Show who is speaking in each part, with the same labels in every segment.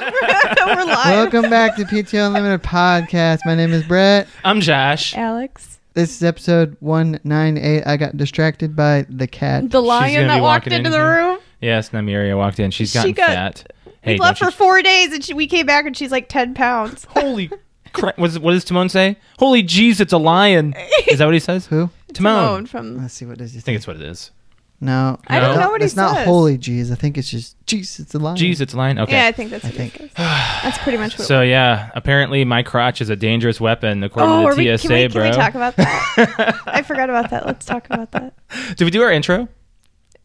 Speaker 1: We're live.
Speaker 2: Welcome back to PTO Unlimited Podcast. My name is Brett.
Speaker 3: I'm Josh.
Speaker 1: Alex.
Speaker 2: This is episode 198. I got distracted by the cat.
Speaker 1: The lion
Speaker 3: gonna
Speaker 1: that
Speaker 3: be
Speaker 1: walked
Speaker 3: walking
Speaker 1: into
Speaker 3: in
Speaker 1: the
Speaker 3: here.
Speaker 1: room.
Speaker 3: Yes, Namiria walked in. She's
Speaker 1: She
Speaker 3: gotten
Speaker 1: got-
Speaker 3: fat. Hey,
Speaker 1: we left
Speaker 3: don't
Speaker 1: for
Speaker 3: you-
Speaker 1: four days and she, we came back and she's like 10 pounds.
Speaker 3: Holy crap. What, is- what does Timon say? Holy jeez, it's a lion. Is that what he says?
Speaker 2: Who?
Speaker 3: Timon.
Speaker 1: Timon from.
Speaker 2: Let's see what does he
Speaker 3: I think it's what it is.
Speaker 2: No,
Speaker 1: I
Speaker 3: don't
Speaker 1: know what he
Speaker 2: it's not
Speaker 1: says.
Speaker 2: holy G's. I think it's just Jeez. It's a lion.
Speaker 3: Jeez, it's a lion. Okay.
Speaker 1: Yeah, I think that's
Speaker 2: I
Speaker 1: what
Speaker 2: think.
Speaker 1: it is. That's pretty much what
Speaker 3: So yeah, apparently my crotch is a dangerous weapon according
Speaker 1: Oh,
Speaker 3: to
Speaker 1: are we,
Speaker 3: the TSA,
Speaker 1: can, we, can
Speaker 3: bro.
Speaker 1: we talk about that? I forgot about that. Let's talk about that.
Speaker 3: Did we do our intro?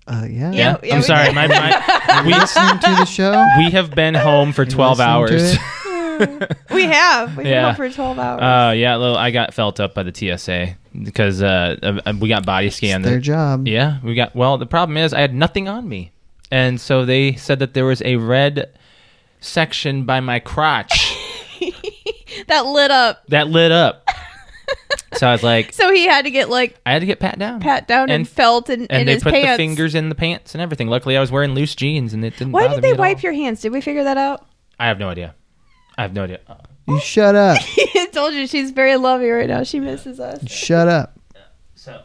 Speaker 2: Uh, yeah.
Speaker 1: Yeah.
Speaker 3: I'm
Speaker 1: we
Speaker 3: sorry.
Speaker 1: did.
Speaker 3: My, my
Speaker 2: You
Speaker 3: we
Speaker 2: Listening to the show.
Speaker 3: we have been home for
Speaker 2: You
Speaker 3: 12 hours.
Speaker 2: listening to
Speaker 1: We have. We've
Speaker 3: Yeah.
Speaker 1: been home for 12 hours.
Speaker 3: Uh yeah, little I got felt up by the TSA because uh, uh, we got body
Speaker 2: It's
Speaker 3: scanned.
Speaker 2: their job.
Speaker 3: Yeah, we got. Well, the problem is I had nothing on me, and so they said that there was a red section by my crotch
Speaker 1: that lit up.
Speaker 3: that lit up. so I was like,
Speaker 1: So he had to get like
Speaker 3: I had to get pat down.
Speaker 1: pat down and,
Speaker 3: And-
Speaker 1: felt in, in
Speaker 3: and they
Speaker 1: his
Speaker 3: put
Speaker 1: pants.
Speaker 3: the fingers in the pants and everything. Luckily, I was wearing loose jeans, and it didn't.
Speaker 1: Why
Speaker 3: bother
Speaker 1: did they
Speaker 3: me at
Speaker 1: wipe
Speaker 3: all.
Speaker 1: your hands? Did we figure that out?
Speaker 3: I have no idea. I have no idea. Uh,
Speaker 2: You shut up.
Speaker 1: I told you she's very lovey right now. She misses us.
Speaker 2: shut up.
Speaker 3: so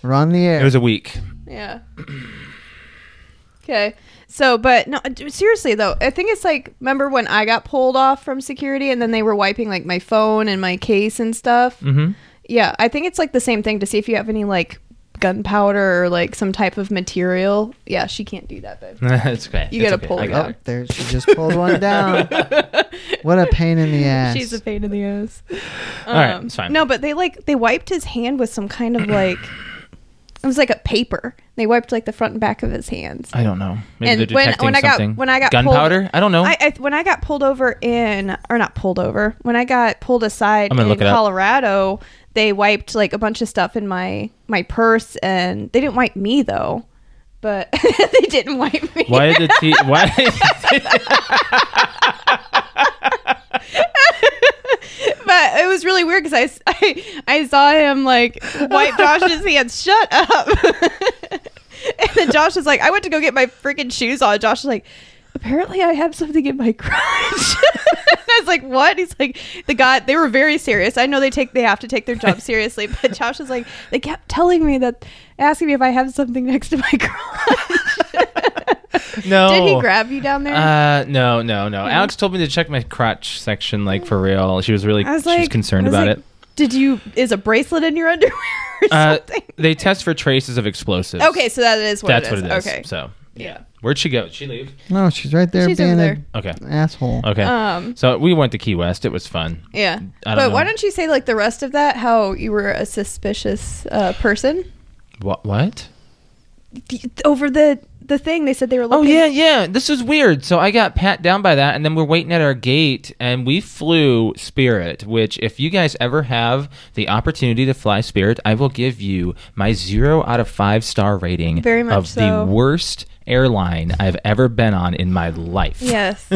Speaker 2: We're on the air.
Speaker 3: it was a week.
Speaker 1: Yeah. Okay. So, but no, d- seriously though, I think it's like remember when I got pulled off from security and then they were wiping like my phone and my case and stuff.
Speaker 3: Mm-hmm.
Speaker 1: Yeah, I think it's like the same thing to see if you have any like gunpowder or like some type of material. Yeah, she can't do that, babe.
Speaker 3: it's okay.
Speaker 1: You
Speaker 3: It's
Speaker 1: gotta
Speaker 3: okay.
Speaker 1: pull
Speaker 3: I
Speaker 1: it
Speaker 3: got
Speaker 1: up.
Speaker 2: oh, there she just pulled one down. What a pain in the ass.
Speaker 1: She's a pain in the ass.
Speaker 3: All right, it's fine.
Speaker 1: Um, No, but they like they wiped his hand with some kind of like it was like a paper. They wiped like the front and back of his hands.
Speaker 3: I don't know. Maybe
Speaker 1: And
Speaker 3: they're
Speaker 1: when-
Speaker 3: detecting
Speaker 1: when I got-
Speaker 3: something.
Speaker 1: when I got pulled-
Speaker 3: gunpowder, I don't know.
Speaker 1: I, I when I got pulled over in or not pulled over when I got pulled aside
Speaker 3: I'm gonna
Speaker 1: in
Speaker 3: look it up.
Speaker 1: Colorado, they wiped like a bunch of stuff in my my purse, and they didn't wipe me though, but they didn't wipe me.
Speaker 3: why did the t- why?
Speaker 1: But it was really weird because I, s- I I saw him like wipe Josh's hands. Shut up. and then Josh was like, I went to go get my freaking shoes on. Josh was like. Apparently, I have something in my crotch. I was like, "What?" He's like, "The guy." They were very serious. I know they take they have to take their job seriously, but Josh was like, "They kept telling me that, asking me if I have something next to my crotch."
Speaker 3: no.
Speaker 1: Did he grab you down there?
Speaker 3: Uh no no no. Alex told me to check my crotch section like for real. She was really
Speaker 1: I was
Speaker 3: she
Speaker 1: like,
Speaker 3: was concerned
Speaker 1: I was
Speaker 3: about
Speaker 1: like,
Speaker 3: it.
Speaker 1: Did you is a bracelet in your underwear or
Speaker 3: Uh,
Speaker 1: something?
Speaker 3: they test for traces of explosives.
Speaker 1: Okay, so that is what
Speaker 3: that's
Speaker 1: it is.
Speaker 3: what it is.
Speaker 1: Okay.
Speaker 3: So
Speaker 1: yeah.
Speaker 3: where'd she go? Did she leave?
Speaker 2: no, she's right there
Speaker 1: She's
Speaker 2: being
Speaker 1: over
Speaker 2: an
Speaker 3: Okay.
Speaker 2: asshole.
Speaker 3: Okay.
Speaker 1: Um.
Speaker 3: so we went to Key West. It was fun.
Speaker 1: Yeah.
Speaker 3: I don't
Speaker 1: But
Speaker 3: know.
Speaker 1: why don't you say like the rest of that? How you were a suspicious uh, person
Speaker 3: What? What?
Speaker 1: The- over the the thing they said they were
Speaker 3: Oh
Speaker 1: looking.
Speaker 3: yeah, yeah. This was weird. So I got pat down by that, and then we're waiting at our gate, and we flew Spirit. Which, if you guys ever have the opportunity to fly Spirit, I will give you my zero out of five star rating
Speaker 1: Very much
Speaker 3: of
Speaker 1: so.
Speaker 3: the worst airline I've ever been on in my life.
Speaker 1: Yes.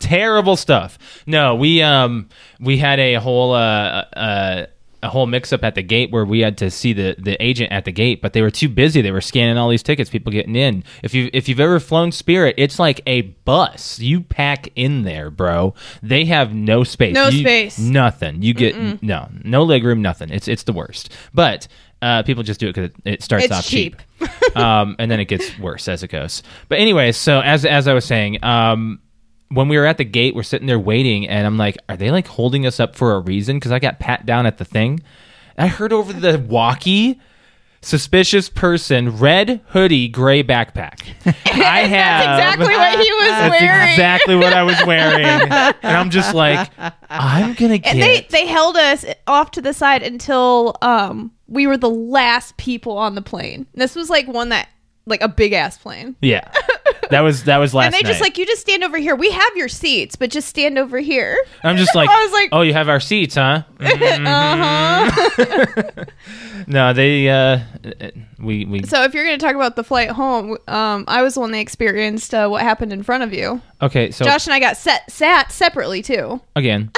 Speaker 3: terrible stuff. No, we um we had a whole uh uh a whole mix up at the gate where we had to see the the agent at the gate, but they were too busy. They were scanning all these tickets, people getting in. If you if you've ever flown Spirit, it's like a bus. You pack in there, bro. They have no space.
Speaker 1: No
Speaker 3: You-
Speaker 1: space.
Speaker 3: Nothing. You get no no leg room. Nothing. It's it's the worst. But. Uh, people just do it because it, it starts
Speaker 1: It's
Speaker 3: off
Speaker 1: cheap.
Speaker 3: um, and then it gets worse as it goes. But anyway, so as as I was saying, um, when we were at the gate, we're sitting there waiting, and I'm like, are they like holding us up for a reason? Because I got pat down at the thing. I heard over the walkie, suspicious person, red hoodie, gray backpack. I have
Speaker 1: That's exactly what he was
Speaker 3: Um, That's
Speaker 1: wearing.
Speaker 3: exactly what I was wearing, and I'm just like, I'm gonna get.
Speaker 1: and they, they held us off to the side until um we were the last people on the plane. This was like one that like a big ass plane.
Speaker 3: yeah, that was that was last.
Speaker 1: and they just
Speaker 3: night.
Speaker 1: like you just stand over here. We have your seats, but just stand over here.
Speaker 3: I'm just like,
Speaker 1: I was like-
Speaker 3: oh, you have our seats, huh?
Speaker 1: Uh huh.
Speaker 3: No, they, uh, we, we,
Speaker 1: so if you're gonna talk about the flight home, um, I was the one that experienced uh, what happened in front of you.
Speaker 3: okay, so
Speaker 1: Josh and I got set sat separately too.
Speaker 3: again,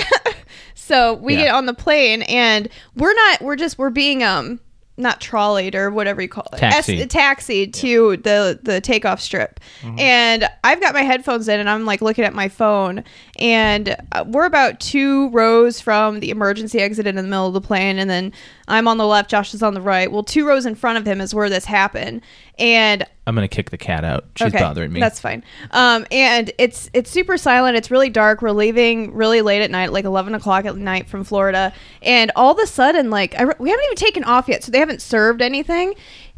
Speaker 1: So we
Speaker 3: Yeah.
Speaker 1: get on the plane and we're not we're just we're being um not trolleyed or whatever you call it.
Speaker 3: Taxied. Mm-hmm.
Speaker 1: taxied to the the takeoff strip. And I've got my headphones in and I'm like looking at my phone and uh, we're about two rows from the emergency exit in the middle of the plane and then I'm on the left, Josh is on the right. Well, two rows in front of him is where this happened. And
Speaker 3: I'm gonna kick the cat out. She's bothering me.
Speaker 1: that's fine. Um, and it's it's super silent. It's really dark. We're leaving really late at night, like eleven o'clock at night from Florida. And all of a sudden, like I, re- we haven't even taken off yet, so they haven't served anything.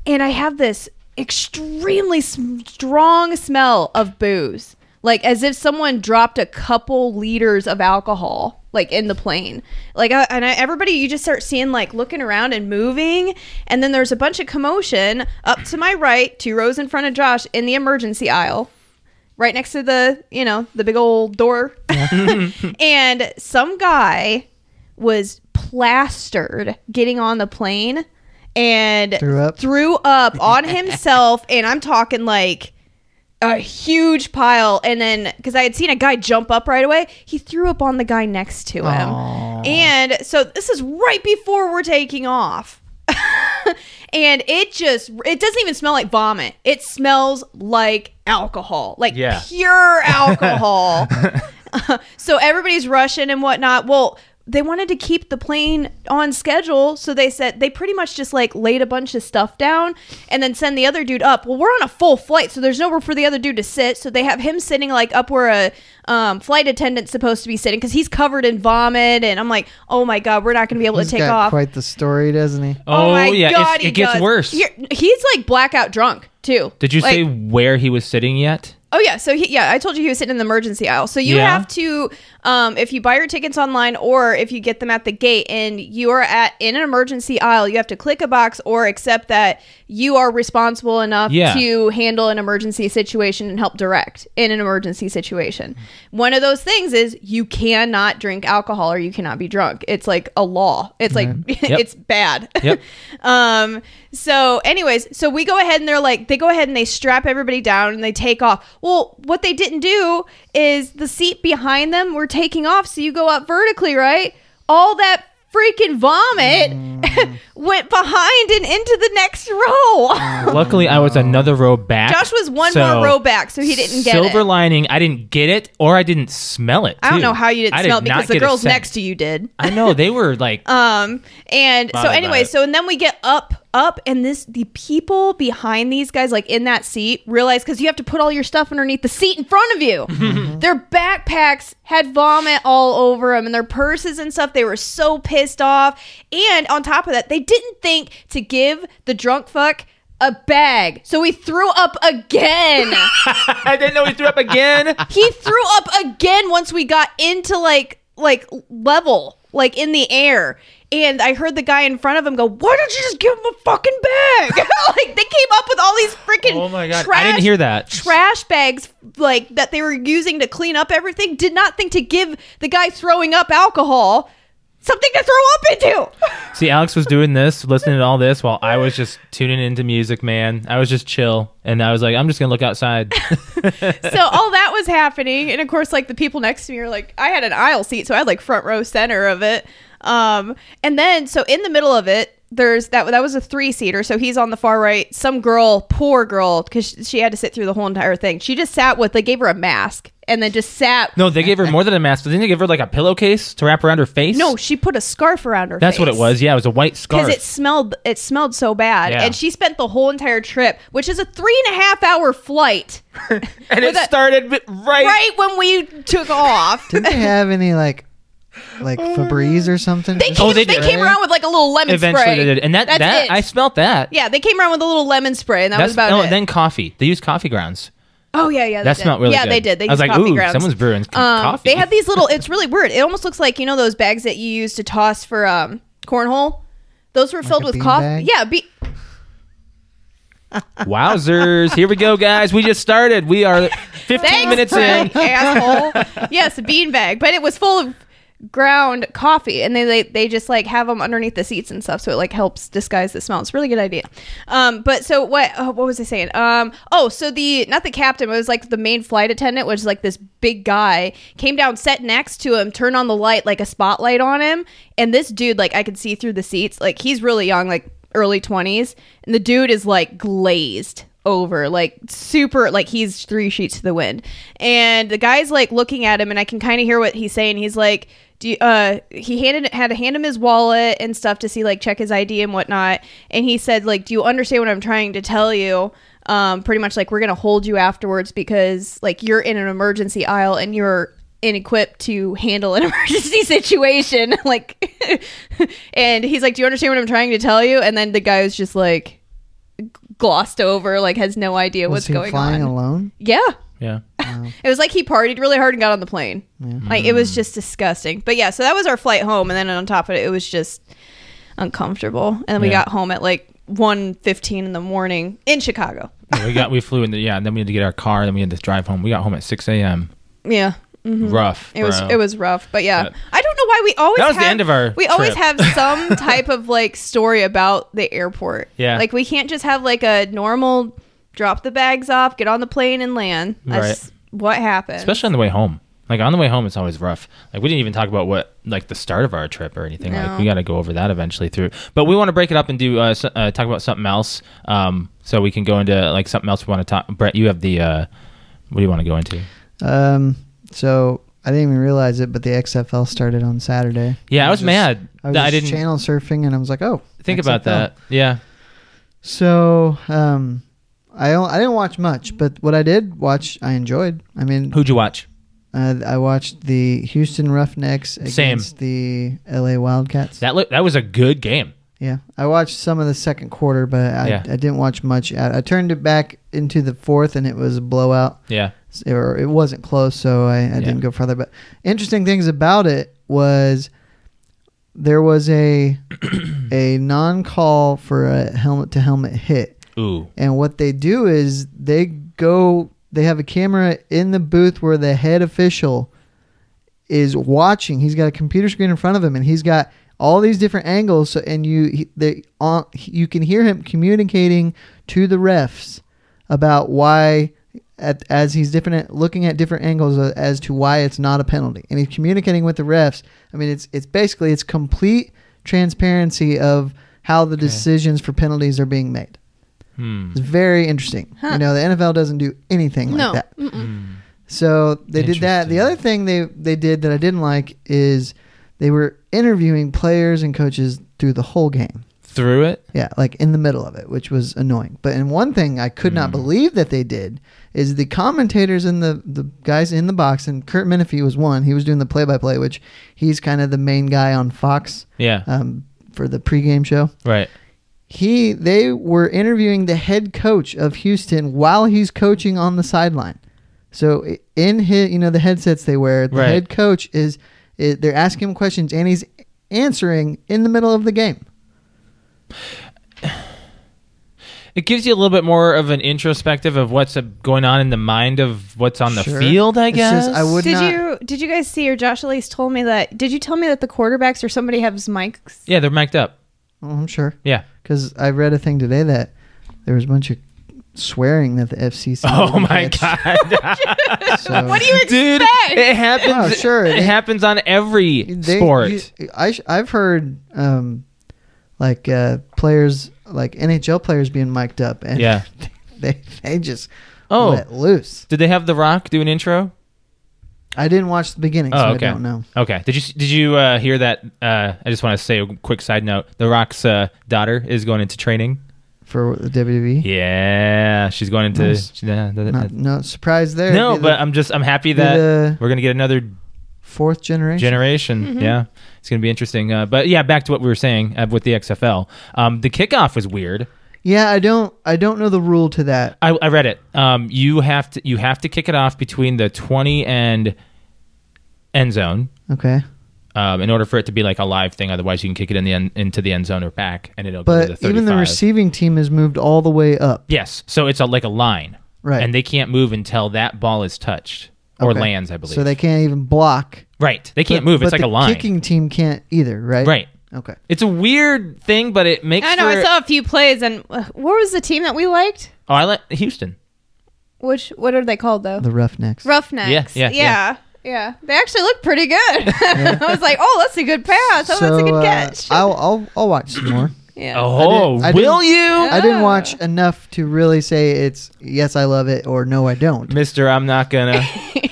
Speaker 1: And I have this extremely s- strong smell of booze, like as if someone dropped a couple liters of alcohol. Like in the plane, like I, and I, everybody, you just start seeing like looking around and moving, and then there's a bunch of commotion up to my right, two rows in front of Josh in the emergency aisle right next to the you know the big old door and some guy was plastered getting on the plane and
Speaker 2: Threw up?
Speaker 1: threw up on himself and i'm talking like a huge pile and then because i had seen a guy jump up right away he threw up on the guy next to him and so this is right before we're taking off and it just it doesn't even smell like vomit it smells like alcohol like
Speaker 3: Yeah.
Speaker 1: pure alcohol so everybody's rushing and whatnot well they wanted to keep the plane on schedule so they said they pretty much just like laid a bunch of stuff down and then send the other dude up well we're on a full flight so there's nowhere for the other dude to sit so they have him sitting like up where a um, flight attendant's supposed to be sitting because he's covered in vomit and i'm like oh my god we're not going to be able
Speaker 2: He's
Speaker 1: to take
Speaker 2: got
Speaker 1: off
Speaker 2: quite the story, doesn't he?
Speaker 3: oh,
Speaker 1: my
Speaker 3: yeah, it's-
Speaker 1: God,
Speaker 3: it
Speaker 1: he
Speaker 3: gets
Speaker 1: does.
Speaker 3: worse.
Speaker 1: Here- he's like blackout drunk too.
Speaker 3: Did you
Speaker 1: Like-
Speaker 3: say where he was sitting yet?
Speaker 1: Oh yeah. So he, yeah, I told you he was sitting in the emergency aisle. So you
Speaker 3: Yeah.
Speaker 1: have to, um, if you buy your tickets online or if you get them at the gate and you are at in an emergency aisle, you have to click a box or accept that you are responsible enough
Speaker 3: Yeah.
Speaker 1: to handle an emergency situation and help direct in an emergency situation. One of those things is you cannot drink alcohol or you cannot be drunk. It's like a law. It's like
Speaker 3: Mm-hmm. Yep.
Speaker 1: it's bad.
Speaker 3: Yep.
Speaker 1: Um, so, anyways, so we go ahead and they're like, they go ahead and they strap everybody down and they take off. Well, what they didn't do is the seat behind them were taking off. So you go up vertically, right? All that freaking vomit
Speaker 3: Mm.
Speaker 1: went behind and into the next row.
Speaker 3: Luckily, I was another row back.
Speaker 1: Josh was one
Speaker 3: so
Speaker 1: more row back, so he didn't get
Speaker 3: Silver
Speaker 1: it.
Speaker 3: lining, I didn't get it, or I didn't smell it.
Speaker 1: I don't
Speaker 3: too.
Speaker 1: know how you didn't
Speaker 3: I did
Speaker 1: smell it
Speaker 3: not
Speaker 1: because the
Speaker 3: get a
Speaker 1: girls
Speaker 3: scent.
Speaker 1: next to you did.
Speaker 3: I know they were like,
Speaker 1: Um, and
Speaker 3: Bothered
Speaker 1: so
Speaker 3: by
Speaker 1: anyway,
Speaker 3: it.
Speaker 1: so and then we get up, up, and this the people behind these guys, like in that seat, realize because you have to put all your stuff underneath the seat in front of you. their backpacks had vomit all over them, and their purses and stuff. They were so pissed off, and on top of that, they didn't think to give the drunk fuck a bag, so he threw up again.
Speaker 3: I didn't know he threw up again.
Speaker 1: he threw up again once we got into like like level like in the air and i heard the guy in front of him go why don't you just give him a fucking bag like they came up with all these freaking
Speaker 3: Oh my god,
Speaker 1: trash,
Speaker 3: I didn't hear that.
Speaker 1: trash bags like that they were using to clean up everything did not think to give the guy throwing up alcohol something to throw up into
Speaker 3: See, Alex was doing this, listening to all this, while I was just tuning into music. Man, I was just chill, and I was like, I'm just gonna look outside.
Speaker 1: so all that was happening and of course like the people next to me were like i had an aisle seat so i had like front row center of it um and then so in the middle of it there's that that was a three seater so he's on the far right some girl poor girl because she had to sit through the whole entire thing she just sat with they gave her a mask and then just sat
Speaker 3: no, they gave her more than a mask. But didn't they give her like a pillowcase to wrap around her face?
Speaker 1: no oh, she put a scarf around her
Speaker 3: that's what it
Speaker 1: face.
Speaker 3: was. Yeah, it was a white scarf.
Speaker 1: because it smelled it smelled so bad
Speaker 3: Yeah.
Speaker 1: and she spent the whole entire trip which is a three and a half hour flight
Speaker 3: and it
Speaker 1: with a-
Speaker 3: started right
Speaker 1: right when we took off
Speaker 2: Didn't they have any like like Febreze or something.
Speaker 1: They
Speaker 2: Just-
Speaker 1: came,
Speaker 3: Oh, they
Speaker 1: they
Speaker 3: did.
Speaker 1: came around with like a little lemon
Speaker 3: Eventually,
Speaker 1: spray.
Speaker 3: they did, and that
Speaker 1: That's
Speaker 3: that
Speaker 1: it.
Speaker 3: I smelt that.
Speaker 1: yeah, they came around with a little lemon spray, and that was about
Speaker 3: no,
Speaker 1: it.
Speaker 3: then coffee. They use coffee grounds.
Speaker 1: oh yeah, yeah. they
Speaker 3: That
Speaker 1: did.
Speaker 3: smelled really
Speaker 1: Yeah,
Speaker 3: good.
Speaker 1: they did. They
Speaker 3: I was
Speaker 1: used
Speaker 3: like,
Speaker 1: coffee
Speaker 3: ooh,
Speaker 1: grounds.
Speaker 3: someone's brewing c-
Speaker 1: Um,
Speaker 3: coffee.
Speaker 1: They have these little. It's really weird. It almost looks like you know those bags that you use to toss for um, cornhole. Those were filled
Speaker 2: a
Speaker 1: with
Speaker 2: bean
Speaker 1: coffee.
Speaker 2: bag?
Speaker 1: Yeah, be-
Speaker 3: Wowzers! Here we go, guys. We just started. We are 15
Speaker 1: thanks,
Speaker 3: minutes in.
Speaker 1: Frank, asshole. Yes, a bean bag, but it was full of ground coffee, and they, they they just like have them underneath the seats and stuff, so it like helps disguise the smell. It's a really good idea. Um, but so what? Oh, what was I saying? Um, oh, so the not the captain, it was like the main flight attendant, which is like this big guy, came down, sat next to him, turned on the light like a spotlight on him, and this dude like I could see through the seats, like he's really young, like early 20s and the dude is like glazed over like super like he's three sheets to the wind and the guy's like looking at him and i can kind of hear what he's saying he's like do you, uh he handed had to hand him his wallet and stuff to see like check his id and whatnot and he said like do you understand what i'm trying to tell you um pretty much like we're gonna hold you afterwards because like you're in an emergency aisle and you're inequipped to handle an emergency situation. like, and he's like, "Do you understand what I'm trying to tell you?" And then the guy was just like g- glossed over, like has no idea
Speaker 2: was
Speaker 1: what's
Speaker 2: he
Speaker 1: going
Speaker 2: flying
Speaker 1: on.
Speaker 2: alone?
Speaker 1: Yeah,
Speaker 3: Yeah.
Speaker 1: it was like he partied really hard and got on the plane. Like it was just disgusting. But yeah, so that was our flight home, and then on top of it, it was just uncomfortable. And then we
Speaker 3: Yeah.
Speaker 1: got home at like 1.15 in the morning in Chicago.
Speaker 3: we got we flew in the yeah. And then we had to get our car. Then we had to drive home. We got home at 6 a.m.
Speaker 1: Yeah. Mhm.
Speaker 3: Rough.
Speaker 1: It was
Speaker 3: bro.
Speaker 1: it was rough, but yeah,
Speaker 3: Yeah.
Speaker 1: I don't know why we always
Speaker 3: That was the
Speaker 1: have-
Speaker 3: end of our
Speaker 1: We always
Speaker 3: trip.
Speaker 1: have some type of like story about the airport.
Speaker 3: Yeah.
Speaker 1: like we can't just have like a normal drop the bags off, get on the plane and land. That's what happened.
Speaker 3: especially on the way home. Like on the way home, it's always rough. Like we didn't even talk about what like the start of our trip or anything.
Speaker 1: No.
Speaker 3: Like we got to go over that eventually through. But we want to break it up and do uh, s- uh, talk about something else. Um, so we can go into like something else we want to talk. Brett, you have the. Uh, what do you want to go into?
Speaker 2: Um, so I didn't even realize it, but the XFL started on Saturday.
Speaker 3: Yeah, I was
Speaker 2: just-
Speaker 3: mad.
Speaker 2: I was
Speaker 3: that I
Speaker 2: just
Speaker 3: didn't
Speaker 2: channel surfing, and I was like, oh,
Speaker 3: think about
Speaker 2: XFL.
Speaker 3: that. Yeah,
Speaker 2: So, um, I don't- I didn't watch much, but what I did watch, I enjoyed. I mean,
Speaker 3: who'd you watch?
Speaker 2: uh, I watched the Houston Roughnecks
Speaker 3: Same.
Speaker 2: against the LA Wildcats.
Speaker 3: That look that was a good game.
Speaker 2: Yeah, I watched some of the second quarter, but I,
Speaker 3: Yeah.
Speaker 2: I didn't watch much. I, I turned it back into the fourth, and it was a blowout.
Speaker 3: Yeah,
Speaker 2: S- Or it wasn't close, so I, I didn't go further. But interesting things about it was there was a a non call for a helmet to helmet hit.
Speaker 3: ooh,
Speaker 2: And what they do is they go, they have a camera in the booth where the head official is watching. He's got a computer screen in front of him, and he's got all these different angles. So, and you, he, they, on, you can hear him communicating to the refs about why, at, as he's different, looking at different angles a- as to why it's not a penalty, and he's communicating with the refs. I mean, it's it's basically it's complete transparency of how the decisions for penalties are being made.
Speaker 3: hmm.
Speaker 2: It's very interesting.
Speaker 1: Huh.
Speaker 2: You know, the NFL doesn't do anything like
Speaker 1: no,
Speaker 2: that. Hmm.
Speaker 1: Mm-mm.
Speaker 2: So they did that. The
Speaker 3: Interesting.
Speaker 2: other thing they they did that I didn't like is they were interviewing players and coaches through the whole game.
Speaker 3: through it.
Speaker 2: Yeah, like in the middle of it, which was annoying. But and one thing I could not believe that they did is the commentators and the the guys in the box and Kurt Menefee was one. He was doing the play by play, which he's kind of the main guy on Fox
Speaker 3: Yeah,
Speaker 2: um, for the pregame show
Speaker 3: right.
Speaker 2: he they were interviewing the head coach of Houston while he's coaching on the sideline. So i- in his, you know, the headsets they wear, the
Speaker 3: Right.
Speaker 2: head coach is, i they're asking him questions and he's answering in the middle of the game.
Speaker 3: It gives you a little bit more of an introspective of what's uh, going on in the mind of what's on the
Speaker 2: Sure.
Speaker 3: field. I
Speaker 2: It's
Speaker 3: guess
Speaker 2: just- I would
Speaker 1: Did
Speaker 2: not-
Speaker 1: you did you guys see or Josh at least told me that? Did you tell me that the quarterbacks or somebody has mics?
Speaker 3: Yeah, they're mic'd up.
Speaker 2: Oh, I'm sure
Speaker 3: Yeah.
Speaker 2: because I read a thing today that there was a bunch of swearing that the FCC.
Speaker 3: Oh
Speaker 2: wouldn't
Speaker 3: my
Speaker 2: catch.
Speaker 3: god,
Speaker 2: So-
Speaker 1: What do you
Speaker 3: dude!
Speaker 1: expect?
Speaker 3: It happens.
Speaker 2: Oh, sure.
Speaker 3: it
Speaker 2: They-
Speaker 3: happens on every
Speaker 2: They-
Speaker 3: sport.
Speaker 2: you- I, have heard um, like uh, players like NHL players being mic'd up and
Speaker 3: Yeah.
Speaker 2: they they just
Speaker 3: Oh.
Speaker 2: let loose.
Speaker 3: Did they have The Rock do an intro?
Speaker 2: I didn't watch the beginning, so
Speaker 3: Oh, okay.
Speaker 2: I don't know.
Speaker 3: Okay. Did you did you uh, hear that? Uh, I just want to say a quick side note. The Rock's uh, daughter is going into training.
Speaker 2: For the WWE,
Speaker 3: Yeah, she's going into.
Speaker 2: Nice.
Speaker 3: she- yeah, that-
Speaker 2: Not,
Speaker 3: that-
Speaker 2: no surprise there.
Speaker 3: no,
Speaker 2: Be the-
Speaker 3: but I'm just I'm happy
Speaker 2: be
Speaker 3: that
Speaker 2: the-
Speaker 3: we're gonna get another
Speaker 2: fourth generation.
Speaker 3: generation. Yeah, it's going to be interesting. Uh, but yeah, back to what we were saying uh, with the XFL. Um, the kickoff was weird.
Speaker 2: yeah, I don't I don't know the rule to that.
Speaker 3: I, I read it. Um, you have to you have to kick it off between the twenty and end zone
Speaker 2: Okay.
Speaker 3: um, in order for it to be like a live thing. Otherwise, you can kick it in the end, into the end zone or back, and it'll go to
Speaker 2: But
Speaker 3: the thirty-five.
Speaker 2: even the receiving team has moved all the way up.
Speaker 3: yes, so it's a, like a line,
Speaker 2: Right.
Speaker 3: And they can't move until that ball is touched or
Speaker 2: Okay.
Speaker 3: lands, I believe.
Speaker 2: So they can't even block.
Speaker 3: right, they can't
Speaker 2: But-
Speaker 3: move. It's
Speaker 2: but
Speaker 3: like
Speaker 2: the
Speaker 3: a line,
Speaker 2: Kicking team can't either, right?
Speaker 3: right?
Speaker 2: Okay.
Speaker 3: It's a weird thing, but it makes.
Speaker 1: I know.
Speaker 3: for-
Speaker 1: I saw a few plays, and uh, what was the team that we liked?
Speaker 3: oh, I like Houston.
Speaker 1: Which what are they called though?
Speaker 2: The Roughnecks.
Speaker 1: Roughnecks.
Speaker 3: Yeah, yeah,
Speaker 1: yeah. yeah. They actually look pretty good. I was like, oh, that's a good pass. Oh, that's a good
Speaker 2: uh,
Speaker 1: catch.
Speaker 2: I'll, I'll I'll watch some more.
Speaker 1: yeah.
Speaker 3: Oh,
Speaker 2: I didn't-
Speaker 3: will you?
Speaker 2: I didn't
Speaker 1: Ah.
Speaker 2: watch enough to really say it's yes I love it or no I don't.
Speaker 3: Mister, I'm not gonna.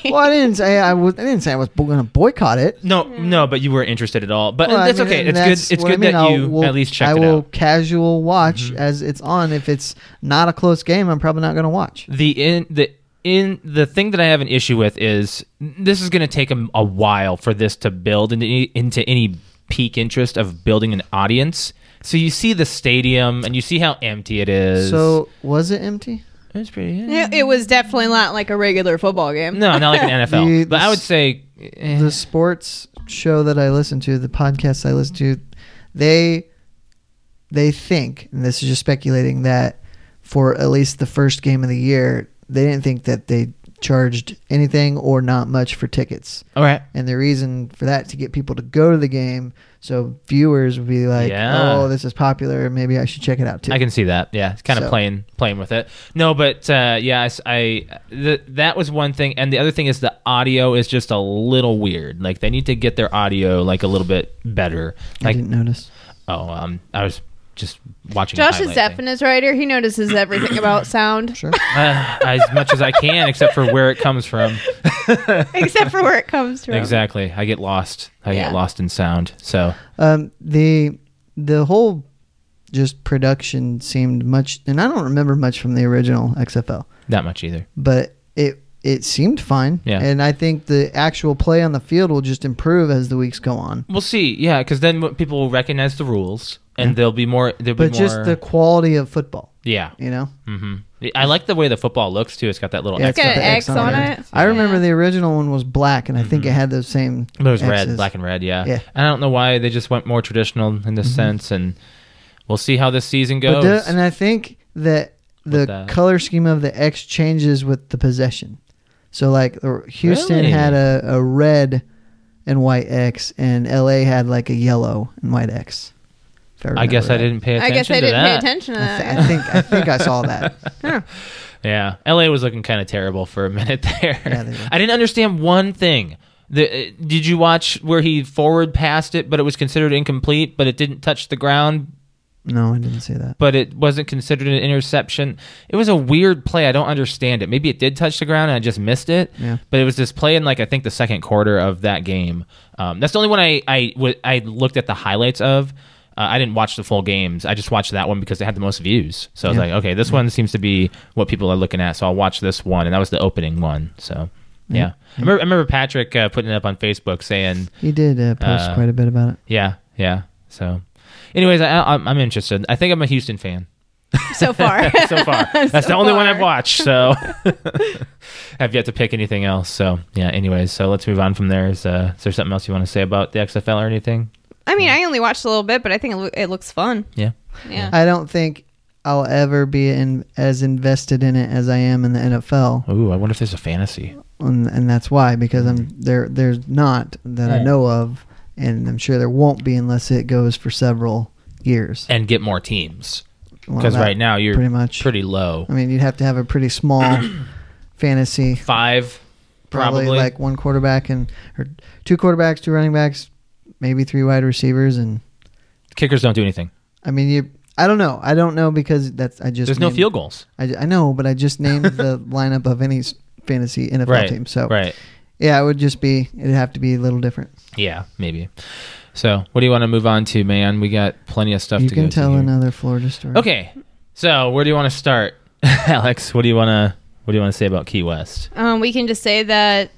Speaker 2: well, I didn't say I was. I didn't say I was going to boycott it.
Speaker 3: No, no, but you weren't interested at all. But
Speaker 2: Well, I
Speaker 3: that's
Speaker 2: mean,
Speaker 3: okay.
Speaker 2: and
Speaker 3: It's
Speaker 2: that's
Speaker 3: good. It's
Speaker 2: what I
Speaker 3: good
Speaker 2: mean.
Speaker 3: that
Speaker 2: I'll-
Speaker 3: you
Speaker 2: will-
Speaker 3: at least
Speaker 2: I
Speaker 3: checked it
Speaker 2: will
Speaker 3: out. Mm-hmm.
Speaker 2: casual watch as it's on. If it's not a close game, I'm probably not going to watch.
Speaker 3: The in the in the thing that I have an issue with is this is going to take a, a while for this to build into any, into any peak interest of building an audience. So you see the stadium and you see how empty it is.
Speaker 2: So was it empty?
Speaker 3: it's pretty.
Speaker 1: It, it was definitely not like a regular football game.
Speaker 3: No, not like an NFL.
Speaker 2: The-
Speaker 3: but I would say eh,
Speaker 2: The sports show that I listen to, the podcast I listen to, they they think, and this is just speculating that for at least the first game of the year, they didn't think that they charged anything or not much for tickets.
Speaker 3: all right.
Speaker 2: and the reason for that to get people to go to the game so viewers would be like
Speaker 3: Yeah.
Speaker 2: oh this is popular maybe i should check it out too
Speaker 3: I can see that. Yeah, it's kind of
Speaker 2: So-
Speaker 3: playing playing with it. No, but uh, yeah, I s- I, th- that was one thing, and the other thing is the audio is just a little weird. Like they need to get their audio like a little bit better.
Speaker 2: I
Speaker 3: Like
Speaker 2: didn't notice
Speaker 3: oh, um, I was just watching. a
Speaker 1: Josh is
Speaker 3: highlight
Speaker 1: deaf
Speaker 3: thing.
Speaker 1: in his writer. He notices everything about sound,
Speaker 2: sure
Speaker 3: Uh, as much as I can, except for where it comes from.
Speaker 1: except for where it comes from.
Speaker 3: Exactly, I get lost. I
Speaker 1: Yeah.
Speaker 3: get lost in sound. So
Speaker 2: um, the the whole just production seemed much and i don't remember much from the original xfl
Speaker 3: not much either.
Speaker 2: but it it seemed fine
Speaker 3: Yeah.
Speaker 2: and i think the actual play on the field will just improve as the weeks go on
Speaker 3: We'll see. Yeah, because then w- people will recognize the rules, and they'll be more. They'll
Speaker 2: but
Speaker 3: be more.
Speaker 2: just the quality of football
Speaker 3: yeah.
Speaker 2: you know
Speaker 3: hmm I like the way the football looks too. It's got that little
Speaker 2: Yeah,
Speaker 3: X
Speaker 1: It's got an
Speaker 2: got the
Speaker 1: X on
Speaker 2: end.
Speaker 1: it.
Speaker 2: i remember
Speaker 1: Yeah.
Speaker 2: the original one was black and i think it had those same
Speaker 3: But it was
Speaker 2: X's.
Speaker 3: Mm-hmm. red, black and red, yeah.
Speaker 2: Yeah. Mm-hmm.
Speaker 3: And I don't know why they just went more traditional in this sense, and we'll see how this season
Speaker 2: But
Speaker 3: goes.
Speaker 2: do- and I think that the
Speaker 3: With that.
Speaker 2: color scheme of the X changes with the possession. So like the- Houston
Speaker 3: Really?
Speaker 2: had a, a red and white X, and LA had like a yellow and white X. if
Speaker 3: I guess I
Speaker 2: remember
Speaker 3: didn't pay
Speaker 1: I
Speaker 3: attention
Speaker 1: guess I
Speaker 3: to
Speaker 1: didn't pay
Speaker 3: that.
Speaker 1: attention to
Speaker 2: right. I,
Speaker 1: that.
Speaker 2: th- I think I think I saw that.
Speaker 3: Yeah, LA was looking kind of terrible for a minute there.
Speaker 2: Yeah, they were.
Speaker 3: I didn't understand one thing. The, uh, did you watch where he forward passed it, but it was considered incomplete, but it didn't touch the ground,
Speaker 2: No, I didn't see that.
Speaker 3: but it wasn't considered an interception. It was a weird play. I don't understand it. Maybe it did touch the ground and I just missed it.
Speaker 2: Yeah.
Speaker 3: But it was this play in like I think the second quarter of that game. Um, that's the only one I I w- I looked at the highlights of. Uh, I didn't watch the full games. I just watched that one because it had the most views. So I was
Speaker 2: Yeah.
Speaker 3: like, okay, this one seems to be what people are looking at. So I'll watch this one, and that was the opening one. So yeah, I, remember, I remember Patrick uh, putting it up on Facebook saying,
Speaker 2: He did uh, post
Speaker 3: Uh,
Speaker 2: quite a bit about it.
Speaker 3: yeah, yeah. So, anyways, I, I'm, I'm interested. I think I'm a Houston fan.
Speaker 1: So far,
Speaker 3: so far. That's
Speaker 1: So
Speaker 3: the only one
Speaker 1: far.
Speaker 3: I've watched. So have yet to pick anything else. So yeah. Anyways, so let's move on from there. Is, uh, is there something else you want to say about the XFL or anything?
Speaker 1: I mean, I only watched a little bit, but I think it, loo- it looks fun.
Speaker 3: Yeah.
Speaker 1: Yeah.
Speaker 2: I don't think I'll ever be in, as invested in it as I am in the NFL,
Speaker 3: Ooh, I wonder if there's a fantasy.
Speaker 2: and, and that's why because I'm there. There's not that I
Speaker 3: Mm-hmm. Right.
Speaker 2: know of, and I'm sure there won't be unless it goes for several years.
Speaker 3: And get more teams
Speaker 2: Well,
Speaker 3: because
Speaker 2: that-
Speaker 3: right now you're
Speaker 2: pretty
Speaker 3: pretty,
Speaker 2: much. Mm.
Speaker 3: low.
Speaker 2: I mean, you'd have to have a pretty small fantasy,
Speaker 3: Five,
Speaker 2: probably,
Speaker 3: probably.
Speaker 2: like one quarterback and or two quarterbacks, two running backs, maybe three wide receivers, and
Speaker 3: Kickers don't do anything.
Speaker 2: I mean you. I don't know. I don't know because that's I just
Speaker 3: There's no
Speaker 2: named,
Speaker 3: field goals.
Speaker 2: I, I know, but I just named the lineup of any s- fantasy NFL
Speaker 3: Right.
Speaker 2: team. So
Speaker 3: Right.
Speaker 2: yeah, it would just be it'd have to be a little different.
Speaker 3: Yeah. Maybe. So what do you want to move on to, man? We got plenty of stuff
Speaker 2: you
Speaker 3: to
Speaker 2: can
Speaker 3: go
Speaker 2: tell
Speaker 3: to here.
Speaker 2: another Florida story.
Speaker 3: Okay. So where do you want to start, Alex? What do you want to What do you want to say about Key West?
Speaker 1: Um, we can just say that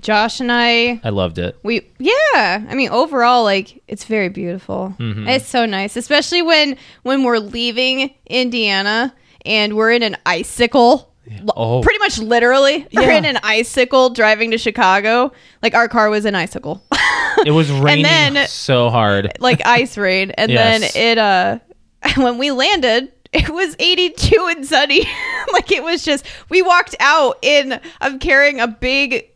Speaker 1: Josh and I
Speaker 3: I loved it.
Speaker 1: we yeah. I mean overall like it's very beautiful.
Speaker 3: Mm-hmm.
Speaker 1: It's so nice, especially when when we're leaving Indiana and we're in an icicle. L-
Speaker 3: Oh.
Speaker 1: Pretty much literally, we're
Speaker 3: Yeah.
Speaker 1: in an icicle driving to Chicago. Like our car was an icicle.
Speaker 3: It was raining
Speaker 1: then-
Speaker 3: so hard.
Speaker 1: like ice rain and
Speaker 3: Yes.
Speaker 1: then it uh when we landed it was 82 and sunny like it was just we walked out in i'm carrying a big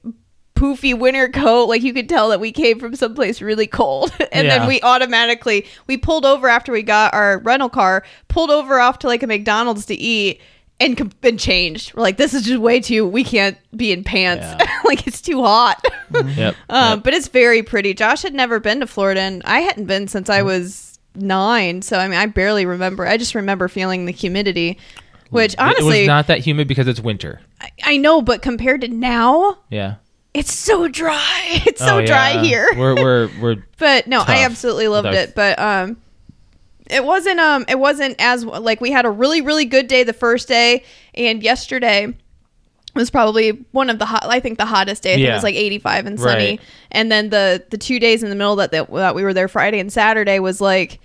Speaker 1: poofy winter coat like you could tell that we came from someplace really cold and
Speaker 3: Yeah.
Speaker 1: then we automatically we pulled over after we got our rental car pulled over off to like a mcdonald's to eat and com- and changed we're like this is just way too we can't be in pants
Speaker 3: Yeah. Mm-hmm.
Speaker 1: like it's too hot
Speaker 3: Yep.
Speaker 1: um, but it's very pretty. Josh had never been to Florida, and I hadn't been since
Speaker 3: Mm.
Speaker 1: I was nine. So I mean, I barely remember. I just remember feeling the humidity, which
Speaker 3: it
Speaker 1: honestly,
Speaker 3: was not that humid because it's winter.
Speaker 1: I, I know, but compared to now,
Speaker 3: Yeah.
Speaker 1: it's so dry. It's so
Speaker 3: Oh,
Speaker 1: dry
Speaker 3: yeah.
Speaker 1: here.
Speaker 3: We're we're we're
Speaker 1: but no, I
Speaker 3: tough
Speaker 1: absolutely loved
Speaker 3: without-
Speaker 1: it. But um, it wasn't um, it wasn't as like we had a really really good day the first day, and yesterday was probably one of the hot. I think the hottest day. I think it
Speaker 3: Yeah.
Speaker 1: was like 85 and sunny.
Speaker 3: Right.
Speaker 1: And then the the two days in the middle that that, that we were there Friday and Saturday was like.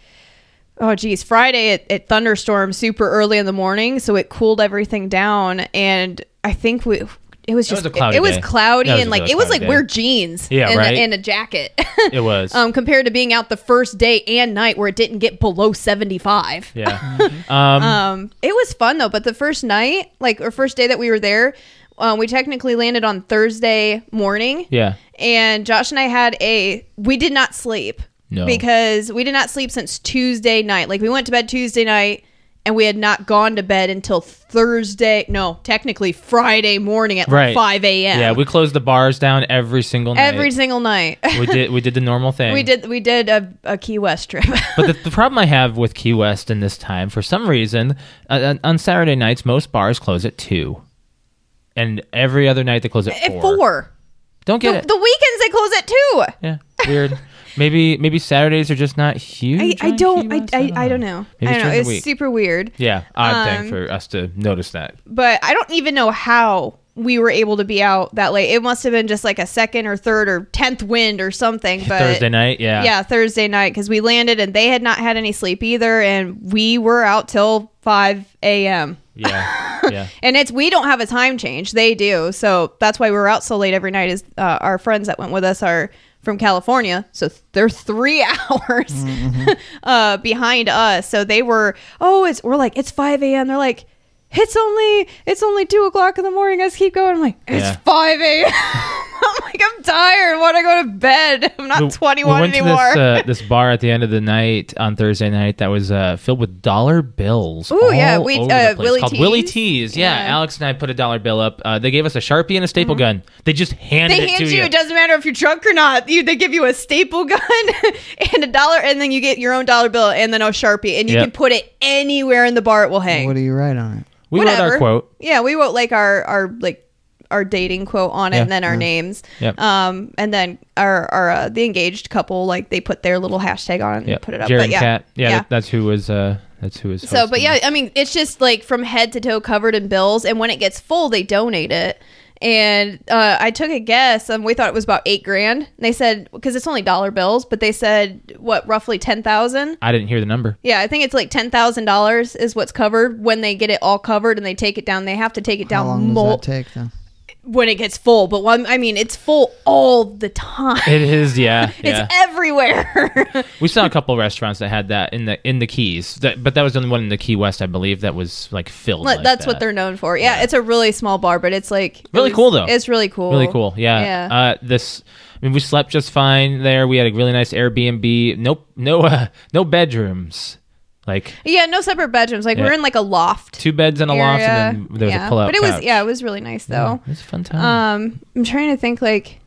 Speaker 1: Oh geez, Friday it, it thunderstormed super early in the morning, so it cooled everything down, and I think we it was
Speaker 3: That was
Speaker 1: just
Speaker 3: a cloudy
Speaker 1: it, was
Speaker 3: day.
Speaker 1: cloudy
Speaker 3: That was
Speaker 1: and
Speaker 3: a
Speaker 1: like
Speaker 3: really
Speaker 1: it was
Speaker 3: cloudy
Speaker 1: like
Speaker 3: day.
Speaker 1: wear jeans
Speaker 3: Yeah,
Speaker 1: and,
Speaker 3: right?
Speaker 1: a, and a jacket.
Speaker 3: it was.
Speaker 1: um, compared to being out the first day and night where it didn't get below 75.
Speaker 3: yeah. Um,
Speaker 1: Um, it was fun though, but the first night, like, or first day that we were there, um, we technically landed on Thursday morning.
Speaker 3: yeah.
Speaker 1: And Josh and I had a, we did not sleep.
Speaker 3: No.
Speaker 1: Because we did not sleep since Tuesday night. Like, we went to bed Tuesday night and we had not gone to bed until Thursday. No, technically Friday morning at like,
Speaker 3: Right.
Speaker 1: 5 a.m.
Speaker 3: Yeah, we closed the bars down every single night.
Speaker 1: Every single night.
Speaker 3: we did we did the normal thing.
Speaker 1: We did we did a, a Key West trip.
Speaker 3: But the, the problem I have with Key West in this time, for some reason, uh, on Saturday nights most bars close at two, and every other night they close at
Speaker 1: at
Speaker 3: four.
Speaker 1: four.
Speaker 3: Don't
Speaker 1: The,
Speaker 3: get it.
Speaker 1: the weekends they close at two.
Speaker 3: yeah, weird. maybe maybe Saturdays are just not huge.
Speaker 1: I, I
Speaker 3: on
Speaker 1: don't
Speaker 3: Key
Speaker 1: I,
Speaker 3: West.
Speaker 1: I, I don't know.
Speaker 3: Maybe
Speaker 1: I
Speaker 3: it's
Speaker 1: don't know.
Speaker 3: during
Speaker 1: It's
Speaker 3: the week.
Speaker 1: super weird.
Speaker 3: Yeah, odd
Speaker 1: Um,
Speaker 3: thing for us to notice that.
Speaker 1: But I don't even know how we were able to be out that late. It must have been just like a second or third or tenth wind or something. But
Speaker 3: Thursday night, yeah.
Speaker 1: yeah, Thursday night because we landed and they had not had any sleep either, and we were out till five a.m.
Speaker 3: Yeah. Yeah.
Speaker 1: And it's we don't have a time change; they do, so that's why we were out so late every night. Is uh, our friends that went with us are from California, so th- they're three hours
Speaker 3: Mm-hmm.
Speaker 1: uh, behind us. So they were, oh, it's we're like it's five a.m. They're like, it's only it's only two o'clock in the morning. Let's keep going. I'm like, it's
Speaker 3: Yeah.
Speaker 1: five a.m. I'm like, I'm tired. I want to go to bed. I'm not
Speaker 3: We- we
Speaker 1: 21
Speaker 3: went to
Speaker 1: anymore.
Speaker 3: this, uh, this bar at the end of the night on Thursday night that was uh, filled with dollar bills.
Speaker 1: Ooh, yeah,
Speaker 3: all
Speaker 1: we-
Speaker 3: over
Speaker 1: uh,
Speaker 3: the place.
Speaker 1: Willie
Speaker 3: called Willie
Speaker 1: Tees?
Speaker 3: Tees. Yeah.
Speaker 1: Yeah. Mm-hmm.
Speaker 3: Alex and I put a dollar bill up. Uh, they gave us a sharpie and a staple gun. They just handed
Speaker 1: they
Speaker 3: it
Speaker 1: hand
Speaker 3: to
Speaker 1: you, It doesn't matter if you're drunk or not. You they give you a staple gun and a dollar, and then you get your own dollar bill and then a sharpie, and you
Speaker 3: Yep.
Speaker 1: can put it anywhere in the bar. It will hang.
Speaker 2: What do you write on it?
Speaker 3: we wrote our quote.
Speaker 1: Yeah, we wrote like our our like our dating quote on it,
Speaker 3: Yeah. Mm-hmm.
Speaker 1: and then our names.
Speaker 3: Yep.
Speaker 1: Um, and then our our uh, the engaged couple like they put their little hashtag on it
Speaker 3: Yeah,
Speaker 1: and put it up.
Speaker 3: Jared
Speaker 1: but yeah,
Speaker 3: and Kat. Yeah, that- that's who was. Uh, that's who was.
Speaker 1: so, but
Speaker 3: hosting.
Speaker 1: yeah, I mean, it's just like from head to toe covered in bills, and when it gets full, they donate it. And uh, I took a guess, and we thought it was about eight grand. And they said because it's only dollar bills, but they said what roughly ten thousand.
Speaker 3: I didn't hear the number.
Speaker 1: Yeah, I think it's like ten thousand dollars is what's covered when they get it all covered and they take it down. They have to take it
Speaker 2: How
Speaker 1: down
Speaker 2: long
Speaker 1: mul-
Speaker 2: does that take though?
Speaker 1: when it gets full, but one, I mean, it's full all the time.
Speaker 3: It is. Yeah. Yeah.
Speaker 1: It's everywhere.
Speaker 3: we saw a couple restaurants that had that in the in the Keys. That, but that was the only one in the Key West, I believe, that was like filled.
Speaker 1: Like,
Speaker 3: like
Speaker 1: that's what
Speaker 3: that.
Speaker 1: they're known for. Yeah, it's a really small bar, but it's like it
Speaker 3: Really
Speaker 1: was-
Speaker 3: cool, though.
Speaker 1: It's really cool.
Speaker 3: Really cool. Yeah.
Speaker 1: Yeah.
Speaker 3: Uh, this. I mean, we slept just fine there. We had a really nice Airbnb. Nope. No. Uh, no bedrooms. Like
Speaker 1: yeah, no separate bedrooms. Like
Speaker 3: Yeah.
Speaker 1: we're in like a loft.
Speaker 3: two beds and a loft, and
Speaker 1: area.
Speaker 3: then there was
Speaker 1: yeah.
Speaker 3: a pull-out
Speaker 1: But it
Speaker 3: couch.
Speaker 1: was yeah, it was really nice
Speaker 3: Yeah,
Speaker 1: though.
Speaker 3: it was a fun time.
Speaker 1: Um, I'm trying to think like.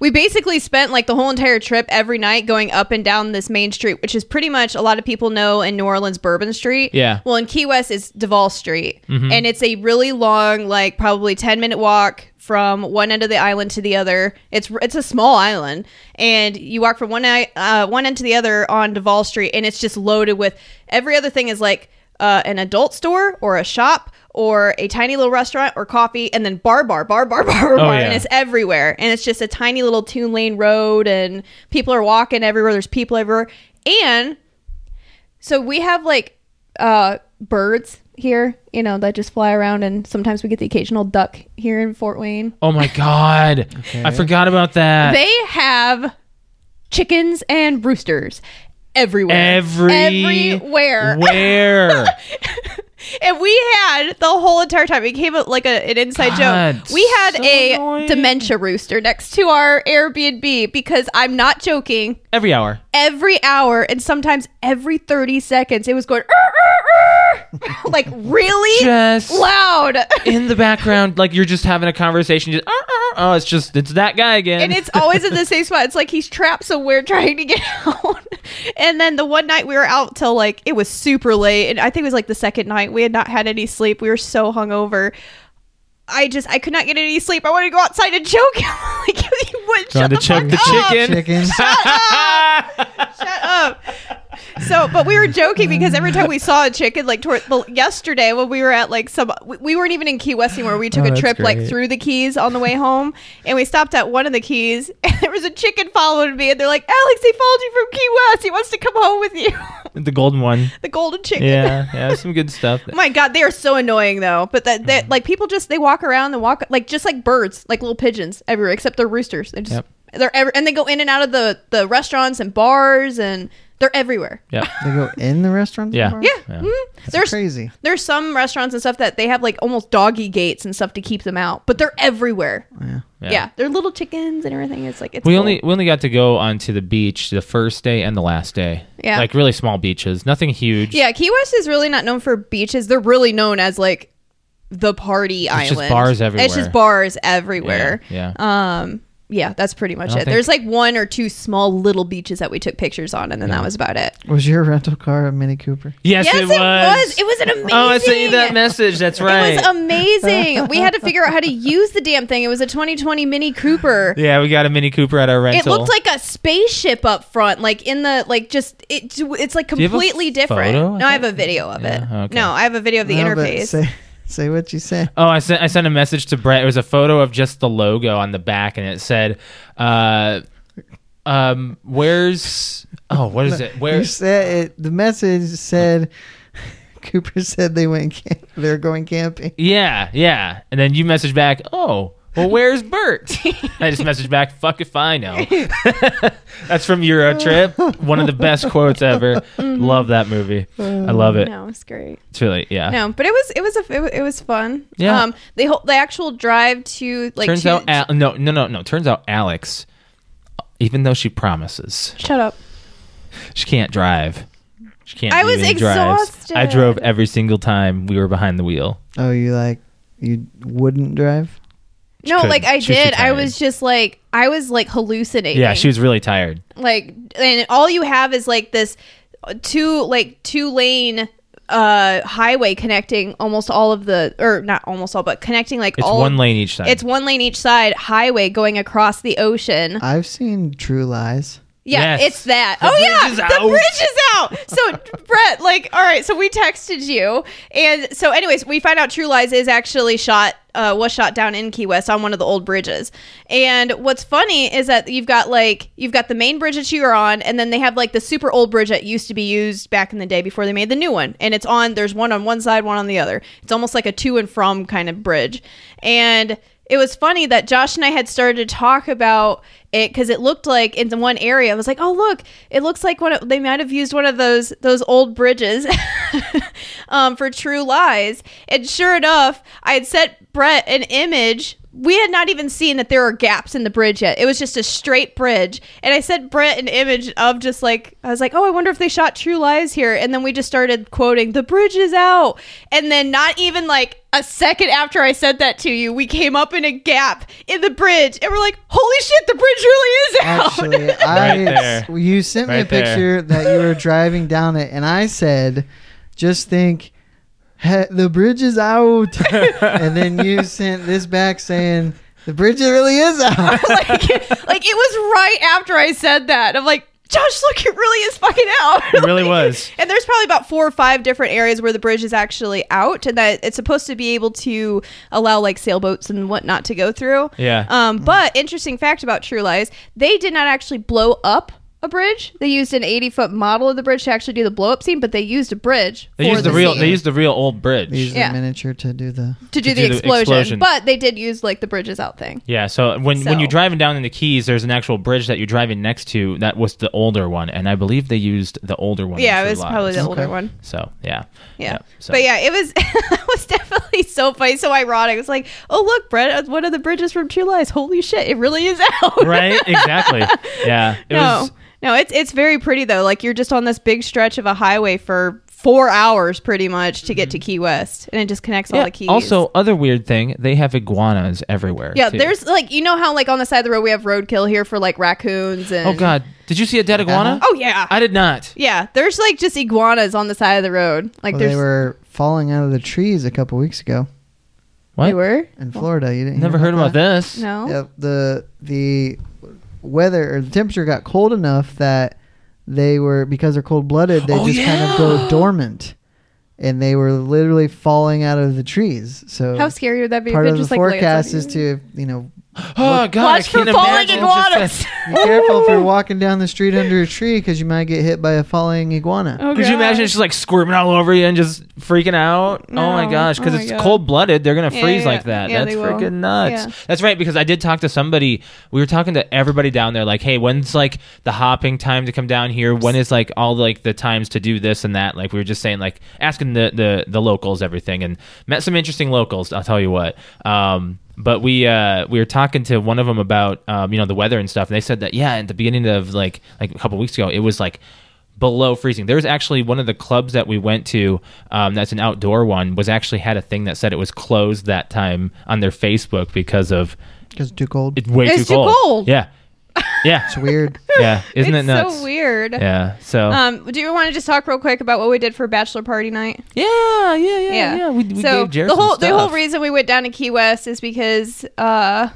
Speaker 1: We basically spent like the whole entire trip every night going up and down this main street, which is pretty much a lot of people know in New Orleans Bourbon Street.
Speaker 3: Yeah.
Speaker 1: Well, in Key West, it's Duval Street. And it's a really long, like probably 10 minute walk from one end of the island to the other. It's it's a small island. And you walk from one, i- uh, one end to the other on Duval Street, and it's just loaded with every other thing is like uh, an adult store or a shop or a tiny little restaurant or coffee and then bar bar bar bar bar bar,
Speaker 3: Oh,
Speaker 1: bar and
Speaker 3: yeah.
Speaker 1: it's everywhere and it's just a tiny little two lane road and people are walking everywhere there's people everywhere and so we have like uh birds here you know that just fly around and sometimes we get the occasional duck here in fort wayne
Speaker 3: Oh my god, I forgot about that.
Speaker 1: they have chickens and roosters everywhere
Speaker 3: Every
Speaker 1: everywhere
Speaker 3: Where?
Speaker 1: and we had the whole entire time it came up like a, an inside
Speaker 3: God,
Speaker 1: joke we had
Speaker 3: so
Speaker 1: a
Speaker 3: annoying.
Speaker 1: dementia rooster next to our airbnb because i'm not joking
Speaker 3: Every hour.
Speaker 1: every hour and sometimes every 30 seconds it was going "Er, er, er," like really
Speaker 3: Just
Speaker 1: loud
Speaker 3: in the background, like you're just having a conversation. Just, "Ah, ah, ah." oh, it's just it's that guy again.
Speaker 1: and it's always in the same spot. It's like he's trapped somewhere trying to get out. And then the one night we were out till like it was super late, and I think it was like the second night we had not had any sleep. We were so hungover. I just I could not get any sleep. I wanted to go outside and choke him. like he wouldn't
Speaker 3: trying
Speaker 1: shut
Speaker 3: to
Speaker 1: the
Speaker 3: choke
Speaker 1: fuck
Speaker 3: the
Speaker 1: up.
Speaker 3: chicken.
Speaker 2: Chicken.
Speaker 1: Shut up. So, but we were joking because every time we saw a chicken, like toward the, yesterday when we were at like some, we, we weren't even in Key West anymore. We took
Speaker 3: Oh,
Speaker 1: a
Speaker 3: that's
Speaker 1: trip like
Speaker 3: great.
Speaker 1: through the Keys on the way home, and we stopped at one of the Keys, and there was a chicken following me, and they're like, "Alex, he followed you from Key West. He wants to come home with you."
Speaker 3: the golden one.
Speaker 1: the golden chicken.
Speaker 3: Yeah, yeah, some good stuff.
Speaker 1: Oh my god, they are so annoying though. But that,
Speaker 3: Mm.
Speaker 1: that like people just they walk around and walk like just like birds, like little pigeons everywhere, except they're roosters. They just
Speaker 3: Yep.
Speaker 1: they're ever and they go in and out of the the restaurants and bars and they're everywhere.
Speaker 3: Yeah,
Speaker 2: They go in the restaurant.
Speaker 3: Yeah.
Speaker 1: Yeah.
Speaker 3: Yeah.
Speaker 1: mhm. There's
Speaker 2: crazy.
Speaker 1: there's some restaurants and stuff that they have like almost doggy gates and stuff to keep them out, but they're everywhere.
Speaker 2: Yeah.
Speaker 1: Yeah, they're little chickens and everything. It's like it's
Speaker 3: We
Speaker 1: cool.
Speaker 3: only we only got to go onto the beach the first day and the last day.
Speaker 1: Yeah.
Speaker 3: like really small beaches, nothing huge.
Speaker 1: yeah. Key West is really not known for beaches. They're really known as like the party
Speaker 3: just
Speaker 1: island.
Speaker 3: bars
Speaker 1: It's
Speaker 3: everywhere.
Speaker 1: just bars
Speaker 3: yeah,
Speaker 1: everywhere.
Speaker 3: yeah.
Speaker 1: Um, yeah, that's pretty
Speaker 3: I
Speaker 1: much
Speaker 3: don't
Speaker 1: it. There's like one or two small little beaches that we took pictures on, and then that was about it.
Speaker 2: Was your rental car a Mini Cooper?
Speaker 3: yes,
Speaker 1: yes,
Speaker 3: it was.
Speaker 1: It was an amazing.
Speaker 3: Oh, I sent you that message. That's right.
Speaker 1: It was amazing. we had to figure out how to use the damn thing. It was a 2020 Mini Cooper.
Speaker 3: yeah, we got a Mini Cooper at our
Speaker 1: It
Speaker 3: rental.
Speaker 1: looked like a spaceship up front, like in the like just it. It's like
Speaker 3: you have a
Speaker 1: completely different.
Speaker 3: photo? I
Speaker 1: no, I have
Speaker 3: thought-
Speaker 1: a video of it.
Speaker 3: Yeah, okay.
Speaker 1: No, I have a video of the
Speaker 2: No, but
Speaker 1: interface.
Speaker 2: Say, say what you say.
Speaker 3: Oh, I sent I sent a message to Brett. It was a photo of just the logo on the back, and it said, uh, um, "Where's oh, what is it?
Speaker 2: You
Speaker 3: Where's
Speaker 2: said it, the message said Cooper said they went camp, they're going camping.
Speaker 3: yeah, yeah." And then you message back, "Oh, well, where's Bert?" I just messaged back, "Fuck if I know." That's from Euro Trip. One of the best quotes ever. Love that movie. I love it.
Speaker 1: no, it's great.
Speaker 3: It's really yeah.
Speaker 1: No, but it was it was a it was, it was fun.
Speaker 3: Yeah.
Speaker 1: Um, the whole the actual drive to like
Speaker 3: Turns
Speaker 1: to-
Speaker 3: out, Al- no, no, no, no. Turns out, Alex, even though she promises,
Speaker 1: Shut up.
Speaker 3: She can't drive. She can't.
Speaker 1: I
Speaker 3: do
Speaker 1: was
Speaker 3: any drives.
Speaker 1: exhausted.
Speaker 3: I drove every single time we were behind the wheel.
Speaker 2: Oh, you like you wouldn't drive?
Speaker 1: No,
Speaker 3: couldn't.
Speaker 1: like I
Speaker 3: She was too
Speaker 1: did. I
Speaker 3: tired.
Speaker 1: was just like I was like hallucinating.
Speaker 3: Yeah, she was really tired.
Speaker 1: like and all you have is like this two like two lane uh highway connecting almost all of the or not almost all but connecting like
Speaker 3: It's
Speaker 1: all
Speaker 3: one lane each time.
Speaker 1: it's one lane each side highway going across the ocean.
Speaker 2: I've seen True Lies.
Speaker 1: Yeah,
Speaker 3: Uh, Yes.
Speaker 1: it's that.
Speaker 3: The
Speaker 1: oh
Speaker 3: bridge
Speaker 1: yeah,
Speaker 3: is
Speaker 1: the
Speaker 3: out.
Speaker 1: bridge is out. So Brett, like, all right. So we texted you, and so anyways, we find out True Lies is actually shot. Uh, was shot down in Key West on one of the old bridges. And what's funny is that you've got like you've got the main bridge that you are on, and then they have like the super old bridge that used to be used back in the day before they made the new one. And it's on there's one on one side, one on the other. It's almost like a to and from kind of bridge. And it was funny that Josh and I had started to talk about it because it looked like in the one area I was like, oh look, it looks like one of, they might have used one of those those old bridges um, for True Lies. And sure enough, I had sent Brett an image. We had not even seen that there were gaps in the bridge yet. It was just a straight bridge. And I sent Brett an image of just like, I was like, oh, I wonder if they shot True Lies here. And then we just started quoting, the bridge is out. And then not even like a second after I said that to you, we came up in a gap in the bridge. And we're like, holy shit, the bridge really is out.
Speaker 2: Actually,
Speaker 3: Right
Speaker 2: I
Speaker 3: there.
Speaker 2: you sent me a
Speaker 3: Right there.
Speaker 2: picture that you were driving down it, and I said, "Just think, he, the bridge is out." and then you sent this back saying, "The bridge really is out."
Speaker 1: like, like it was right after I said that. I'm like, Josh, look, it really is fucking out.
Speaker 3: It really was.
Speaker 1: And there's probably about four or five different areas where the bridge is actually out, and that it's supposed to be able to allow like sailboats and whatnot to go through.
Speaker 3: Yeah.
Speaker 1: Um, but interesting fact about True Lies, they did not actually blow up a bridge. They used an 80 foot model of the bridge to actually do the blow up scene, but they used a bridge.
Speaker 3: They
Speaker 1: for
Speaker 3: used the, real.
Speaker 1: scene
Speaker 3: They used the real old bridge.
Speaker 2: They use
Speaker 1: Yeah.
Speaker 2: the miniature to do the.
Speaker 1: to do,
Speaker 3: to
Speaker 1: the,
Speaker 3: do the
Speaker 1: explosion,
Speaker 3: explosion.
Speaker 1: but they did use like the bridges out thing.
Speaker 3: yeah. So when when
Speaker 1: So-
Speaker 3: you're driving down in the Keys, there's an actual bridge that you're driving next to. That was the older one, and I believe they used the older one. in
Speaker 1: Yeah, it
Speaker 3: True
Speaker 1: was
Speaker 3: Lies.
Speaker 1: probably the
Speaker 2: Okay.
Speaker 1: older one.
Speaker 3: So yeah.
Speaker 1: Yeah.
Speaker 3: so.
Speaker 1: But yeah, it was it was definitely so funny, so ironic. It's like, oh look, Brett, one of the bridges from True Lies. Holy shit, it really is out.
Speaker 3: Right. Exactly. Yeah. It
Speaker 1: no,
Speaker 3: was.
Speaker 1: no, it's it's very pretty though. Like you're just on this big stretch of a highway for four hours, pretty much, to get to Key West, and it just connects all the keys.
Speaker 3: Mm-hmm. Also, other weird thing, they have iguanas everywhere.
Speaker 1: yeah,
Speaker 3: too.
Speaker 1: there's like you know how like on the side of the road we have roadkill here for like raccoons and
Speaker 3: Oh God, did you see a dead iguana?
Speaker 1: oh yeah,
Speaker 3: I did not.
Speaker 1: yeah. There's like just iguanas on the side of the road. Like
Speaker 2: Well,
Speaker 1: there's
Speaker 2: they were falling out of the trees a couple weeks ago
Speaker 3: What?
Speaker 1: They were?
Speaker 2: in Florida. You didn't
Speaker 3: Never
Speaker 2: hear
Speaker 3: heard about this.
Speaker 1: no.
Speaker 2: Yeah, the the weather or the temperature got cold enough that they were because they're cold blooded. They
Speaker 3: Oh,
Speaker 2: just kind
Speaker 3: yeah.
Speaker 2: of go dormant, and they were literally falling out of the trees. So
Speaker 1: How scary would that be?
Speaker 2: part
Speaker 1: if it
Speaker 2: of the
Speaker 1: just, like, lands
Speaker 2: forecast
Speaker 1: on
Speaker 2: is
Speaker 1: you?
Speaker 2: to you know
Speaker 3: Oh God, I
Speaker 1: Watch for
Speaker 3: can't
Speaker 1: falling
Speaker 3: imagine just
Speaker 1: iguanas.
Speaker 3: that-
Speaker 2: be careful if you're walking down the street under a tree because you might get hit by a falling iguana.
Speaker 1: Oh,
Speaker 3: Could you imagine
Speaker 1: gosh.
Speaker 3: she's like squirming all over you and just freaking out? oh my
Speaker 1: No.
Speaker 3: gosh, because
Speaker 1: Oh my
Speaker 3: it's
Speaker 1: God.
Speaker 3: cold blooded. They're gonna
Speaker 1: Yeah,
Speaker 3: freeze
Speaker 1: yeah,
Speaker 3: like
Speaker 1: yeah.
Speaker 3: that.
Speaker 1: Yeah,
Speaker 3: That's
Speaker 1: they will.
Speaker 3: freaking nuts.
Speaker 1: Yeah.
Speaker 3: That's right. Because I did talk to somebody. We were talking to everybody down there. Like, hey, when's like the hopping time to come down here? When is like all like the times to do this and that? Like we were just saying, like asking the the the locals everything and met some interesting locals. I'll tell you what. Um, but we uh, we were talking to one of them about um, you know the weather and stuff, and they said that yeah, at the beginning of like like a couple weeks ago, it was like below freezing. There's actually one of the clubs that we went to um, that's an outdoor one was actually had a thing that said it was closed that time on their Facebook because of
Speaker 2: Because too cold.
Speaker 3: it's way
Speaker 1: It's too cold.
Speaker 3: Yeah, yeah,
Speaker 2: It's weird.
Speaker 3: yeah. Isn't
Speaker 1: it's
Speaker 3: it nuts?
Speaker 1: so weird.
Speaker 3: Yeah. So
Speaker 1: Um, do you want to just talk real quick about what we did for bachelor party night?
Speaker 3: yeah, yeah, yeah,
Speaker 1: Yeah,
Speaker 3: yeah. We, we
Speaker 1: so
Speaker 3: gave Jared
Speaker 1: the
Speaker 3: some
Speaker 1: whole the whole
Speaker 3: stuff.
Speaker 1: reason we went down to Key West is because uh,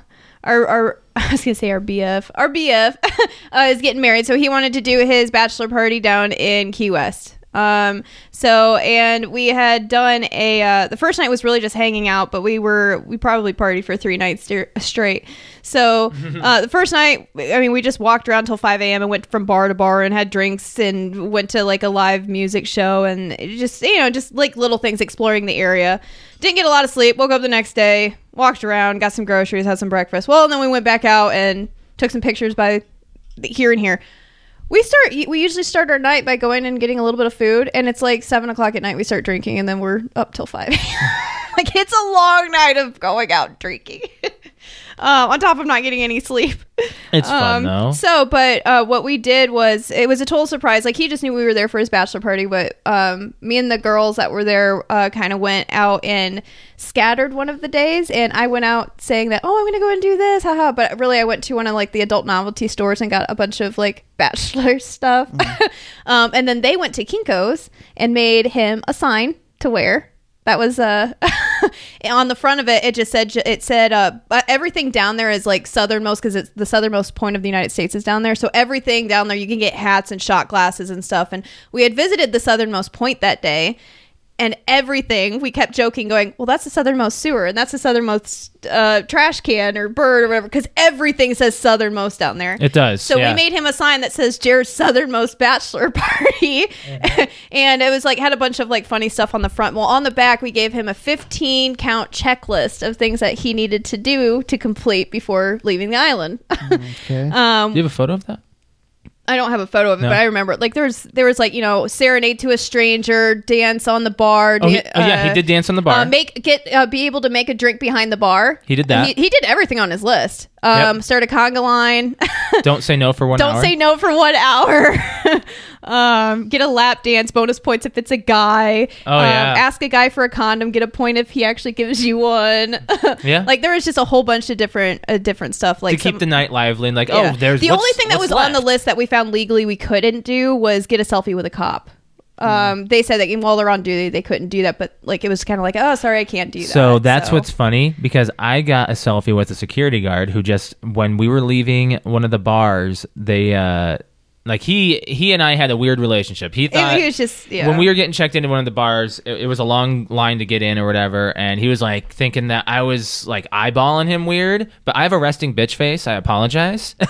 Speaker 1: our our I was gonna say our BF our BF uh, is getting married, so he wanted to do his bachelor party down in Key West. Um, so and we had done a uh, the first night was really just hanging out, but we were we probably partied for three nights sta- straight. So uh, the first night, I mean, we just walked around till five a.m. and went from bar to bar and had drinks and went to like a live music show and it just you know just like little things exploring the area. Didn't get a lot of sleep. Woke up the next day, walked around, got some groceries, had some breakfast. Well, and then we went back out and took some pictures by here and here. We start. We usually start our night by going and getting a little bit of food, and it's like seven o'clock at night. We start drinking, and then we're up till five. like it's a long night of going out and drinking. um, on top of not getting any sleep. Um,
Speaker 3: It's fun, though.
Speaker 1: So, but uh, what we did was it was a total surprise. Like he just knew we were there for his bachelor party, but um, me and the girls that were there uh, kind of went out and scattered one of the days, and I went out saying that oh I'm gonna go and do this, haha. But really, I went to one of like the adult novelty stores and got a bunch of like bachelor stuff, um, and then they went to Kinkos and made him a sign to wear that was uh on the front of it it just said it said uh but everything down there is like southernmost because it's the southernmost point of the united states is down there so everything down there you can get hats and shot glasses and stuff and we had visited the southernmost point that day and everything we kept joking going well that's the southernmost sewer and that's the southernmost uh, trash can or bird or whatever because everything says southernmost down there
Speaker 3: It does,
Speaker 1: so
Speaker 3: yeah.
Speaker 1: we made him a sign that says jared's southernmost bachelor party
Speaker 3: Uh-huh.
Speaker 1: and it was like had a bunch of like funny stuff on the front well on the back we gave him a 15 count checklist of things that he needed to do to complete before leaving the island
Speaker 2: Okay.
Speaker 1: um,
Speaker 3: Do you have a photo of that?
Speaker 1: I don't have a photo of it,
Speaker 3: Mm-hmm. No.
Speaker 1: but I remember it. Like there was there was like you know serenade to a stranger, dance on the bar.
Speaker 3: Oh, he-
Speaker 1: dan-
Speaker 3: oh, yeah, he
Speaker 1: uh,
Speaker 3: did dance on the bar.
Speaker 1: Uh, make get uh, be able to make a drink behind the bar.
Speaker 3: He did that.
Speaker 1: He, he did everything on his list. Um,
Speaker 3: Yep.
Speaker 1: start a conga line.
Speaker 3: Don't say no for one
Speaker 1: Don't
Speaker 3: hour.
Speaker 1: say no for one hour. um, get a lap dance. Bonus points if it's a guy.
Speaker 3: Oh,
Speaker 1: um,
Speaker 3: yeah.
Speaker 1: Ask a guy for a condom. Get a point if he actually gives you one.
Speaker 3: Yeah.
Speaker 1: Like there was just a whole bunch of different uh, different stuff. Like
Speaker 3: to keep
Speaker 1: some-
Speaker 3: the night lively and like
Speaker 1: yeah.
Speaker 3: oh there's
Speaker 1: the
Speaker 3: what's-
Speaker 1: only thing that was
Speaker 3: what's
Speaker 1: on the
Speaker 3: left?
Speaker 1: list that we found legally we couldn't do was get a selfie with a cop.
Speaker 3: Hmm.
Speaker 1: Um, They said that even while they're on duty they couldn't do that, but like it was kind of like oh sorry I can't do that.
Speaker 3: So that's what's funny because I got a selfie with a security guard who just when we were leaving one of the bars, they uh Like he he and I had a weird relationship. He thought
Speaker 1: It, he was just yeah.
Speaker 3: when we were getting checked into one of the bars, it, it was a long line to get in or whatever, and he was like thinking that I was like eyeballing him weird. But I have a resting bitch face. I apologize.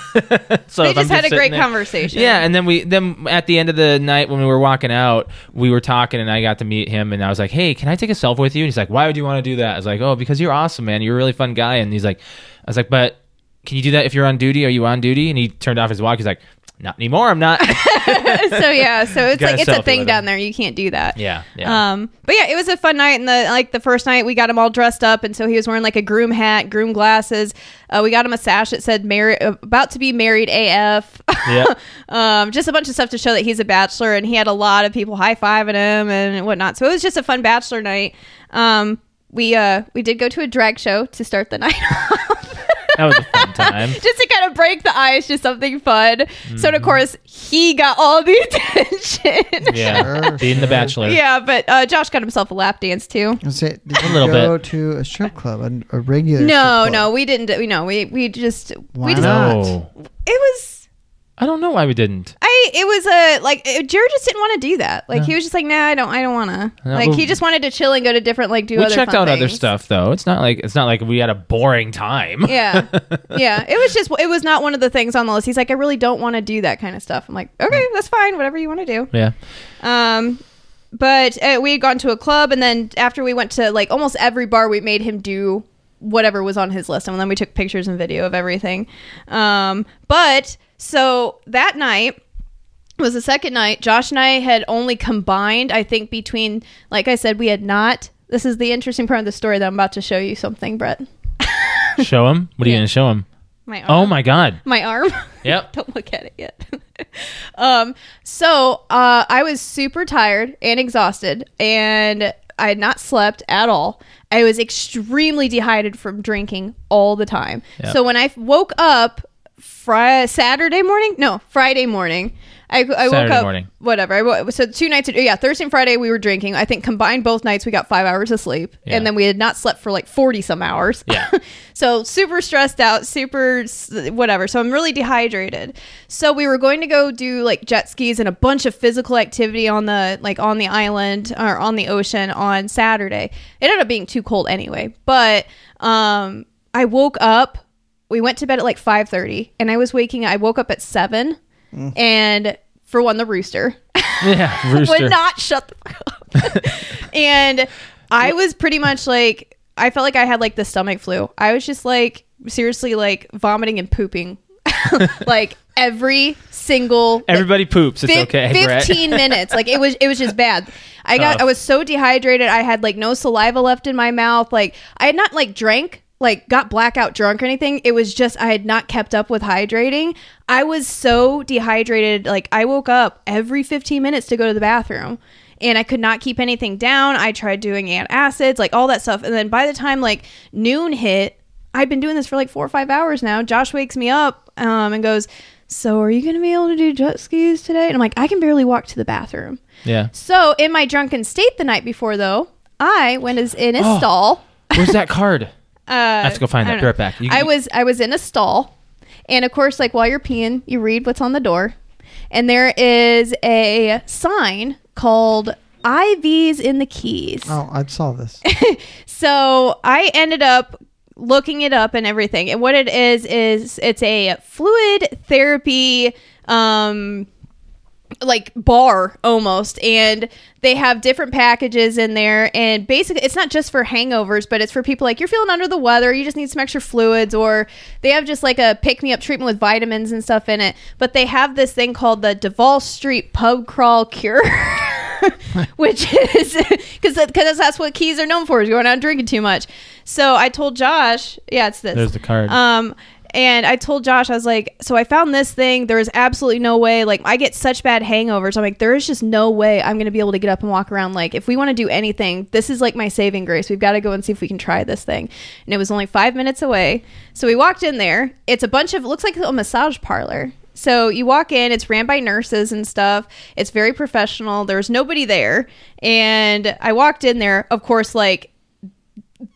Speaker 3: so
Speaker 1: they
Speaker 3: if I'm
Speaker 1: just had a
Speaker 3: sitting
Speaker 1: great
Speaker 3: there-
Speaker 1: conversation.
Speaker 3: Yeah, and then we then at the end of the night when we were walking out, we were talking, and I got to meet him, and I was like, "Hey, can I take a selfie with you?" And he's like, "Why would you want to do that?" I was like, "Oh, because you're awesome, man. You're a really fun guy." And he's like, "I was like, but can you do that if you're on duty? Are you on duty?" And he turned off his watch. He's like, "Not anymore. I'm not."
Speaker 1: so yeah, so it's
Speaker 3: Got
Speaker 1: like
Speaker 3: a
Speaker 1: it's a
Speaker 3: selfie
Speaker 1: thing
Speaker 3: with
Speaker 1: down
Speaker 3: him.
Speaker 1: there. You can't do that.
Speaker 3: yeah, yeah.
Speaker 1: Um, but yeah, it was a fun night. And the like the first night, we got him all dressed up, and so he was wearing like a groom hat, groom glasses. Uh, we got him a sash that said "married," about to be married AF.
Speaker 3: yeah.
Speaker 1: um, just a bunch of stuff to show that he's a bachelor, and he had a lot of people high fiving him and whatnot. So it was just a fun bachelor night. Um, we uh, we did go to a drag show to start the night
Speaker 3: That was a fun time.
Speaker 1: just to kind of break the ice, just something fun. So and of course he got all the attention.
Speaker 3: Mm-hmm. Yeah,
Speaker 2: Sure,
Speaker 3: being the
Speaker 2: sure.
Speaker 3: Bachelor.
Speaker 1: yeah, but uh, Josh got himself a lap dance too.
Speaker 2: Let's say, did you
Speaker 3: little
Speaker 2: go to a strip club, a, a regular?
Speaker 1: No,
Speaker 2: strip
Speaker 1: no,
Speaker 2: club?
Speaker 1: we didn't. do- We no, we we just
Speaker 2: Why
Speaker 1: we just
Speaker 2: not?
Speaker 3: No,
Speaker 1: it was
Speaker 3: I don't know why we didn't.
Speaker 1: I it was a like uh, Jared just didn't want to do that. Like he was just like, nah, I don't, I don't want to.
Speaker 3: No,
Speaker 1: like
Speaker 3: well-
Speaker 1: he just wanted to chill and go to different like do
Speaker 3: We
Speaker 1: other
Speaker 3: checked
Speaker 1: fun
Speaker 3: out other
Speaker 1: things.
Speaker 3: stuff though. It's not like it's not like we had a boring time.
Speaker 1: Yeah, yeah. It was just it was not one of the things on the list. He's like, I really don't want to do that kind of stuff. I'm like, okay, that's fine. Whatever you want to do.
Speaker 3: Yeah.
Speaker 1: Um, but uh, we had gone to a club, and then after we went to like almost every bar, we made him do whatever was on his list, and then we took pictures and video of everything. Um, but so that night was the second night. Josh and I had only combined, I think, between like I said, we had not. This is the interesting part of the story that I'm about to show you something, Brett.
Speaker 3: Show him. What are you
Speaker 1: Yeah.
Speaker 3: gonna show him?
Speaker 1: My arm.
Speaker 3: Oh my god.
Speaker 1: my arm.
Speaker 3: Yep.
Speaker 1: don't look at it yet. um, so uh, I was super tired and exhausted, and I had not slept at all. I was extremely dehydrated from drinking all the time.
Speaker 3: Yeah.
Speaker 1: So when I woke up Friday, Saturday morning, no, Friday morning. I, I woke
Speaker 3: Saturday
Speaker 1: up
Speaker 3: morning.
Speaker 1: whatever. I wo- so two nights, yeah, Thursday and Friday we were drinking. I think combined both nights we got five hours of sleep,
Speaker 3: Yeah.
Speaker 1: and then we had not slept for like forty some hours.
Speaker 3: Yeah.
Speaker 1: so super stressed out, super s- whatever. So I'm really dehydrated. So we were going to go do like jet skis and a bunch of physical activity on the like on the island or on the ocean on Saturday. It ended up being too cold anyway, but um, I woke up. We went to bed at like 5:30, and I was waking. I woke up at seven, and for one, the rooster
Speaker 3: Yeah. Rooster.
Speaker 1: would not shut the fuck up. and I was pretty much like, I felt like I had like the stomach flu. I was just like, seriously, like vomiting and pooping, like every single
Speaker 3: Everybody poops. It's
Speaker 1: fif-
Speaker 3: okay, Brett. Oh.
Speaker 1: 15 minutes like it was it was just bad i got
Speaker 3: Tough.
Speaker 1: i was so dehydrated i had like no saliva left in my mouth like i had not like drank like got blackout drunk or anything it was just i had not kept up with hydrating i was so dehydrated like i woke up every 15 minutes to go to the bathroom and I could not keep anything down. I tried doing antacids, like all that stuff. And then by the time like noon hit, I'd been doing this for like four or five hours now. Josh wakes me up um, and goes, So are you going to be able to do jet skis today? And I'm like, I can barely walk to the bathroom.
Speaker 3: Yeah.
Speaker 1: So in my drunken state the night before, though, I went as in a
Speaker 3: Oh.
Speaker 1: stall.
Speaker 3: Where's that card?
Speaker 1: Uh, I
Speaker 3: have to go find that.
Speaker 1: don't
Speaker 3: Be
Speaker 1: know.
Speaker 3: right back. You
Speaker 1: I
Speaker 3: can-
Speaker 1: was I was in a stall, and of course, like while you're peeing, you read what's on the door, and there is a sign called IVs in the Keys.
Speaker 2: Oh, I saw this.
Speaker 1: So I ended up looking it up and everything. And what it is is it's a fluid therapy um like bar almost and they have different packages in there and basically it's not just for hangovers but it's for people like you're feeling under the weather you just need some extra fluids or they have just like a pick me up treatment with vitamins and stuff in it but they have this thing called the Duval Street pub crawl cure which is because because that's what keys are known for is going out and drinking too much. So I told Josh, yeah, it's this.
Speaker 3: There's the card.
Speaker 1: Um, and I told Josh, I was like, so I found this thing. There is absolutely no way. Like, I get such bad hangovers. I'm like, there is just no way I'm going to be able to get up and walk around. Like, if we want to do anything, this is like my saving grace. We've got to go and see if we can try this thing. And it was only five minutes away. So we walked in there. It's a bunch of, looks like a massage parlor. So you walk in, it's ran by nurses and stuff. It's very professional. There was nobody there. And I walked in there, of course, like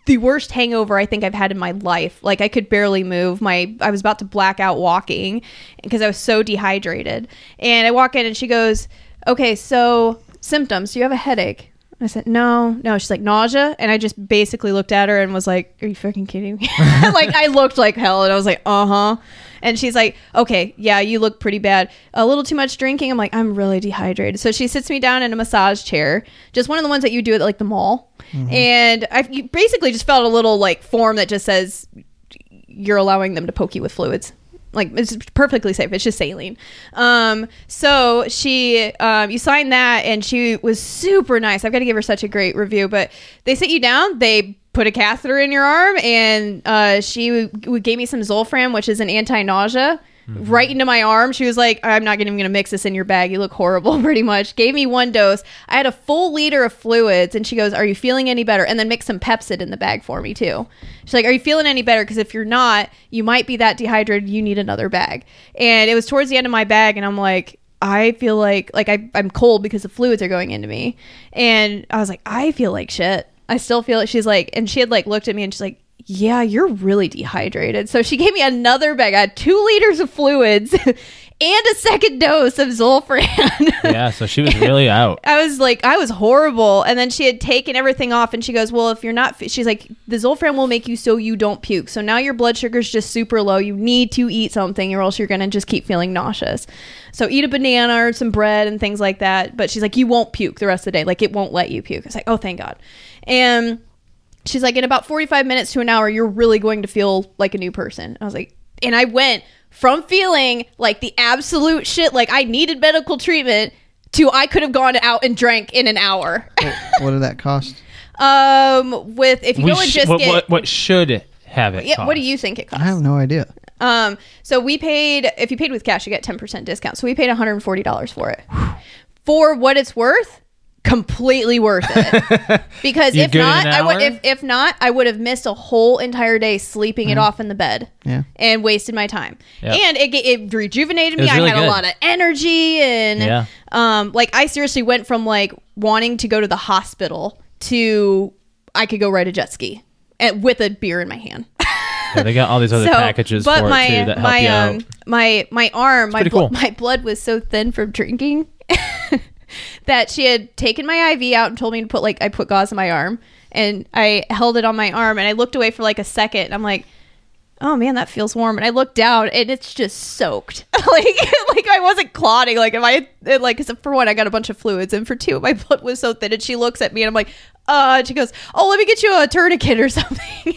Speaker 1: the worst hangover I think I've had in my life. Like I could barely move. My I was about to black out walking because I was so dehydrated. And I walk in and she goes, "Okay, so symptoms. You have a headache." I said, "No, no." She's like, "Nausea," and I just basically looked at her and was like, "Are you fucking kidding me?" like I looked like hell, and I was like, "Uh huh." And she's like, "Okay, yeah, you look pretty bad. A little too much drinking." I'm like, "I'm really dehydrated." So she sits me down in a massage chair, just one of the ones that you do at like the mall, and I you basically just felt a little like form that just says you're allowing them to poke you with fluids. Like it's perfectly safe. It's just saline. Um, so she, um, you signed that, and she was super nice. I've got to give her such a great review. But they sit you down. They put a catheter in your arm, and uh, she w- w- gave me some Zolfram, which is an anti-nausea. Mm-hmm. Right into my arm. She was like, "I'm not even going to mix this in your bag. You look horrible." Pretty much. Gave me one dose. I had a full liter of fluids, and she goes, "Are you feeling any better?" And then mixed some Pepsid in the bag for me too. She's like, "Are you feeling any better? Because if you're not, you might be that dehydrated. You need another bag." And it was towards the end of my bag, and I'm like, I feel like like I, I'm cold because the fluids are going into me, and I was like, I feel like shit. I still feel it. She's like, and she had like looked at me and she's like, yeah, you're really dehydrated. So she gave me another bag. I had two liters of fluids and a second dose of Zolfran.
Speaker 3: yeah, so she was really out.
Speaker 1: I was like, I was horrible. And then she had taken everything off, and she goes, "Well, if you're not," f-, she's like, "The Zolfran will make you so you don't puke. So now your blood sugar's just super low. You need to eat something, or else you're gonna just keep feeling nauseous. So eat a banana or some bread and things like that." But she's like, "You won't puke the rest of the day. Like it won't let you puke." I was like, "Oh, thank God." And she's like, in about 45 minutes to an hour, you're really going to feel like a new person. I was like, and I went from feeling like the absolute shit, like I needed medical treatment, to I could have gone out and drank in an hour.
Speaker 2: what did that cost?
Speaker 1: um, with if you
Speaker 3: We
Speaker 1: go and
Speaker 3: sh-
Speaker 1: just
Speaker 3: what,
Speaker 1: get.
Speaker 3: what, what should have it?
Speaker 1: yeah, what do
Speaker 3: cost?
Speaker 1: you think it
Speaker 2: I
Speaker 1: costs?
Speaker 2: have no idea.
Speaker 1: Um, so we paid if you paid with cash, you get ten percent discount. So we paid one hundred and forty dollars for it. for what it's worth, completely worth it. because
Speaker 3: You
Speaker 1: if
Speaker 3: good in
Speaker 1: not,
Speaker 3: an
Speaker 1: I would
Speaker 3: hour?
Speaker 1: if if not, I would have missed a whole entire day sleeping
Speaker 3: Mm-hmm.
Speaker 1: it off in the bed.
Speaker 2: Yeah.
Speaker 1: And wasted my time,
Speaker 3: Yeah.
Speaker 1: and it, ga- it rejuvenated me.
Speaker 3: was really
Speaker 1: I had
Speaker 3: good.
Speaker 1: a lot of energy, and
Speaker 3: Yeah.
Speaker 1: um, like I seriously went from like wanting to go to the hospital to I could go ride a jet ski and, with a beer in my hand
Speaker 3: Yeah, they got all these other packages for it too that help
Speaker 1: my,
Speaker 3: you out.
Speaker 1: um, my my arm, my
Speaker 3: pretty
Speaker 1: blo-
Speaker 3: cool.
Speaker 1: my blood was so thin from drinking that she had taken my IV out and told me to put like I put gauze in my arm, and I held it on my arm, and I looked away for like a second, and I'm like. Oh man, that feels warm. And I look down, and it's just soaked. like, like I wasn't clotting. Like, if I it, like, 'cause for one, I got a bunch of fluids, and for two, my blood was so thin. And she looks at me, and I'm like, uh. And she goes, "Oh, let me get you a tourniquet or something,"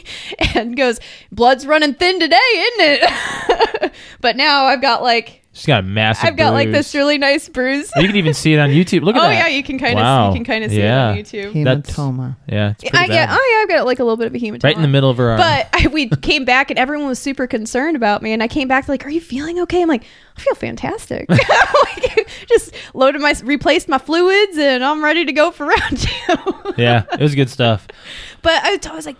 Speaker 1: and goes, "Blood's running thin today, isn't it?" but now I've got like
Speaker 3: She's got a massive.
Speaker 1: I've got like
Speaker 3: bruise.
Speaker 1: this really nice bruise.
Speaker 3: You can even see it on YouTube. Look at
Speaker 1: oh
Speaker 3: that.
Speaker 1: yeah, you can kind of
Speaker 3: Wow.
Speaker 1: you can kind of see
Speaker 3: Yeah.
Speaker 1: it on YouTube.
Speaker 3: That's-
Speaker 2: Hematoma.
Speaker 3: Yeah, it's pretty
Speaker 1: I, yeah,
Speaker 3: bad.
Speaker 1: oh yeah, I've got like a little bit of a hematoma.
Speaker 3: right in the middle of her arm.
Speaker 1: But I, we came back and everyone was super concerned about me. And I came back like, "Are you feeling okay?" I'm like, "I feel fantastic." like, just loaded my replaced my fluids and I'm ready to go for round two.
Speaker 3: yeah, it was good stuff.
Speaker 1: but I, was- I was like,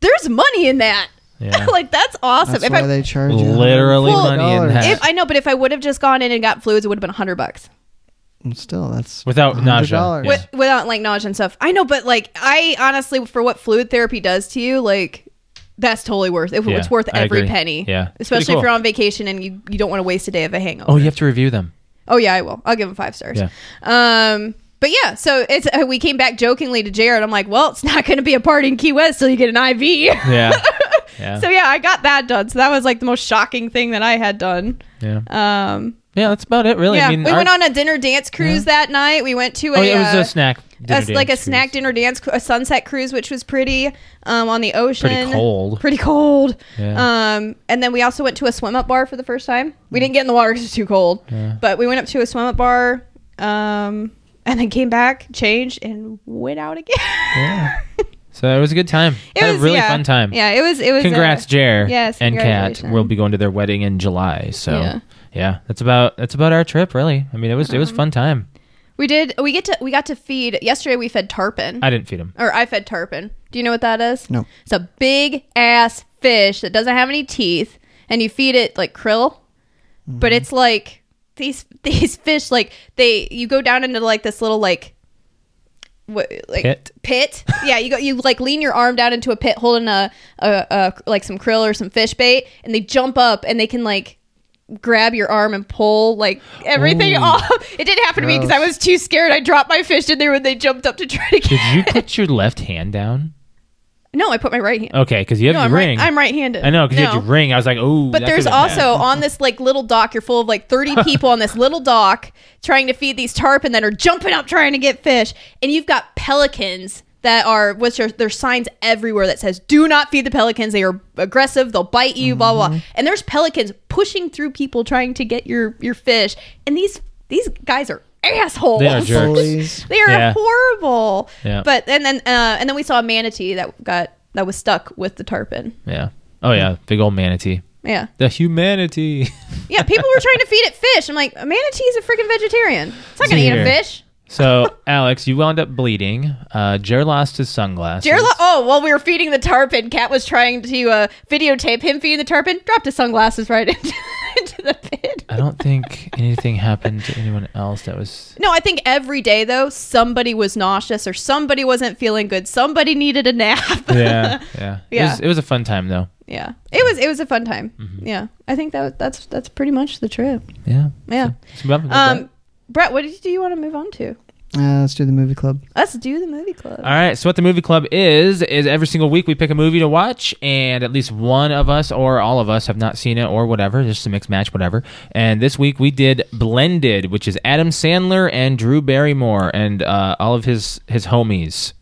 Speaker 1: "There's money in that."
Speaker 3: Yeah.
Speaker 1: like that's awesome.
Speaker 2: That's
Speaker 1: if
Speaker 2: why
Speaker 1: I
Speaker 2: they charge you
Speaker 3: Literally
Speaker 1: Well,
Speaker 3: money in that.
Speaker 1: if I know, but if I would have just gone in and got fluids, it would have been a hundred bucks.
Speaker 2: Still, that's
Speaker 3: Without
Speaker 2: $100.
Speaker 3: nausea, yeah.
Speaker 1: Wi- without like nausea and stuff. I know, but like I honestly, for what fluid therapy does to you, like that's totally worth. It,
Speaker 3: Yeah,
Speaker 1: it's worth
Speaker 3: I
Speaker 1: every
Speaker 3: agree.
Speaker 1: penny.
Speaker 3: Yeah. It's
Speaker 1: especially
Speaker 3: pretty
Speaker 1: if you're
Speaker 3: cool.
Speaker 1: on vacation and you you don't want to waste a day of a hangover.
Speaker 3: oh, you have to review them.
Speaker 1: Oh yeah, I will. I'll give him five stars.
Speaker 3: Yeah.
Speaker 1: Um. But yeah, so it's uh, we came back jokingly to Jared. I'm like, well, it's not going to be a party in Key West till you get an IV.
Speaker 3: Yeah. Yeah.
Speaker 1: so yeah, I got that done. So that was like the most shocking thing that I had done.
Speaker 3: yeah.
Speaker 1: Um.
Speaker 3: Yeah, that's about it, really.
Speaker 1: Yeah,
Speaker 3: I mean,
Speaker 1: we
Speaker 3: our-
Speaker 1: went on a dinner dance cruise that night. We went to a
Speaker 3: Oh, yeah, it was
Speaker 1: uh,
Speaker 3: a snack.
Speaker 1: a-
Speaker 3: dinner
Speaker 1: like a
Speaker 3: dance
Speaker 1: snack
Speaker 3: cruise.
Speaker 1: dinner dance, cru- a sunset cruise, which was pretty um, on the ocean.
Speaker 3: Pretty cold.
Speaker 1: Pretty cold.
Speaker 3: Yeah. Mm.
Speaker 1: Um, and then we also went to a swim up bar for the first time. We didn't get in the water because it's too cold,
Speaker 3: Yeah.
Speaker 1: but we went up to a swim up bar, um, and then came back, changed, and went out again.
Speaker 3: Yeah. So it was a good time.
Speaker 1: it
Speaker 3: Had
Speaker 1: was
Speaker 3: a really
Speaker 1: yeah.
Speaker 3: fun time.
Speaker 1: Yeah, it was. It was. uh,
Speaker 3: Congrats, Jer.
Speaker 1: yes,
Speaker 3: and Kat.
Speaker 1: congratulations.
Speaker 3: We'll be going to their wedding in July. So
Speaker 1: Yeah. Uh-huh.
Speaker 3: yeah, that's about that's about our trip, really. I mean, it was it was a fun time.
Speaker 1: we did. We get to. We got to feed. Yesterday we fed tarpon,
Speaker 3: I didn't feed him.
Speaker 1: or I fed tarpon. Do you know what that is?
Speaker 2: No.
Speaker 1: It's a big ass fish that doesn't have any teeth, and you feed it like krill, but
Speaker 3: Mm-hmm.
Speaker 1: it's like these these fish like they you go down into like this little like what, like
Speaker 3: Pit?
Speaker 1: pit. Yeah, you go. You like lean your arm down into a pit, holding a, a, a like some krill or some fish bait, and they jump up and they can like grab your arm and pull like everything
Speaker 3: Ooh.
Speaker 1: off. It didn't happen to me because I
Speaker 2: Gross.
Speaker 1: was too scared. I dropped my fish in there when they jumped up to try to
Speaker 3: Did
Speaker 1: catch.
Speaker 3: you put your left hand down?
Speaker 1: no, I put my right hand.
Speaker 3: Okay, because you have
Speaker 1: no,
Speaker 3: your
Speaker 1: I'm
Speaker 3: ring.
Speaker 1: right. I'm right-handed.
Speaker 3: I know because you
Speaker 1: No.
Speaker 3: have your ring. I was like, oh.
Speaker 1: But there's also on this like little dock, you're full of like 30 people on this little dock trying to feed these tarpon that are jumping up trying to get fish, and you've got pelicans that are what's your there's signs everywhere that says do not feed the pelicans they are aggressive they'll bite you blah
Speaker 3: Mm-hmm.
Speaker 1: blah blah and there's pelicans pushing through people trying to get your your fish and these these guys are assholes
Speaker 3: They are jerks.
Speaker 2: Bullies.
Speaker 1: they are
Speaker 3: Yeah.
Speaker 1: horrible
Speaker 3: Yeah.
Speaker 1: but and then uh, and then we saw a manatee that got that was stuck with the tarpon
Speaker 3: Yeah. Oh yeah, big old manatee.
Speaker 1: yeah
Speaker 3: The humanity.
Speaker 1: Yeah, people were trying to feed it fish. I'm like, a manatee's a freaking vegetarian. It's not gonna eat a
Speaker 3: Dear.
Speaker 1: fish.
Speaker 3: so Alex, you wound up bleeding. Uh, Jer lost his sunglasses.
Speaker 1: Dear lo- oh, while we were feeding the tarpon, Cat was trying to uh, videotape him feeding the tarpon. Dropped his sunglasses right into, into the pit.
Speaker 3: I don't think anything happened to anyone else that was.
Speaker 1: No, I think every day though, somebody was nauseous or somebody wasn't feeling good. Somebody needed a nap.
Speaker 3: Yeah, yeah. It,
Speaker 1: Yeah.
Speaker 3: was, it was a fun time though.
Speaker 1: yeah, it was it was a fun time.
Speaker 3: Mm-hmm.
Speaker 1: Yeah, I think that that's that's pretty much the trip.
Speaker 3: Yeah.
Speaker 1: Yeah.
Speaker 3: So- so-
Speaker 1: Um, Brett, what did you, do you want to move on to?
Speaker 2: Uh, let's do the movie club.
Speaker 1: Let's do the movie club.
Speaker 3: All right. So what the movie club is is every single week we pick a movie to watch, and at least one of us or all of us have not seen it or whatever. Just a mixed match, whatever. And this week we did Blended, which is Adam Sandler and Drew Barrymore and uh, all of his his homies,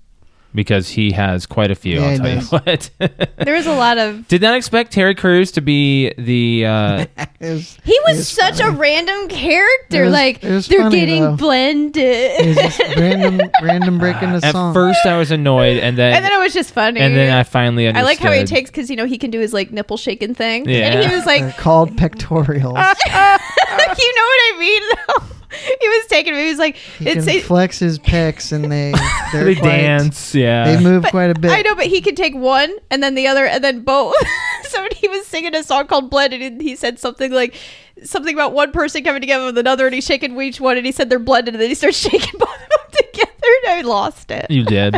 Speaker 3: because he has quite a few.
Speaker 2: Yeah,
Speaker 3: I'll
Speaker 2: he
Speaker 3: tell
Speaker 2: does.
Speaker 3: you what.
Speaker 1: There was a lot of
Speaker 3: did not expect Terry Crews to be the uh,
Speaker 2: It was,
Speaker 1: He was
Speaker 2: It's
Speaker 1: such a random character.
Speaker 2: It was-
Speaker 1: like
Speaker 2: it was
Speaker 1: they're
Speaker 2: funny,
Speaker 1: getting
Speaker 2: though.
Speaker 1: blended.
Speaker 2: it was just random, random break in the
Speaker 3: at
Speaker 2: song.
Speaker 3: first I was annoyed, and then
Speaker 1: and then it was just funny.
Speaker 3: and then I finally
Speaker 1: I
Speaker 3: understood.
Speaker 1: like how he takes because you know he can do his like nipple shaking thing. And
Speaker 3: Yeah.
Speaker 1: he was like,
Speaker 2: They're called pectorials.
Speaker 1: you know what I mean? Though he was taking. He was like,
Speaker 2: he
Speaker 1: it's.
Speaker 2: can
Speaker 1: It,
Speaker 2: flex his pecs and they they're
Speaker 3: they
Speaker 2: quite-
Speaker 3: dance. Yeah.
Speaker 2: They move quite a bit.
Speaker 1: I know, but he could take one and then the other and then both. so when he was singing a song called Blended, and he said something like something about one person coming together with another, and he's shaking each one, and he said they're blended, and then he starts shaking both of them together, and I lost it.
Speaker 3: You did.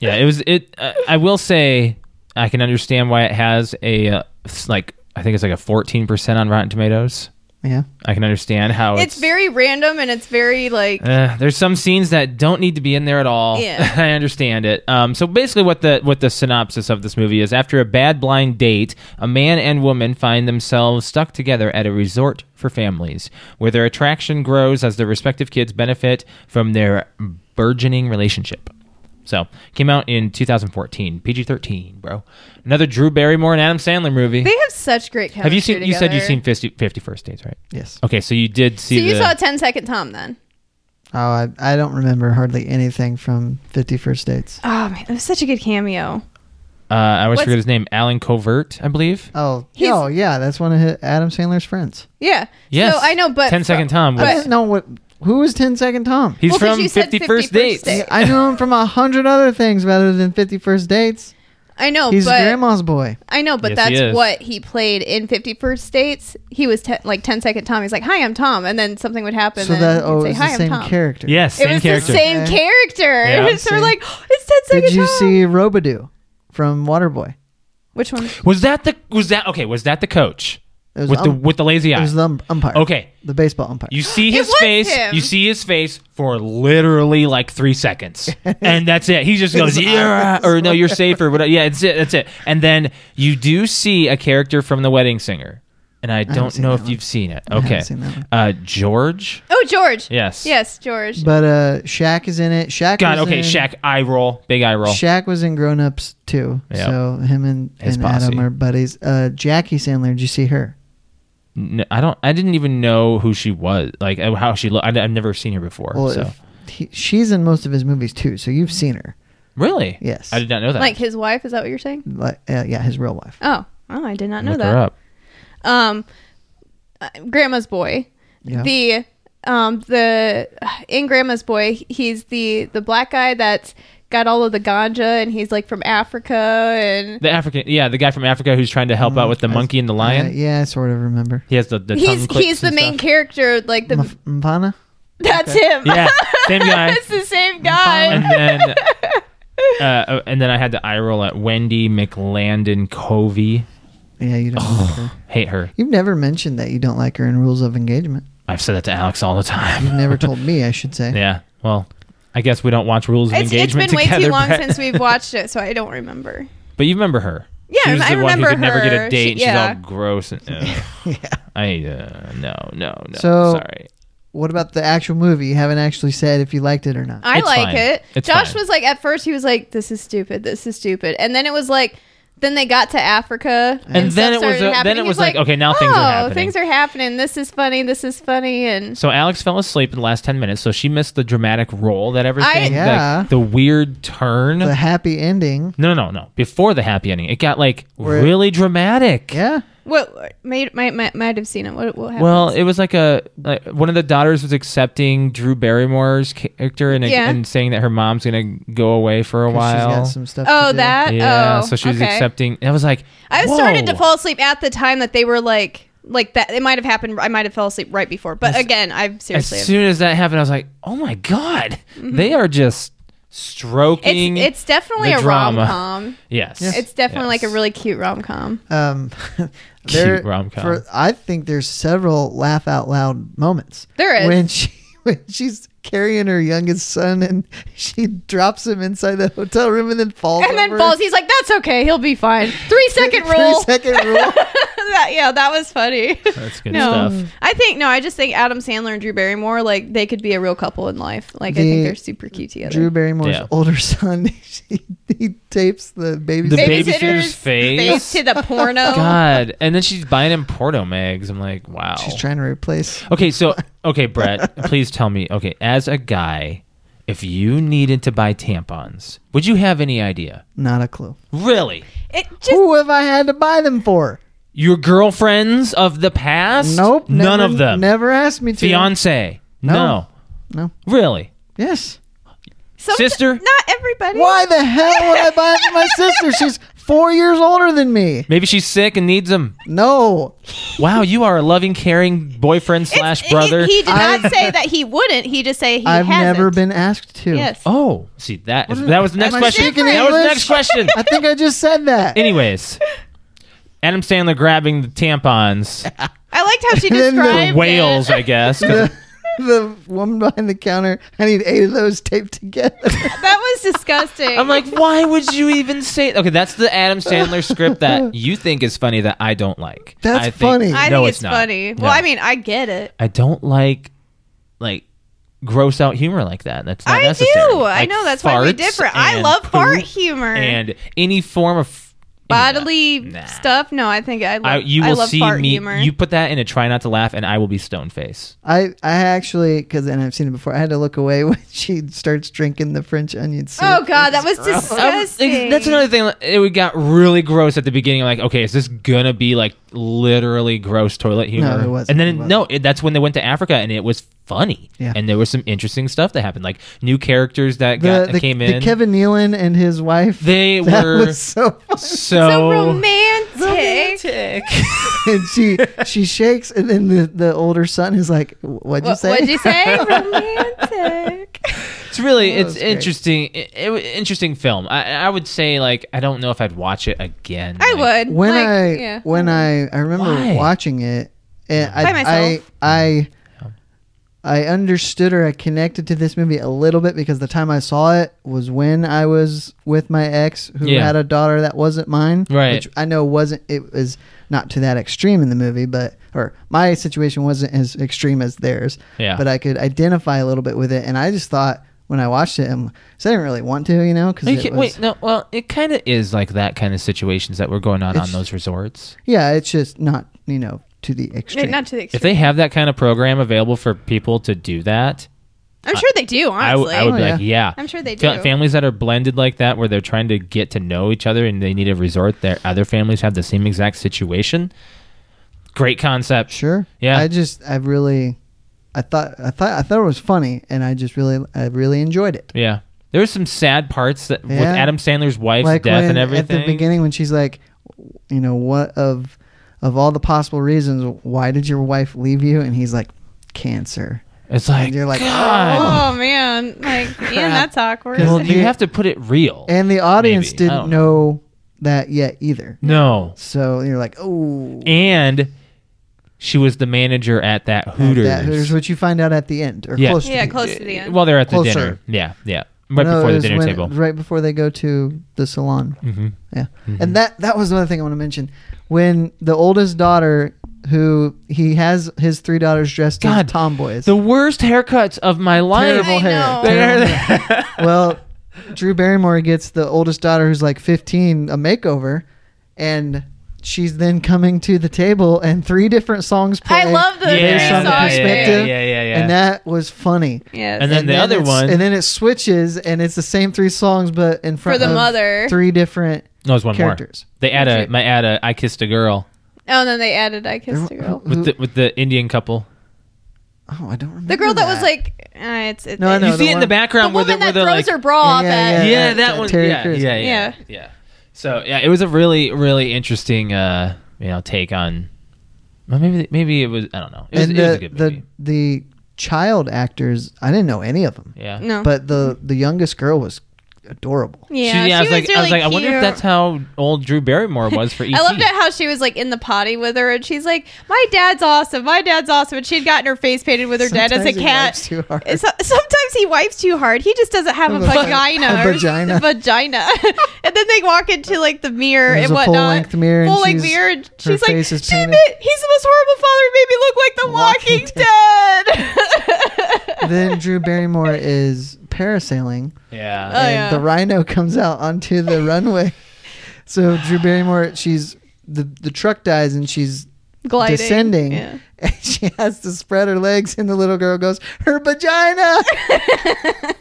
Speaker 3: yeah, it was. It. Uh, I will say, I can understand why it has a uh, s- like. I think it's like a fourteen percent on Rotten Tomatoes.
Speaker 2: Yeah.
Speaker 3: I can understand how it's,
Speaker 1: it's very random and it's very like
Speaker 3: Uh, there's some scenes that don't need to be in there at all.
Speaker 1: Yeah.
Speaker 3: I understand it. Um, so basically, what the what the synopsis of this movie is: after a bad blind date, a man and woman find themselves stuck together at a resort for families, where their attraction grows as their respective kids benefit from their burgeoning relationship. So came out in 2014, PG-13, bro. Another Drew Barrymore and Adam Sandler movie.
Speaker 1: they have such great chemistry.
Speaker 3: Have you seen? You said you've seen
Speaker 1: together.
Speaker 3: 50, 50 First Dates, right?
Speaker 2: Yes.
Speaker 3: Okay, so you did see.
Speaker 1: So you
Speaker 3: the,
Speaker 1: saw a 10 second Tom then.
Speaker 2: Oh, I, I don't remember hardly anything from Fifty First Dates.
Speaker 1: Oh man, that was such a good cameo.
Speaker 3: Uh, I always
Speaker 1: What's-
Speaker 3: forget his name. Alan Covert, I believe.
Speaker 2: Oh,
Speaker 1: He's-
Speaker 2: oh yeah, that's one of his, Adam Sandler's friends.
Speaker 1: Yeah.
Speaker 3: Yes.
Speaker 1: So I know, but
Speaker 3: 10 Second Tom.
Speaker 2: I
Speaker 3: Was,
Speaker 2: didn't know what who was 10 Second Tom.
Speaker 3: he's
Speaker 1: Well, 'cause
Speaker 3: from
Speaker 1: you said
Speaker 3: 50 First
Speaker 1: 51st
Speaker 3: Dates.
Speaker 1: Date.
Speaker 2: I knew him from a hundred other things rather than Fifty First Dates.
Speaker 1: I know,
Speaker 2: He's
Speaker 1: but
Speaker 2: grandma's boy.
Speaker 1: I know, but
Speaker 3: Yes, he
Speaker 1: that's
Speaker 3: is.
Speaker 1: what he played in Fifty First Dates. He was te- like 10 second Tom. He's like, "Hi, I'm Tom," and then something would happen.
Speaker 2: So
Speaker 1: and
Speaker 2: that
Speaker 1: he'd
Speaker 2: oh,
Speaker 1: say,
Speaker 2: it's
Speaker 1: "Hi,
Speaker 2: the
Speaker 1: I'm
Speaker 2: same
Speaker 1: Tom."
Speaker 2: character.
Speaker 3: Yes,
Speaker 1: It
Speaker 3: same
Speaker 1: was
Speaker 3: character.
Speaker 1: the same
Speaker 2: Okay.
Speaker 1: character.
Speaker 3: Yeah.
Speaker 1: so we're
Speaker 2: Same.
Speaker 1: like, oh, "It's 10 second
Speaker 2: Did you
Speaker 1: Tom."
Speaker 2: see Robidoux from Waterboy?
Speaker 1: Which one?
Speaker 3: Was that the was that okay, was that the coach?
Speaker 2: It was
Speaker 3: with the
Speaker 2: um-
Speaker 3: with the lazy
Speaker 2: It
Speaker 3: eye.
Speaker 2: was the um- umpire.
Speaker 3: okay.
Speaker 2: The baseball umpire.
Speaker 3: You see his
Speaker 1: was
Speaker 3: face,
Speaker 1: him.
Speaker 3: you see his face for literally like 3 seconds. and that's it. He just goes,
Speaker 2: His
Speaker 3: "Yeah,"
Speaker 2: eyes.
Speaker 3: or no, you're safer, whatever. Yeah, that's it. That's it. And then you do see a character from The Wedding Singer. And I don't
Speaker 2: seen
Speaker 3: know
Speaker 2: that
Speaker 3: if
Speaker 2: one.
Speaker 3: you've seen it.
Speaker 2: haven't
Speaker 3: Okay.
Speaker 2: seen that one.
Speaker 3: Uh George?
Speaker 1: Oh, George.
Speaker 3: Yes.
Speaker 1: Yes, George.
Speaker 2: but uh, Shaq is in it. Shaq.
Speaker 3: God,
Speaker 2: was
Speaker 3: okay,
Speaker 2: in,
Speaker 3: Shaq eye roll, big eye roll.
Speaker 2: Shaq was in Grown Ups too.
Speaker 3: Yeah.
Speaker 2: So him and,
Speaker 3: His
Speaker 2: and Adam
Speaker 3: posse.
Speaker 2: are buddies. Uh, Jackie Sandler. Did you see her?
Speaker 3: N I don't. I didn't even know who she was, like uh, how she looked. I, have never seen her before.
Speaker 2: Well,
Speaker 3: so
Speaker 2: if he, she's in most of his movies too. So you've seen her.
Speaker 3: really,
Speaker 2: Yes.
Speaker 3: I did not know that.
Speaker 1: like his wife. Is that what you're saying?
Speaker 2: Like, uh, yeah, his real wife.
Speaker 1: Oh, oh, I did not know
Speaker 3: look
Speaker 1: that.
Speaker 3: her up.
Speaker 1: um uh, grandma's boy
Speaker 2: Yeah.
Speaker 1: the um the in grandma's boy he's the the black guy that's got all of the ganja and he's like from africa and
Speaker 3: The African, yeah, the guy from Africa who's trying to help out with the monkey and the
Speaker 2: Uh,
Speaker 3: lion.
Speaker 2: yeah, I sort of remember.
Speaker 3: He has the, the tongue
Speaker 1: he's
Speaker 3: clips
Speaker 1: he's the
Speaker 3: and
Speaker 1: main
Speaker 3: stuff.
Speaker 1: character like the
Speaker 2: Mf- Mvana.
Speaker 1: That's him.
Speaker 3: Yeah, same guy.
Speaker 1: it's the same guy.
Speaker 3: and then uh, oh, and then I had to eye roll at Wendy McLandon Covey.
Speaker 2: Yeah, you don't
Speaker 3: Oh.
Speaker 2: like her.
Speaker 3: Hate her.
Speaker 2: You've never mentioned that you don't like her in rules of engagement.
Speaker 3: I've said that to Alex all the time.
Speaker 2: You've never told me, I should say.
Speaker 3: yeah. Well, I guess we don't watch Rules of
Speaker 1: It's, it's
Speaker 3: Engagement
Speaker 1: been way
Speaker 3: together.
Speaker 1: too long
Speaker 3: but,
Speaker 1: since we've watched it, so I don't remember.
Speaker 3: but you remember her.
Speaker 1: Yeah,
Speaker 3: she was
Speaker 1: I
Speaker 3: the one who
Speaker 1: remember
Speaker 3: could never get
Speaker 1: her.
Speaker 3: a date.
Speaker 1: She-
Speaker 3: and
Speaker 1: yeah.
Speaker 3: She's all gross and. Uh,
Speaker 2: Yeah.
Speaker 3: I uh, no no no.
Speaker 2: So-
Speaker 3: sorry.
Speaker 2: What about the actual movie? You haven't actually said if you liked it or not.
Speaker 1: I
Speaker 3: It's
Speaker 1: like
Speaker 3: fine.
Speaker 1: it.
Speaker 3: It's
Speaker 1: Josh
Speaker 3: fine.
Speaker 1: was like, at first, he was like, this is stupid. This is stupid. And then it was like, then they got to Africa,
Speaker 3: then
Speaker 1: and, stuff
Speaker 3: it was
Speaker 1: started
Speaker 3: a- then
Speaker 1: happening.
Speaker 3: it
Speaker 1: He
Speaker 3: was like, okay, now things are
Speaker 1: "Oh,
Speaker 3: happening."
Speaker 1: Things are happening. This is funny. This is funny. And
Speaker 3: So Alex fell asleep in the last ten minutes, so she missed the dramatic roll that everything,
Speaker 2: Yeah.
Speaker 3: like, the weird turn.
Speaker 2: The happy ending.
Speaker 3: no, no, no, no. Before the happy ending, it got like
Speaker 2: Where-
Speaker 3: really dramatic.
Speaker 2: Yeah.
Speaker 1: what might might might, might have seen it? What what happened?
Speaker 3: Well, it was like a like, one of the daughters was accepting Drew Barrymore's character and,
Speaker 1: Yeah.
Speaker 3: and saying that her mom's gonna go away for a
Speaker 2: 'Cause She's
Speaker 3: while.
Speaker 2: got some stuff.
Speaker 1: oh,
Speaker 2: to do.
Speaker 1: that.
Speaker 3: yeah,
Speaker 1: oh,
Speaker 3: so she was
Speaker 1: okay.
Speaker 3: accepting. I was like,
Speaker 1: I
Speaker 3: Whoa.
Speaker 1: started to fall asleep at the time that they were like like that. It might have happened. I might have fell asleep right before. But again, I've
Speaker 3: As
Speaker 1: seriously. Mm-hmm.
Speaker 3: soon as that happened, I was like, oh my god, they are just stroking.
Speaker 1: it's it's definitely
Speaker 3: the
Speaker 1: a rom
Speaker 3: drama.
Speaker 1: com.
Speaker 3: yes,
Speaker 1: It's definitely like a
Speaker 3: Yes.
Speaker 1: really cute rom com.
Speaker 2: Um,
Speaker 3: Cute
Speaker 2: there,
Speaker 3: rom-com.
Speaker 2: for- I think there's several laugh out loud moments.
Speaker 1: There is.
Speaker 2: when she when she's carrying her youngest son and she drops him inside the hotel room and then falls
Speaker 1: And then
Speaker 2: over.
Speaker 1: falls. He's like, "That's okay. He'll be fine." Three second rule.
Speaker 2: Three second rule.
Speaker 1: that, yeah, that was funny.
Speaker 3: That's good
Speaker 1: No,
Speaker 3: stuff.
Speaker 1: I think no. I just think Adam Sandler and Drew Barrymore like they could be a real couple in life. Like I
Speaker 2: The-
Speaker 1: think they're super cute together.
Speaker 2: Drew Barrymore's
Speaker 3: Yeah.
Speaker 2: older son. she, he tapes the baby.
Speaker 3: The
Speaker 2: baby.
Speaker 3: baby- babysitter's face.
Speaker 1: to the porno.
Speaker 3: God, and then she's buying him porno mags. I'm like, wow.
Speaker 2: She's trying to replace.
Speaker 3: Okay, so okay, Brett, please tell me. Okay, as a guy, if you needed to buy tampons, would you have any idea?
Speaker 2: Not a clue.
Speaker 3: Really?
Speaker 1: It just
Speaker 2: Who have I had to buy them for?
Speaker 3: Your girlfriends of the past?
Speaker 2: Nope.
Speaker 3: None
Speaker 2: never-
Speaker 3: of them.
Speaker 2: Never asked me to.
Speaker 3: Fiance?
Speaker 2: No.
Speaker 3: No.
Speaker 2: No.
Speaker 3: Really?
Speaker 2: Yes.
Speaker 1: some-
Speaker 3: Sister?
Speaker 1: Not everybody.
Speaker 2: Why the hell would I buy it for my sister? She's four years older than me.
Speaker 3: Maybe she's sick and needs them.
Speaker 2: No.
Speaker 3: Wow, you are a loving, caring boyfriend
Speaker 1: It's-
Speaker 3: slash
Speaker 1: it-
Speaker 3: brother.
Speaker 1: he did
Speaker 2: I've-
Speaker 1: not say that he wouldn't. He just say he
Speaker 2: I've
Speaker 1: hasn't.
Speaker 2: never been asked to.
Speaker 1: Yes.
Speaker 3: Oh, see that is,
Speaker 2: What is-
Speaker 3: that was the next
Speaker 2: am I
Speaker 3: question.
Speaker 2: speaking
Speaker 3: That was the
Speaker 2: English?
Speaker 3: next question.
Speaker 2: I think I just said that.
Speaker 3: Anyways, Adam Sandler grabbing the tampons,
Speaker 1: I liked how she
Speaker 2: And then the
Speaker 1: described it.
Speaker 3: whales, I guess. 'cause-
Speaker 2: the woman behind the counter, I need eight of those taped together.
Speaker 1: That was disgusting.
Speaker 3: I'm like, why would you even say? Okay, that's the Adam Sandler script that you think is funny that I don't like.
Speaker 2: That's
Speaker 3: I think,
Speaker 2: funny.
Speaker 1: I
Speaker 3: no,
Speaker 1: think
Speaker 3: it's,
Speaker 1: it's,
Speaker 3: not.
Speaker 1: funny.
Speaker 3: No.
Speaker 1: Well, I mean, I get it.
Speaker 3: I don't like like gross out humor like that. That's not
Speaker 1: I
Speaker 3: necessary.
Speaker 1: do. I
Speaker 3: Like
Speaker 1: know that's why we're
Speaker 3: farts
Speaker 1: different. I
Speaker 3: and
Speaker 1: love
Speaker 3: poo
Speaker 1: fart humor
Speaker 3: and any form of
Speaker 1: bodily
Speaker 3: Nah.
Speaker 1: stuff. No, I think I love.
Speaker 3: I, you
Speaker 1: I
Speaker 3: will
Speaker 1: love
Speaker 3: see
Speaker 1: fart
Speaker 3: me.
Speaker 1: humor.
Speaker 3: You put that in a try not to laugh, and I will be stone face.
Speaker 2: I, I actually, because and I've seen it before, I had to look away when she starts drinking the French onion soup.
Speaker 1: oh God, that was
Speaker 3: I was-
Speaker 1: disgusting.
Speaker 3: that's another thing. like, It got really gross at the beginning. I'm like, okay, is this gonna be like literally gross toilet humor?
Speaker 2: it wasn't.
Speaker 3: And
Speaker 2: It
Speaker 3: then
Speaker 2: wasn't.
Speaker 3: no, it, that's when they went to Africa, and it was funny.
Speaker 2: Yeah.
Speaker 3: And there was some interesting stuff that happened, like new characters that
Speaker 2: The,
Speaker 3: got
Speaker 2: the,
Speaker 3: came
Speaker 2: the
Speaker 3: in.
Speaker 2: Kevin Nealon and his wife.
Speaker 3: they
Speaker 2: that
Speaker 3: were
Speaker 2: was so funny.
Speaker 3: so,
Speaker 1: so romantic.
Speaker 2: And she, she shakes, and then the, the older son is like, What'd you
Speaker 1: What,
Speaker 2: say?
Speaker 1: what'd you say? romantic.
Speaker 3: It's really
Speaker 2: Oh,
Speaker 3: it's
Speaker 2: that's great.
Speaker 3: interesting. It, it, interesting film. I, I would say like I don't know if I'd watch it again.
Speaker 1: I
Speaker 3: Like,
Speaker 1: would.
Speaker 2: when
Speaker 1: like,
Speaker 2: I
Speaker 1: yeah.
Speaker 2: when I I remember
Speaker 3: Why?
Speaker 2: watching it and I
Speaker 1: By myself.
Speaker 2: I I, I understood or I connected to this movie a little bit because the time I saw it was when I was with my ex who
Speaker 3: Yeah.
Speaker 2: had a daughter that wasn't mine,
Speaker 3: Right.
Speaker 2: Which I know wasn't it was not to that extreme in the movie, but or my situation wasn't as extreme as theirs.
Speaker 3: Yeah.
Speaker 2: but I could identify a little bit with it, and I just thought when I watched it, I'm, 'cause I didn't really want to, you know, because
Speaker 3: You can- wait, no. Well, it kind of is like that kind of situations that were going on on
Speaker 2: It's-
Speaker 3: those resorts.
Speaker 2: yeah, it's just not you know to the
Speaker 1: No,
Speaker 2: extreme.
Speaker 1: not to the extreme.
Speaker 3: If they have that kind of program available for people to do that,
Speaker 1: I'm sure they do.
Speaker 3: I w-
Speaker 1: Honestly,
Speaker 3: I would be
Speaker 2: Oh,
Speaker 3: like, yeah.
Speaker 1: I'm sure they
Speaker 3: Fa-
Speaker 1: do.
Speaker 3: Families that are blended like that, where they're trying to get to know each other and they need a resort, their other families have the same exact situation. Great concept.
Speaker 2: Sure.
Speaker 3: Yeah.
Speaker 2: I just I really I thought I thought I thought it was funny and I just really I really enjoyed it.
Speaker 3: Yeah. There's some sad parts that, with
Speaker 2: Yeah.
Speaker 3: Adam Sandler's wife's death
Speaker 2: when
Speaker 3: and everything.
Speaker 2: at the beginning when she's like you know what of of all the possible reasons why did your wife leave you and he's like cancer.
Speaker 3: It's like
Speaker 2: And you're like,
Speaker 3: God.
Speaker 1: Oh man, like man, that's awkward.
Speaker 3: Well,
Speaker 2: Because
Speaker 3: you
Speaker 2: the-
Speaker 3: have to put it real.
Speaker 2: and the audience
Speaker 3: Maybe. I
Speaker 2: didn't
Speaker 3: don't
Speaker 2: know that yet either.
Speaker 3: no,
Speaker 2: So you're like, oh,
Speaker 3: and she was the manager at that Hooters.
Speaker 2: that is what you find out at the end or
Speaker 3: Yeah.
Speaker 2: close.
Speaker 1: yeah,
Speaker 2: to the-
Speaker 1: close to the end.
Speaker 3: Well, they're at the
Speaker 2: Closer.
Speaker 3: dinner. Yeah, yeah, right
Speaker 2: No,
Speaker 3: before
Speaker 2: it
Speaker 3: the
Speaker 2: was
Speaker 3: dinner
Speaker 2: when-
Speaker 3: table.
Speaker 2: Right before they go to the salon.
Speaker 3: hmm
Speaker 2: Yeah. And that that was another thing I want to mention. When the oldest daughter, who he has his three daughters dressed
Speaker 3: God,
Speaker 2: as tomboys.
Speaker 3: The worst haircuts of my life.
Speaker 2: terrible
Speaker 1: I
Speaker 2: hair.
Speaker 1: know.
Speaker 2: Terrible hair.
Speaker 3: They're-
Speaker 2: well, Drew Barrymore gets the oldest daughter, who's like 15, a makeover, and she's then coming to the table, and three different songs play.
Speaker 1: I love the
Speaker 2: Yeah,
Speaker 1: three
Speaker 2: yeah,
Speaker 1: songs.
Speaker 2: yeah, perspective.
Speaker 3: yeah, yeah, yeah.
Speaker 2: And that was funny.
Speaker 1: Yes.
Speaker 3: And then the other
Speaker 2: it's-
Speaker 3: one-
Speaker 2: and then it switches, and it's the same three songs, but in front
Speaker 1: the
Speaker 2: of
Speaker 1: mother.
Speaker 2: three different
Speaker 3: no, it's one
Speaker 2: characters.
Speaker 3: more. They add a, my add a, I kissed a girl
Speaker 1: oh, and then they added "I Kissed a Girl."
Speaker 3: with the, with the Indian couple.
Speaker 2: Oh, I don't remember.
Speaker 1: The girl that was
Speaker 2: that.
Speaker 1: like, uh, it's it's.
Speaker 2: No, I know.
Speaker 3: you see
Speaker 2: the
Speaker 3: it in the
Speaker 2: one-
Speaker 1: The
Speaker 3: background where
Speaker 1: woman
Speaker 3: they, where
Speaker 1: that
Speaker 3: they're
Speaker 1: throws
Speaker 3: like,
Speaker 1: her bra off
Speaker 2: Yeah,
Speaker 1: at.
Speaker 2: yeah,
Speaker 3: yeah,
Speaker 2: uh,
Speaker 3: that
Speaker 2: uh,
Speaker 3: one.
Speaker 2: Terry
Speaker 3: yeah,
Speaker 2: Crews.
Speaker 3: yeah, yeah,
Speaker 1: Yeah.
Speaker 3: yeah. So yeah, it was a really, really interesting, uh, you know, take on. Well, maybe, maybe it was. I don't know. It was,
Speaker 2: and
Speaker 3: it was
Speaker 2: the,
Speaker 3: a good
Speaker 2: the
Speaker 3: movie.
Speaker 2: the child actors, I didn't know any of them,
Speaker 3: yeah.
Speaker 1: No.
Speaker 2: but the
Speaker 1: Mm-hmm.
Speaker 2: the youngest girl was adorable.
Speaker 1: yeah,
Speaker 3: She-
Speaker 1: she
Speaker 3: I was like, I was like,
Speaker 1: really
Speaker 3: I wonder if
Speaker 1: cute.
Speaker 3: that's how old Drew Barrymore was for E ET.
Speaker 1: I loved it how she was like in the potty with her, and she's like, "My dad's awesome. My dad's awesome." And she'd gotten her face painted with her dad as a
Speaker 2: Sometimes he
Speaker 1: cat.
Speaker 2: wipes too hard.
Speaker 1: So- sometimes he wipes too hard. He just doesn't have a
Speaker 2: A vag-
Speaker 1: vagina.
Speaker 2: a
Speaker 1: or
Speaker 2: vagina.
Speaker 1: vagina. and then they walk into like the mirror and
Speaker 2: There's a
Speaker 1: whatnot.
Speaker 2: full-length mirror and
Speaker 1: Full length
Speaker 2: she's-
Speaker 1: mirror. And
Speaker 2: her
Speaker 1: she's like,
Speaker 2: face is
Speaker 1: "She
Speaker 2: painted-
Speaker 1: made- he's the most horrible father. He made me look like the
Speaker 2: Walking
Speaker 1: Walking, Dead.
Speaker 2: then Drew Barrymore is parasailing,
Speaker 3: Yeah.
Speaker 1: Oh,
Speaker 2: and
Speaker 1: yeah.
Speaker 2: the rhino comes out onto the runway. So Drew Barrymore, she's the the truck dies, and she's
Speaker 1: Gliding.
Speaker 2: descending,
Speaker 1: Yeah.
Speaker 2: and she has to spread her legs, and the little girl goes, "Her vagina."
Speaker 1: I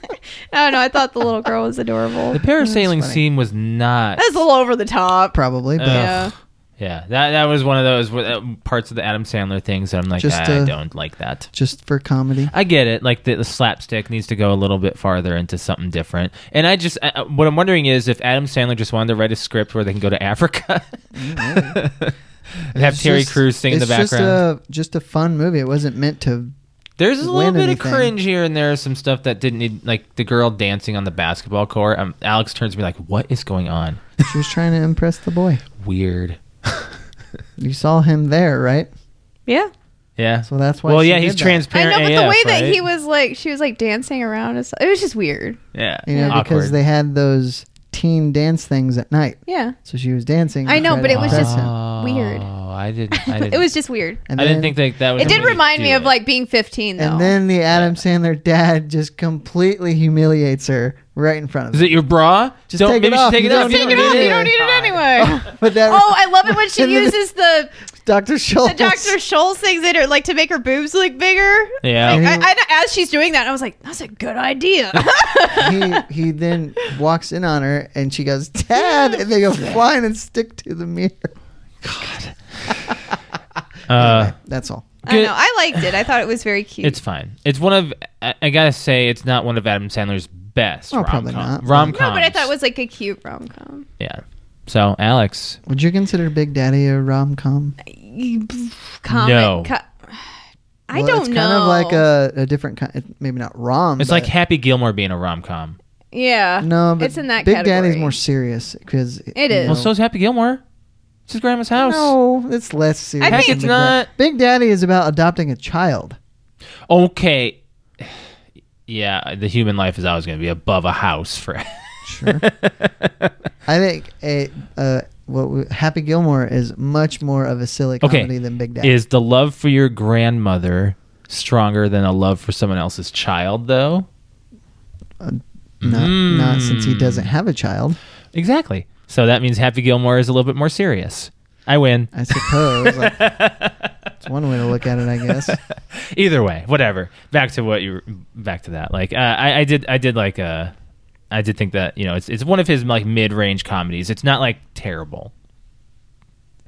Speaker 1: don't know. I thought the little girl was adorable.
Speaker 3: the
Speaker 1: That
Speaker 3: parasailing
Speaker 2: funny.
Speaker 3: scene was not.
Speaker 1: was a little over the top.
Speaker 2: Probably,
Speaker 3: Uh.
Speaker 2: but
Speaker 1: Yeah.
Speaker 3: Yeah, that that was one of those uh, parts of the Adam Sandler things that I'm like,
Speaker 2: Just,
Speaker 3: I
Speaker 2: uh,
Speaker 3: don't like that.
Speaker 2: just for comedy.
Speaker 3: I get it. Like the, the slapstick needs to go a little bit farther into something different. And I just, I, I- what I'm wondering is if Adam Sandler just wanted to write a script where they can go to Africa and have
Speaker 2: Mm-hmm. It's
Speaker 3: Terry
Speaker 2: just-
Speaker 3: Crews sing in the
Speaker 2: it's
Speaker 3: background.
Speaker 2: Just a, just a fun movie. It wasn't meant to.
Speaker 3: There's a little
Speaker 2: win
Speaker 3: bit
Speaker 2: anything.
Speaker 3: of cringe here and there. Some stuff that didn't need, like the girl dancing on the basketball court. Um, Alex turns to me like, "What is going on?
Speaker 2: She was trying to impress the boy.
Speaker 3: Weird."
Speaker 2: You saw him there, right?
Speaker 1: Yeah.
Speaker 3: Yeah.
Speaker 2: So that's why.
Speaker 3: well,
Speaker 2: she
Speaker 3: yeah,
Speaker 2: did
Speaker 3: he's
Speaker 2: that.
Speaker 1: I
Speaker 3: transparent.
Speaker 1: know, but the
Speaker 3: AF,
Speaker 1: way that
Speaker 3: right?
Speaker 1: he was like, she was like dancing around. and stuff- It was just weird.
Speaker 3: yeah,
Speaker 2: You know, because
Speaker 3: awkward.
Speaker 2: they had those teen dance things at night,
Speaker 1: Yeah.
Speaker 2: so she was dancing.
Speaker 1: I
Speaker 2: to
Speaker 1: know,
Speaker 2: try
Speaker 1: but
Speaker 2: to
Speaker 1: it was
Speaker 2: impress
Speaker 1: just-
Speaker 2: him.
Speaker 1: weird.
Speaker 3: Oh, I didn't. I didn't.
Speaker 1: it was just weird.
Speaker 2: And
Speaker 3: I didn't
Speaker 2: then-
Speaker 3: think that that was.
Speaker 1: It
Speaker 3: the way
Speaker 1: did
Speaker 3: to
Speaker 1: remind
Speaker 3: do
Speaker 1: me of
Speaker 3: it.
Speaker 1: like being 15 though.
Speaker 2: And then the Adam Sandler dad just completely humiliates her right in front of
Speaker 3: Is
Speaker 2: him.
Speaker 3: it your bra?
Speaker 2: Just take it off. You don't
Speaker 3: You
Speaker 1: Take it off. You don't need it anyway.
Speaker 2: But that
Speaker 1: oh, I love it when she
Speaker 2: And then-
Speaker 1: uses the
Speaker 2: Dr. Schultz.
Speaker 1: the Dr. Scholl things in her like to make her boobs look bigger.
Speaker 3: Yeah.
Speaker 1: I, I, as she's doing that, I was like, "That's a good idea."
Speaker 2: he he then walks in on her and she goes, Dad, and they go flying and stick to the mirror. Oh
Speaker 3: Uh,
Speaker 2: That's all.
Speaker 1: I
Speaker 3: Good.
Speaker 1: know. I liked it. I thought it was very cute.
Speaker 3: it's fine. It's one of. I, I gotta say, it's not one of Adam Sandler's best.
Speaker 2: Oh,
Speaker 3: rom-com.
Speaker 2: probably not.
Speaker 3: Rom
Speaker 1: no,
Speaker 3: com.
Speaker 1: but I thought it was like a cute rom com.
Speaker 3: Yeah. So Alex,
Speaker 2: Would you consider Big Daddy a rom com?
Speaker 3: No.
Speaker 1: I don't
Speaker 2: it's
Speaker 1: know.
Speaker 2: Kind of like a, a different kind. Maybe not rom.
Speaker 3: it's
Speaker 2: but-
Speaker 3: like Happy Gilmore being a rom com.
Speaker 1: yeah.
Speaker 2: no, but
Speaker 1: it's in that
Speaker 2: Big
Speaker 1: category.
Speaker 2: Daddy's more serious because
Speaker 1: It is.
Speaker 3: Well, so's Happy Gilmore. It's his grandma's house.
Speaker 2: No, it's less serious.
Speaker 1: think- It's
Speaker 2: than Big Daddy.
Speaker 3: not-
Speaker 2: Big Daddy is about adopting a child.
Speaker 3: Okay. Yeah, the human life is always going to be above a house for.
Speaker 2: Sure. I think a uh, what we- Happy Gilmore is much more of a silly
Speaker 3: Okay.
Speaker 2: comedy than Big Daddy.
Speaker 3: Is the love for your grandmother stronger than a love for someone else's child, though?
Speaker 2: not, not
Speaker 3: mm.
Speaker 2: since he doesn't have a child,
Speaker 3: Exactly. So that means Happy Gilmore is a little bit more serious. I win.
Speaker 2: I suppose. like, it's one way to look at it, I guess.
Speaker 3: Either way, whatever. Back to what you. Back to that. Like uh, I, I did. I did like. Uh, I did think that you know it's it's one of his like mid range comedies. It's not like terrible.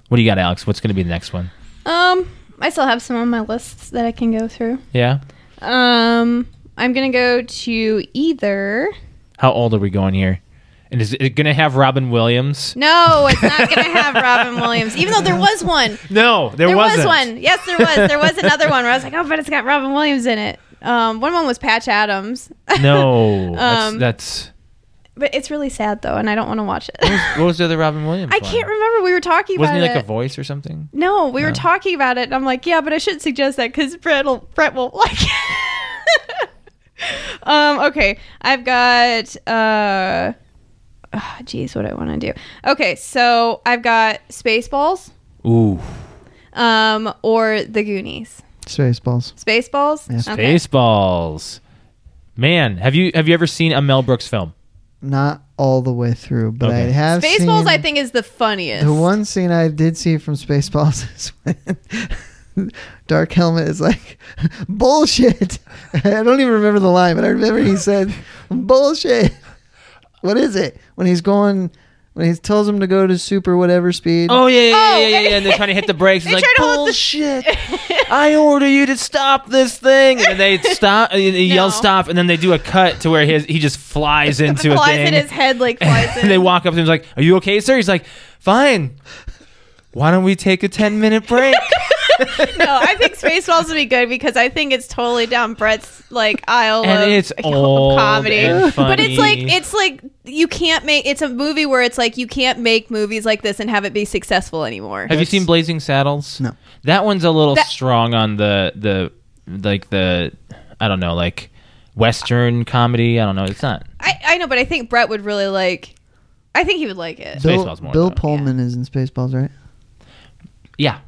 Speaker 3: What do you got, Alex? What's going to be the next one?
Speaker 1: um, I still have some on my lists that I can go through.
Speaker 3: Yeah.
Speaker 1: Um, I'm gonna go to either.
Speaker 3: How old are we going here? And is it going to have Robin Williams?
Speaker 1: No, it's not gonna have Robin Williams. Even though there was one,
Speaker 3: No, there,
Speaker 1: there was
Speaker 3: wasn't.
Speaker 1: one. Yes, there was. There was another one where I was like, oh, but it's got Robin Williams in it. Um, one of them was Patch Adams,
Speaker 3: No,
Speaker 1: Um,
Speaker 3: that's,
Speaker 1: but it's really sad though, and I don't want to watch it.
Speaker 3: that's what was the other Robin Williams?
Speaker 1: I
Speaker 3: one?
Speaker 1: can't remember. We were talking
Speaker 3: Wasn't he
Speaker 1: about
Speaker 3: like
Speaker 1: it.
Speaker 3: a voice or something?
Speaker 1: no, we were
Speaker 3: No.
Speaker 1: talking about it, and I'm like, yeah, but I shouldn't suggest that because Brett will Brett will like. it. um. Okay, I've got. uh oh, Geez, what do I want to do? Okay, so I've got Spaceballs,
Speaker 3: Ooh,
Speaker 1: um, or The Goonies.
Speaker 2: Spaceballs.
Speaker 1: Spaceballs.
Speaker 2: Yes.
Speaker 1: Okay.
Speaker 3: Spaceballs. Man, have you have you ever seen a Mel Brooks film?
Speaker 2: Not all the way through, but I
Speaker 3: Okay.
Speaker 2: have
Speaker 1: Spaceballs,
Speaker 2: seen
Speaker 1: I think, is the funniest.
Speaker 2: the one scene I did see from Spaceballs is when Dark Helmet is like bullshit. I don't even remember the line, but I remember he said bullshit. What is it when he's going? When he tells him to go to super whatever speed.
Speaker 3: Oh yeah, yeah,
Speaker 1: Oh,
Speaker 3: yeah, yeah,
Speaker 1: and-
Speaker 3: yeah. And they're trying to hit the brakes. It's
Speaker 1: They
Speaker 3: like
Speaker 1: try to hold the-
Speaker 3: bullshit. I order you to stop this thing, and they stop. And they yell
Speaker 1: No.
Speaker 3: stop, and then they do a cut to where his, he just flies into a
Speaker 1: flies
Speaker 3: thing.
Speaker 1: in his head like flies in.
Speaker 3: and they walk up to him like, "Are you okay, sir?" He's like, "Fine. Why don't we take a ten minute break?"
Speaker 1: no, I think Spaceballs would be good because I think it's totally down Brett's like aisle
Speaker 3: And
Speaker 1: of
Speaker 3: it's
Speaker 1: of
Speaker 3: old
Speaker 1: comedy.
Speaker 3: and
Speaker 1: But it's like
Speaker 3: funny.
Speaker 1: it's like you can't make it's a movie where it's like you can't make movies like this and have it be successful anymore.
Speaker 3: Have you seen Blazing Saddles?
Speaker 2: No.
Speaker 3: That one's a little
Speaker 1: That-
Speaker 3: strong on the the like the I don't know like Western comedy. I don't know. It's not.
Speaker 1: I, I know, but I think Brett would really like. I think he would like it.
Speaker 2: Bill,
Speaker 3: Spaceballs more
Speaker 2: Bill
Speaker 3: though.
Speaker 2: Pullman is in Spaceballs, right?
Speaker 3: Yeah,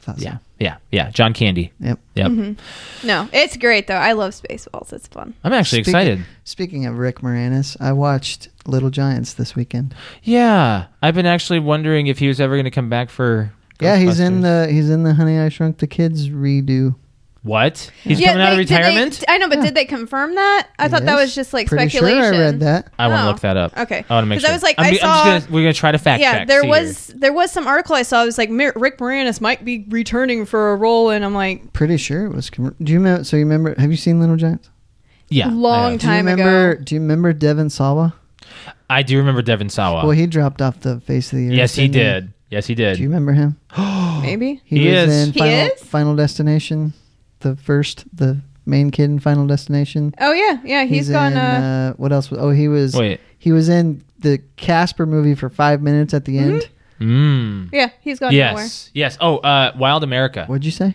Speaker 2: Thought so.
Speaker 3: yeah, yeah, yeah. John Candy.
Speaker 2: Yep.
Speaker 3: Yep.
Speaker 1: No, it's great though. I love Spaceballs. It's fun.
Speaker 3: I'm actually
Speaker 2: Speaking-
Speaker 3: excited.
Speaker 2: Speaking of Rick Moranis, I watched Little Giants this weekend.
Speaker 3: Yeah, I've been actually wondering if he was ever going to come back for.
Speaker 2: Yeah, he's in
Speaker 3: Ghostbusters.
Speaker 2: the he's in the Honey I Shrunk the Kids redo.
Speaker 3: what? He's coming out of
Speaker 1: they- did they-
Speaker 3: retirement.
Speaker 1: I know, but
Speaker 2: Yeah.
Speaker 1: did they confirm that? I thought that
Speaker 2: Yes.
Speaker 1: was just like
Speaker 2: Pretty
Speaker 1: speculation.
Speaker 2: Sure I read that.
Speaker 3: I want to
Speaker 1: Oh,
Speaker 3: look that up.
Speaker 1: okay.
Speaker 3: I want to make
Speaker 1: 'Cause I
Speaker 3: sure.
Speaker 1: was like,
Speaker 3: I'm,
Speaker 1: I
Speaker 3: g- I'm
Speaker 1: saw-
Speaker 3: just gonna, we're going to try to fact
Speaker 1: yeah,
Speaker 3: check.
Speaker 1: there
Speaker 3: see
Speaker 1: was there was some article I saw. I was like, "Mir- Rick Moranis might be returning for a role, and I'm like,
Speaker 2: Pretty sure it was. com- Do you remember? So you remember? Have you seen Little Giants?
Speaker 3: here. yeah,
Speaker 1: long
Speaker 3: I,
Speaker 2: Do you
Speaker 1: Time
Speaker 2: remember? Do you remember Devin Sawa?
Speaker 3: I do remember Devin Sawa.
Speaker 2: Well, he dropped off the face of the earth.
Speaker 3: yes, he
Speaker 2: didn't
Speaker 3: did. Yes, he did.
Speaker 2: Do you remember him?
Speaker 1: maybe
Speaker 3: He
Speaker 2: was
Speaker 3: is.
Speaker 2: in
Speaker 1: He
Speaker 2: Final,
Speaker 1: is?
Speaker 2: Final Destination, the first, the main kid in Final Destination.
Speaker 1: oh yeah yeah he's gone
Speaker 2: in,
Speaker 1: uh,
Speaker 2: uh, what else? was- Oh, he was.
Speaker 3: Wait.
Speaker 2: He was in the Casper movie for five minutes at the
Speaker 1: Mm-hmm.
Speaker 2: end.
Speaker 3: Mm.
Speaker 1: yeah he's gone nowhere
Speaker 3: Yes. Yes. Oh, uh, Wild America.
Speaker 2: What'd you say?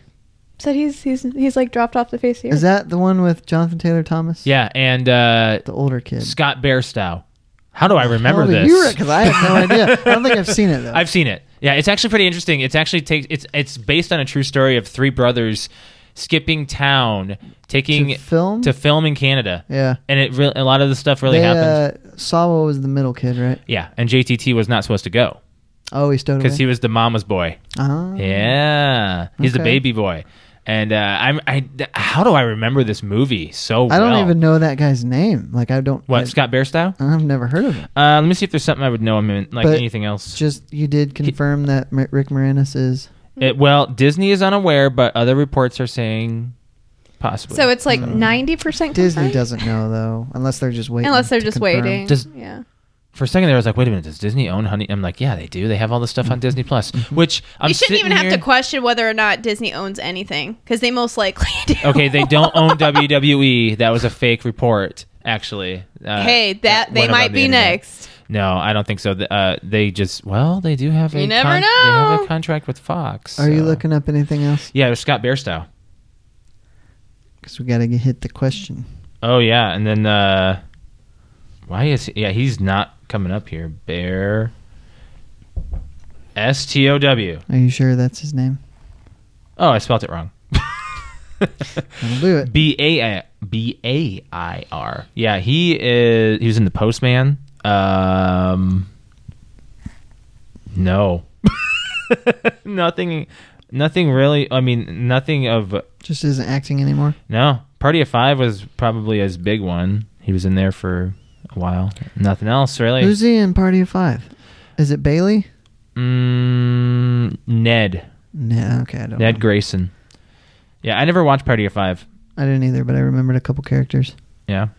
Speaker 1: said he's he's he's like dropped off the face of the
Speaker 2: Is
Speaker 1: earth.
Speaker 2: that the one with Jonathan Taylor Thomas?
Speaker 3: Yeah, and uh,
Speaker 2: The older kid.
Speaker 3: Scott Bairstow. How do I remember
Speaker 2: Oh,
Speaker 3: this?
Speaker 2: You because I have no idea. I don't think I've seen it though.
Speaker 3: I've seen it. Yeah, it's actually pretty interesting. It's actually takes it's it's based on a true story of three brothers skipping town, taking
Speaker 2: to film.
Speaker 3: to film in Canada,
Speaker 2: yeah.
Speaker 3: and it re- a lot of the stuff really
Speaker 2: they,
Speaker 3: happened.
Speaker 2: Uh, Sawa was the middle kid, right?
Speaker 3: Yeah, and JTT was not supposed to go
Speaker 2: Oh, he stowed away.
Speaker 3: because he was the mama's boy.
Speaker 2: Ah.
Speaker 3: Yeah, he's the
Speaker 2: Okay.
Speaker 3: baby boy. And uh, I'm I th- how do I remember this movie so?
Speaker 2: I don't
Speaker 3: well?
Speaker 2: even know that guy's name. Like I don't.
Speaker 3: what
Speaker 2: I,
Speaker 3: Scott Bairstow.
Speaker 2: I've never heard of him.
Speaker 3: Uh, let me see if there's something I would know him in, like
Speaker 2: But
Speaker 3: anything else.
Speaker 2: Just you did confirm that Mer- Rick Moranis is.
Speaker 3: It- well, Disney is unaware, but other reports are saying possibly.
Speaker 1: so it's like ninety percent
Speaker 2: Disney doesn't know though, unless they're just waiting.
Speaker 1: unless they're
Speaker 2: to
Speaker 1: just
Speaker 2: confirm.
Speaker 1: waiting
Speaker 3: Does-
Speaker 1: yeah
Speaker 3: for a second there, I was like, wait a minute, does Disney own Honey? I'm like, yeah, they do. They have all this stuff
Speaker 2: Mm-hmm.
Speaker 3: on Disney Plus, which I'm
Speaker 1: you shouldn't
Speaker 3: sitting
Speaker 1: even have
Speaker 3: here-
Speaker 1: to question whether or not Disney owns anything because they most likely do
Speaker 3: Okay, they don't own WWE. That was a fake report, actually. Uh,
Speaker 1: hey that they
Speaker 3: went
Speaker 1: might
Speaker 3: around the
Speaker 1: be
Speaker 3: internet.
Speaker 1: next
Speaker 3: No, I don't think so. Th- Uh, they just well, they do have.
Speaker 1: You
Speaker 3: a
Speaker 1: never
Speaker 3: con- They have
Speaker 1: know.
Speaker 3: a contract with Fox.
Speaker 2: Are you
Speaker 3: so-
Speaker 2: looking up anything else?
Speaker 3: Yeah, there's Scott Bairstow.
Speaker 2: Because we gotta get, hit the question.
Speaker 3: Oh yeah, and then uh, why is he, yeah he's not coming up here? Bear. S T O W.
Speaker 2: Are you sure that's his name?
Speaker 3: Oh, I spelled it wrong.
Speaker 2: I'll do it.
Speaker 3: B A B A I R. Yeah, he is. He was in the Postman. Um, no, nothing. Nothing really. I mean, nothing of
Speaker 2: Just isn't acting anymore.
Speaker 3: no. Party of Five was probably his big one. He was in there for a while. Nothing else really.
Speaker 2: Who's he in Party of Five? Is it Bailey?
Speaker 3: mm, Ned?
Speaker 2: No. Okay, I don't.
Speaker 3: Ned
Speaker 2: know.
Speaker 3: Grayson. Yeah, I never watched Party of Five.
Speaker 2: I didn't either, but I remembered a couple characters.
Speaker 3: Yeah.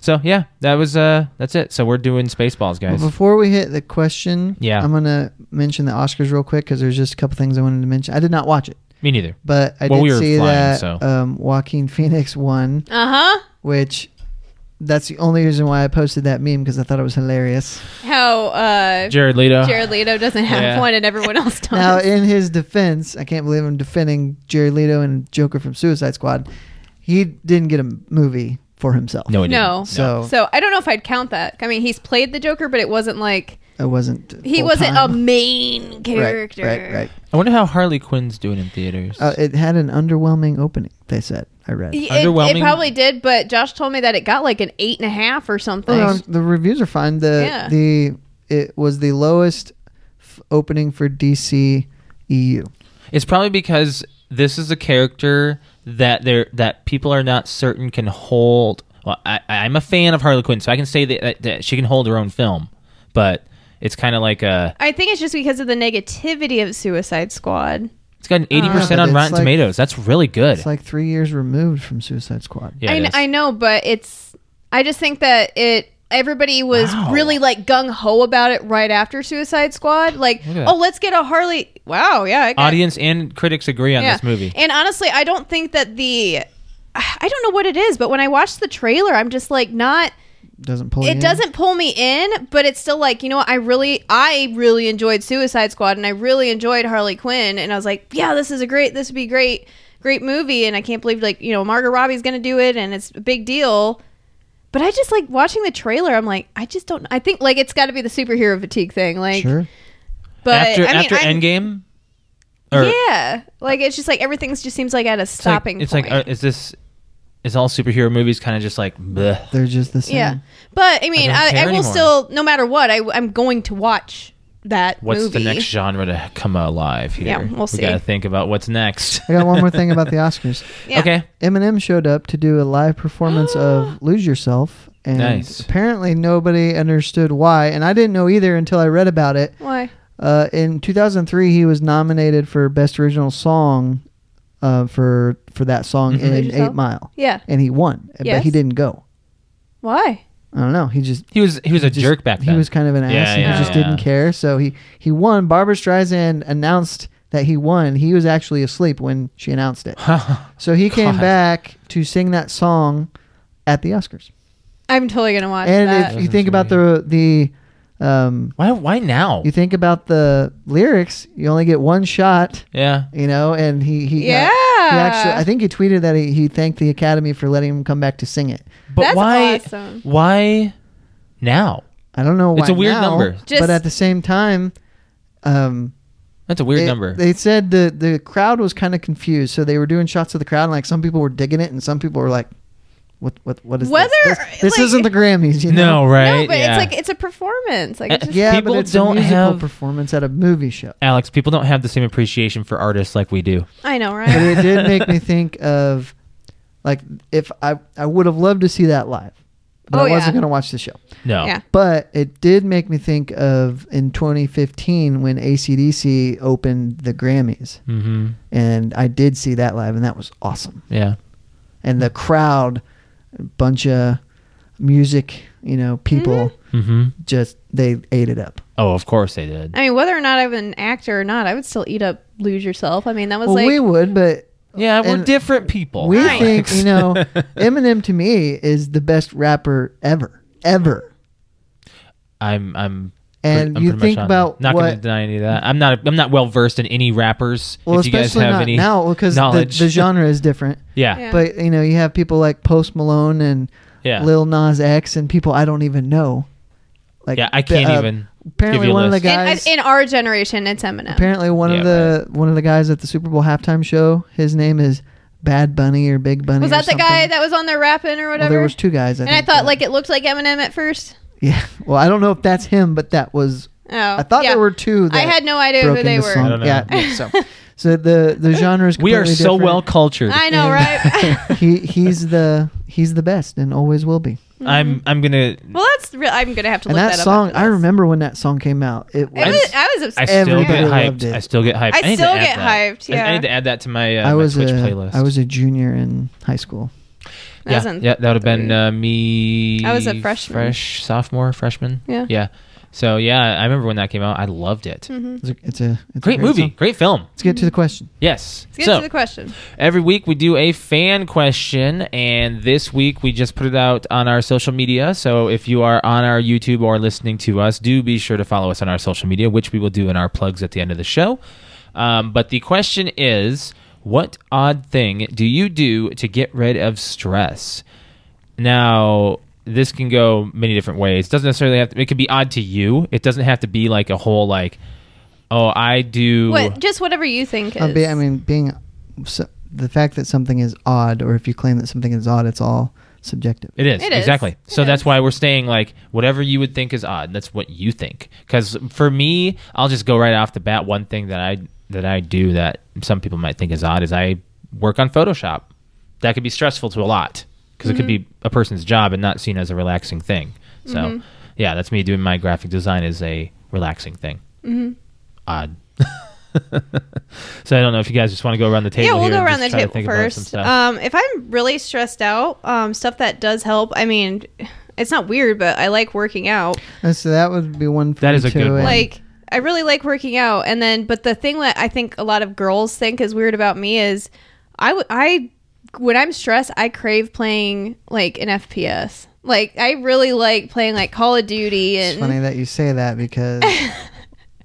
Speaker 3: So yeah, that was uh that's it. So we're doing Spaceballs, guys.
Speaker 2: Well, before we hit the question,
Speaker 3: Yeah.
Speaker 2: I'm gonna mention the Oscars real quick because there's just a couple things I wanted to mention. I did not watch it.
Speaker 3: Me neither.
Speaker 2: But I
Speaker 3: Well,
Speaker 2: did
Speaker 3: we were
Speaker 2: see
Speaker 3: flying,
Speaker 2: that
Speaker 3: so.
Speaker 2: um, Joaquin Phoenix won,
Speaker 1: Uh huh.
Speaker 2: which that's the only reason why I posted that meme because I thought it was hilarious.
Speaker 1: How uh,
Speaker 3: Jared Leto.
Speaker 1: Jared Leto doesn't have
Speaker 3: Yeah.
Speaker 1: one and everyone else does.
Speaker 2: Now, in his defense, I can't believe I'm defending Jerry Leto and Joker from Suicide Squad. He didn't get a movie for himself.
Speaker 3: No, he didn't.
Speaker 1: No.
Speaker 2: So
Speaker 1: so I don't know if I'd count that. I mean, he's played the Joker, but it wasn't like
Speaker 2: it wasn't.
Speaker 1: he
Speaker 2: full
Speaker 1: wasn't
Speaker 2: time.
Speaker 1: a main
Speaker 2: right,
Speaker 1: character.
Speaker 2: right, right.
Speaker 3: I wonder how Harley Quinn's doing in theaters.
Speaker 2: Uh, it had an underwhelming opening. They said I read.
Speaker 1: It,
Speaker 3: Underwhelming.
Speaker 1: it probably did, but Josh told me that it got like an eight and a half or something.
Speaker 2: Well, Oh, the reviews are fine. The
Speaker 1: Yeah.
Speaker 2: the it was the lowest f- opening for E DC EU.
Speaker 3: It's probably because this is a character that they're that people are not certain can hold. Well, I, I'm a fan of Harley Quinn, so I can say that, that, that she can hold her own film. But it's kind of like a
Speaker 1: I think it's just because of the negativity of Suicide Squad.
Speaker 3: it's got an 80 percent
Speaker 2: Uh,
Speaker 3: on
Speaker 2: but
Speaker 3: Rotten
Speaker 2: it's like-
Speaker 3: Tomatoes. That's really good.
Speaker 2: It's like three years removed from Suicide Squad.
Speaker 3: yeah,
Speaker 1: I,
Speaker 3: it
Speaker 1: kn-
Speaker 3: is.
Speaker 1: I know, but it's. I just think that it. Everybody was
Speaker 3: Wow.
Speaker 1: really like gung ho about it right after Suicide Squad. Like,
Speaker 3: Look at that.
Speaker 1: oh, let's get a Harley. Wow, yeah, I got
Speaker 3: Audience and critics agree on this movie.
Speaker 1: And honestly, I don't think that the. I don't know what it is, but when I watch the trailer, I'm just like not.
Speaker 2: Doesn't pull. you
Speaker 1: It
Speaker 2: in.
Speaker 1: doesn't pull me in, but it's still like you know what I really, I really enjoyed Suicide Squad, and I really enjoyed Harley Quinn, and I was like, yeah, this is a great, this would be great, great movie, and I can't believe like you know Margot Robbie's gonna do it, and it's a big deal. But I just like watching the trailer. I'm like, I just don't. I think like it's got to be the superhero fatigue thing. Like,
Speaker 2: Sure.
Speaker 1: but
Speaker 3: after
Speaker 1: I mean,
Speaker 3: after
Speaker 1: I'm-
Speaker 3: Endgame, or
Speaker 1: yeah, like it's just like everything just seems like at a
Speaker 3: it's like,
Speaker 1: stopping.
Speaker 3: it's
Speaker 1: point.
Speaker 3: like uh, is this is all superhero movies kind of just like bleh.
Speaker 2: They're just the same.
Speaker 1: Yeah, but I mean,
Speaker 3: don't
Speaker 1: I, I,
Speaker 3: care
Speaker 1: will
Speaker 3: anymore.
Speaker 1: still, no matter what, I, am going to watch that
Speaker 3: What's
Speaker 1: movie.
Speaker 3: the next genre to come alive here?
Speaker 1: Yeah, we'll
Speaker 3: We
Speaker 1: see.
Speaker 3: gotta think about what's next.
Speaker 2: I got one more thing about the Oscars.
Speaker 1: Yeah.
Speaker 3: Okay.
Speaker 2: Eminem showed up to do a live performance of "Lose Yourself," and
Speaker 3: Nice.
Speaker 2: apparently nobody understood why, and I didn't know either until I read about it.
Speaker 1: Why?
Speaker 2: Uh, in 2003, he was nominated for Best Original Song uh, for for that song
Speaker 1: Mm-hmm. Lose
Speaker 2: in
Speaker 1: Yourself?
Speaker 2: Eight Mile,
Speaker 1: Yeah.
Speaker 2: and he won, but
Speaker 1: Yes.
Speaker 2: he didn't go.
Speaker 1: Why?
Speaker 2: I don't know. He just
Speaker 3: He was he was a
Speaker 2: just-
Speaker 3: jerk back then.
Speaker 2: He was kind of an ass.
Speaker 3: Yeah,
Speaker 2: and
Speaker 3: yeah,
Speaker 2: he just
Speaker 3: yeah.
Speaker 2: didn't care. So he he won. Barbara Streisand announced that he won. He was actually asleep when she announced it. so he came
Speaker 3: God.
Speaker 2: back to sing that song at the Oscars.
Speaker 1: I'm totally gonna watch
Speaker 2: and
Speaker 1: that.
Speaker 2: if you think about the the um,
Speaker 3: why why now?
Speaker 2: you think about the lyrics, you only get one shot.
Speaker 3: yeah.
Speaker 2: You know, and he he
Speaker 1: yeah.
Speaker 2: He actually, I think he tweeted that he, he thanked the Academy for letting him come back to sing it.
Speaker 3: But
Speaker 1: That's
Speaker 3: why
Speaker 1: awesome.
Speaker 3: why now?
Speaker 2: I don't know why.
Speaker 3: It's a weird
Speaker 2: now,
Speaker 3: number.
Speaker 1: Just-
Speaker 2: but at the same time, um,
Speaker 3: That's a weird
Speaker 2: they,
Speaker 3: number.
Speaker 2: They said the the crowd was kind of confused, so they were doing shots of the crowd, and like some people were digging it, and some people were like, "What what what is
Speaker 1: Whether-
Speaker 2: this? This, this
Speaker 1: like-
Speaker 2: isn't the Grammys, you know?
Speaker 3: no, right?
Speaker 1: no, but
Speaker 3: yeah.
Speaker 1: it's like it's a performance. Like it's
Speaker 3: Uh,
Speaker 1: just,
Speaker 2: Eh, yeah,
Speaker 3: People
Speaker 2: but it's
Speaker 3: don't
Speaker 2: a musical
Speaker 3: have-
Speaker 2: performance at a movie show.
Speaker 3: Alex, people don't have the same appreciation for artists like we do.
Speaker 1: I know,
Speaker 2: But
Speaker 1: right?
Speaker 2: it did make me think of like if I I would have loved to see that live, but
Speaker 1: Oh,
Speaker 2: I wasn't
Speaker 1: yeah.
Speaker 2: gonna watch the show.
Speaker 3: No.
Speaker 1: Yeah.
Speaker 2: But it did make me think of in 2015 when ACDC opened the Grammys.
Speaker 3: Mm-hmm.
Speaker 2: And I did see that live, and that was awesome.
Speaker 3: Yeah.
Speaker 2: And the crowd, a bunch of music, you know, people
Speaker 3: Mm-hmm.
Speaker 2: just, they ate it up.
Speaker 3: Oh, of course they did.
Speaker 1: I mean, whether or not I'm an actor or not, I would still eat up Lose Yourself. I mean, that was
Speaker 2: Well,
Speaker 1: like
Speaker 2: we would, but
Speaker 3: Yeah, we're
Speaker 2: And
Speaker 3: different people.
Speaker 2: we
Speaker 1: Right.
Speaker 2: think, you know, Eminem to me is the best rapper ever, ever.
Speaker 3: I'm I'm
Speaker 2: And
Speaker 3: I'm
Speaker 2: you
Speaker 3: pretty much
Speaker 2: think
Speaker 3: on-
Speaker 2: about
Speaker 3: not
Speaker 2: what.
Speaker 3: gonna deny any of that. I'm not I'm not well versed in any rappers.
Speaker 2: well,
Speaker 3: if you guys
Speaker 2: especially
Speaker 3: have
Speaker 2: not
Speaker 3: any
Speaker 2: now because the,
Speaker 3: knowledge.
Speaker 2: the genre is different.
Speaker 3: yeah.
Speaker 1: Yeah.
Speaker 3: Yeah.
Speaker 2: But, you know, you have people like Post Malone and
Speaker 3: Yeah.
Speaker 2: Lil Nas X and people I don't even know. Like
Speaker 3: I can't
Speaker 2: uh,
Speaker 3: even
Speaker 2: Apparently,
Speaker 3: give you a
Speaker 2: one of the
Speaker 3: list.
Speaker 1: in,
Speaker 2: guys.
Speaker 1: in our generation, it's Eminem.
Speaker 2: apparently, one
Speaker 3: Yeah,
Speaker 2: of the one of the guys at the Super Bowl halftime show. His name is Bad Bunny or Big Bunny.
Speaker 1: was
Speaker 2: or
Speaker 1: that the
Speaker 2: something.
Speaker 1: guy that was on there rapping or
Speaker 2: Well,
Speaker 1: whatever?
Speaker 2: there was two guys. I
Speaker 1: and I
Speaker 2: think,
Speaker 1: thought
Speaker 2: but-
Speaker 1: like it looked like Eminem at first.
Speaker 2: yeah. Well, I don't know if that's him, but that was.
Speaker 1: Oh,
Speaker 2: I thought
Speaker 1: yeah.
Speaker 2: there were two. That
Speaker 1: I had no idea
Speaker 2: broke
Speaker 1: who they
Speaker 2: into
Speaker 1: were.
Speaker 2: song.
Speaker 3: I don't know.
Speaker 2: Yeah. yeah, so, so the the genre is.
Speaker 3: We are
Speaker 2: completely
Speaker 3: so
Speaker 2: different.
Speaker 3: well cultured.
Speaker 1: I know, right?
Speaker 2: He he's the he's the best and always will be.
Speaker 3: I'm I'm gonna
Speaker 1: well, that's real. I'm gonna have to
Speaker 2: And
Speaker 1: look that,
Speaker 2: that
Speaker 1: up
Speaker 2: song,
Speaker 1: after
Speaker 2: I
Speaker 1: this.
Speaker 2: remember when that song came out. It was.
Speaker 1: It was, I was
Speaker 3: I
Speaker 1: obsessed.
Speaker 3: still get
Speaker 2: Everybody
Speaker 3: hyped.
Speaker 2: loved it.
Speaker 3: I still get hyped.
Speaker 1: I
Speaker 3: need to
Speaker 1: still
Speaker 3: add
Speaker 1: get
Speaker 3: that.
Speaker 1: hyped,
Speaker 3: I- I,
Speaker 1: yeah.
Speaker 3: need to add that to my, uh,
Speaker 2: I
Speaker 3: my
Speaker 2: was
Speaker 3: Twitch
Speaker 2: a,
Speaker 3: playlist.
Speaker 2: I was a junior in high school.
Speaker 1: I was
Speaker 3: Yeah,
Speaker 1: in
Speaker 3: yeah, that would have been
Speaker 1: third.
Speaker 3: uh, me.
Speaker 1: I was a freshman.
Speaker 3: fresh sophomore, freshman.
Speaker 1: Yeah. Hmm.
Speaker 3: yeah. So yeah, I remember when that came out. I loved it.
Speaker 1: Mm-hmm.
Speaker 2: It's a, it's a it's a
Speaker 3: Great movie,
Speaker 2: song.
Speaker 3: great film.
Speaker 2: Let's get to the question.
Speaker 3: Yes.
Speaker 1: Let's get
Speaker 3: so
Speaker 1: to the question.
Speaker 3: every week we do a fan question, and this week we just put it out on our social media. So if you are on our YouTube or listening to us, do be sure to follow us on our social media, which we will do in our plugs at the end of the show. Um, but the question is, what odd thing do you do to get rid of stress? Now, this can go many different ways. It doesn't necessarily have to, it could be odd to you. It doesn't have to be like a whole like, oh, I do.
Speaker 1: What? Just whatever you think is.
Speaker 2: Uh, be- I mean, being so, the fact that something is odd, or if you claim that something is odd, it's all subjective.
Speaker 3: It is
Speaker 1: It is.
Speaker 3: exactly.
Speaker 1: It
Speaker 3: so that's
Speaker 1: is.
Speaker 3: why we're staying like whatever you would think is odd. That's what you think. Because for me, I'll just go right off the bat. One thing that I that I do that some people might think is odd is I work on Photoshop. That could be stressful to a lot because it could be
Speaker 1: Mm-hmm.
Speaker 3: a person's job and not seen as a relaxing thing. So yeah, that's me doing my graphic design as a relaxing thing.
Speaker 1: Mm-hmm.
Speaker 3: Odd. so I don't know if you guys just want to go around the table.
Speaker 1: yeah, we'll
Speaker 3: here
Speaker 1: go
Speaker 3: and
Speaker 1: around the
Speaker 3: just try to
Speaker 1: table
Speaker 3: think about some
Speaker 1: first.
Speaker 3: stuff.
Speaker 1: Um, if I'm really stressed out, um, stuff that does help. I mean, it's not weird, but I like working out.
Speaker 2: And so that would be one. For
Speaker 3: That
Speaker 2: me
Speaker 3: is a
Speaker 2: too,
Speaker 3: good
Speaker 2: and-
Speaker 3: one.
Speaker 1: like I really like working out and then but the thing that I think a lot of girls think is weird about me is I w- I when I'm stressed I crave playing like an FPS. Like I really like playing like Call of Duty
Speaker 2: It's
Speaker 1: and
Speaker 2: funny that you say that because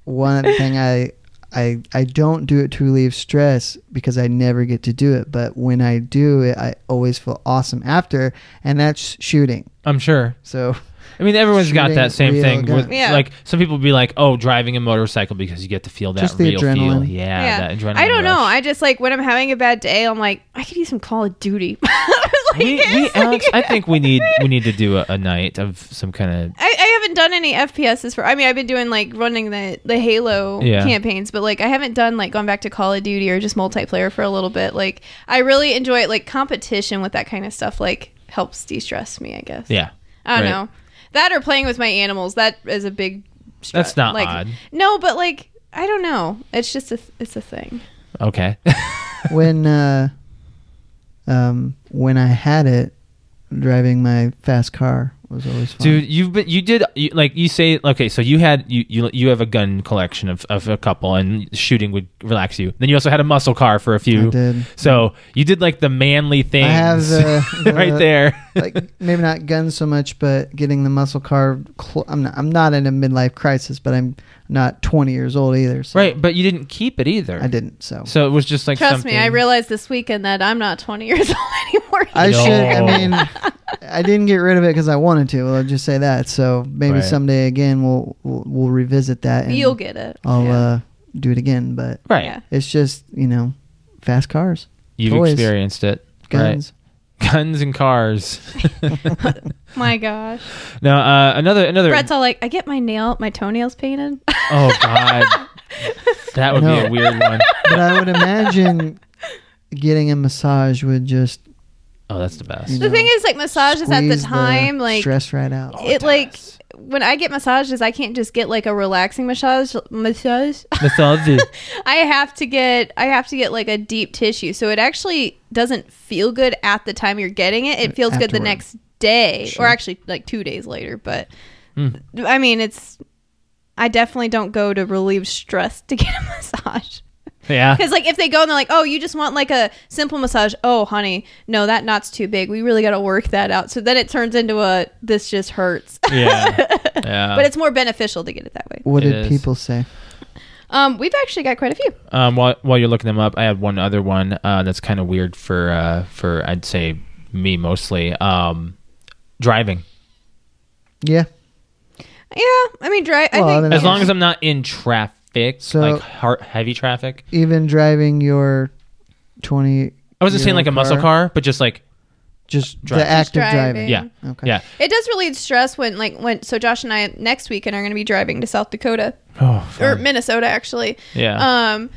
Speaker 2: one thing I I I don't do it to relieve stress because I never get to do it, but when I do it, I always feel awesome after, and that's shooting.
Speaker 3: I'm sure.
Speaker 2: So
Speaker 3: I mean, everyone's got
Speaker 2: Shooting
Speaker 3: that same
Speaker 2: real
Speaker 3: thing.
Speaker 2: gun.
Speaker 3: With,
Speaker 1: Yeah.
Speaker 3: Like some people be like, "Oh, driving a motorcycle because you get to feel that
Speaker 2: Just the
Speaker 3: real feel."
Speaker 2: adrenaline.
Speaker 3: Yeah,
Speaker 1: yeah.
Speaker 3: that adrenaline.
Speaker 1: I don't know.
Speaker 3: rush.
Speaker 1: I just like when I'm having a bad day I'm like I could use some Call of Duty. Like,
Speaker 3: we, we,
Speaker 1: it's
Speaker 3: Alex,
Speaker 1: like-
Speaker 3: I think we need we need to do a, a night of some kind
Speaker 1: I, I haven't done any FPSs for. I mean, I've been doing like running the the Halo
Speaker 3: Yeah.
Speaker 1: campaigns, but like I haven't done like gone back to Call of Duty or just multiplayer for a little bit. Like I really enjoy it. Like competition with that kind of stuff like helps de stress me. I guess.
Speaker 3: of yeah.
Speaker 1: I don't
Speaker 3: right.
Speaker 1: know that or playing with my animals. That is a big. Stress.
Speaker 3: That's not
Speaker 1: like,
Speaker 3: odd.
Speaker 1: No, but like I don't know. It's just a it's a thing.
Speaker 3: Okay.
Speaker 2: when uh, um, when I had it, driving my fast car was always fun.
Speaker 3: Dude, you've been you did you, like you say okay, so you had you you, you have a gun collection of, of a couple and shooting would relax you. Then you also had a muscle car for a few.
Speaker 2: I did.
Speaker 3: So you did like the manly things
Speaker 2: have the-
Speaker 3: right
Speaker 2: the-
Speaker 3: there.
Speaker 2: like maybe not guns so much, but getting the muscle car. Cl- I'm not. I'm not in a midlife crisis, but I'm not 20 years old either. So
Speaker 3: right, but you didn't keep it either.
Speaker 2: I didn't. So
Speaker 3: So it was just like
Speaker 1: Trust
Speaker 3: something.
Speaker 1: me, I realized this weekend that I'm not 20 years old anymore.
Speaker 2: I
Speaker 3: No.
Speaker 2: should. I mean, I didn't get rid of it because I wanted to. I'll just say that. So maybe
Speaker 3: Right.
Speaker 2: someday again we'll we'll, we'll revisit that. And
Speaker 1: You'll get it.
Speaker 2: I'll
Speaker 1: Yeah.
Speaker 2: uh, do it again, but
Speaker 3: right.
Speaker 1: Yeah.
Speaker 2: it's just you know, fast cars,
Speaker 3: You've
Speaker 2: Toys.
Speaker 3: experienced it.
Speaker 2: guns.
Speaker 3: Right. Guns and cars.
Speaker 1: My gosh.
Speaker 3: now, uh, another another.
Speaker 1: Brett's all like, I get my nail, my toenails painted.
Speaker 3: oh God, that would be
Speaker 2: No.
Speaker 3: a weird one.
Speaker 2: But I would imagine getting a massage would just
Speaker 3: Oh, that's the best.
Speaker 2: You
Speaker 1: the
Speaker 2: know,
Speaker 1: thing is, like, massages at the
Speaker 2: squeeze
Speaker 1: time, like,
Speaker 2: stress right out.
Speaker 3: Oh,
Speaker 1: it, like
Speaker 3: does.
Speaker 1: when I get massages, I can't just get like a relaxing massage. Massage.
Speaker 3: Massage.
Speaker 1: I have to get, I have to get like a deep tissue, so it actually doesn't feel good at the time you're getting it.
Speaker 3: Uh,
Speaker 1: It feels good the
Speaker 2: Afterward.
Speaker 1: next day,
Speaker 2: Sure.
Speaker 1: or actually like two days later. But
Speaker 3: Mm.
Speaker 1: I mean, it's. I definitely don't go to relieve stress to get a massage.
Speaker 3: yeah.
Speaker 1: Because like if they go and they're like, oh, you just want like a simple massage. Oh, honey, no, that knot's too big. We really got to work that out. So then it turns into a this just hurts.
Speaker 3: Yeah. Yeah.
Speaker 1: but it's more beneficial to get it that way.
Speaker 2: What
Speaker 3: It
Speaker 2: did
Speaker 3: is.
Speaker 2: people say?
Speaker 1: Um, we've actually got quite a few.
Speaker 3: um, while while you're looking them up, I had one other one uh, that's kind of weird for uh, for I'd say me mostly. Um, driving.
Speaker 2: Yeah.
Speaker 1: Yeah, I mean, dry.
Speaker 2: Well, I
Speaker 1: I
Speaker 2: mean,
Speaker 1: think
Speaker 3: As long as I'm not in traffic,
Speaker 2: So-
Speaker 3: like har heavy traffic.
Speaker 2: Even driving your 20
Speaker 3: I wasn't saying
Speaker 2: Your
Speaker 3: like a muscle car, but just like
Speaker 2: just
Speaker 3: Drive.
Speaker 2: the act
Speaker 1: Just
Speaker 2: of
Speaker 1: driving.
Speaker 2: driving.
Speaker 3: yeah,
Speaker 2: Okay.
Speaker 3: yeah.
Speaker 1: it does relieve stress when like when. So Josh and I next weekend are going to be driving to South Dakota
Speaker 3: Oh,
Speaker 1: or
Speaker 3: fun.
Speaker 1: Minnesota actually.
Speaker 3: yeah.
Speaker 1: Er, Um,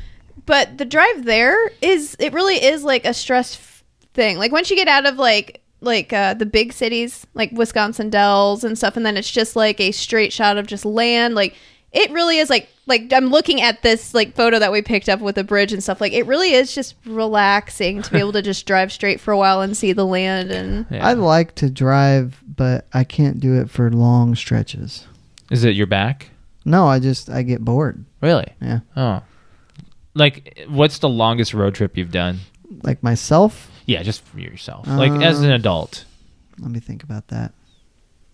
Speaker 1: but the drive there is it really is like a stress f- thing. Like once you get out of like like uh, the big cities, like Wisconsin Dells and stuff, and then it's just like a straight shot of just land. Like it really is like like I'm looking at this like photo that we picked up with the bridge and stuff. Like it really is just relaxing to be able to just drive straight for a while and see the land and
Speaker 3: Yeah.
Speaker 2: I like to drive, but I can't do it for long stretches.
Speaker 3: Is it your back?
Speaker 2: No, I just I get bored.
Speaker 3: Really?
Speaker 2: Yeah.
Speaker 3: Oh. Like, what's the longest road trip you've done?
Speaker 2: Like myself,
Speaker 3: Yeah, just for yourself. like, as an
Speaker 2: Um,
Speaker 3: adult.
Speaker 2: let me think about that.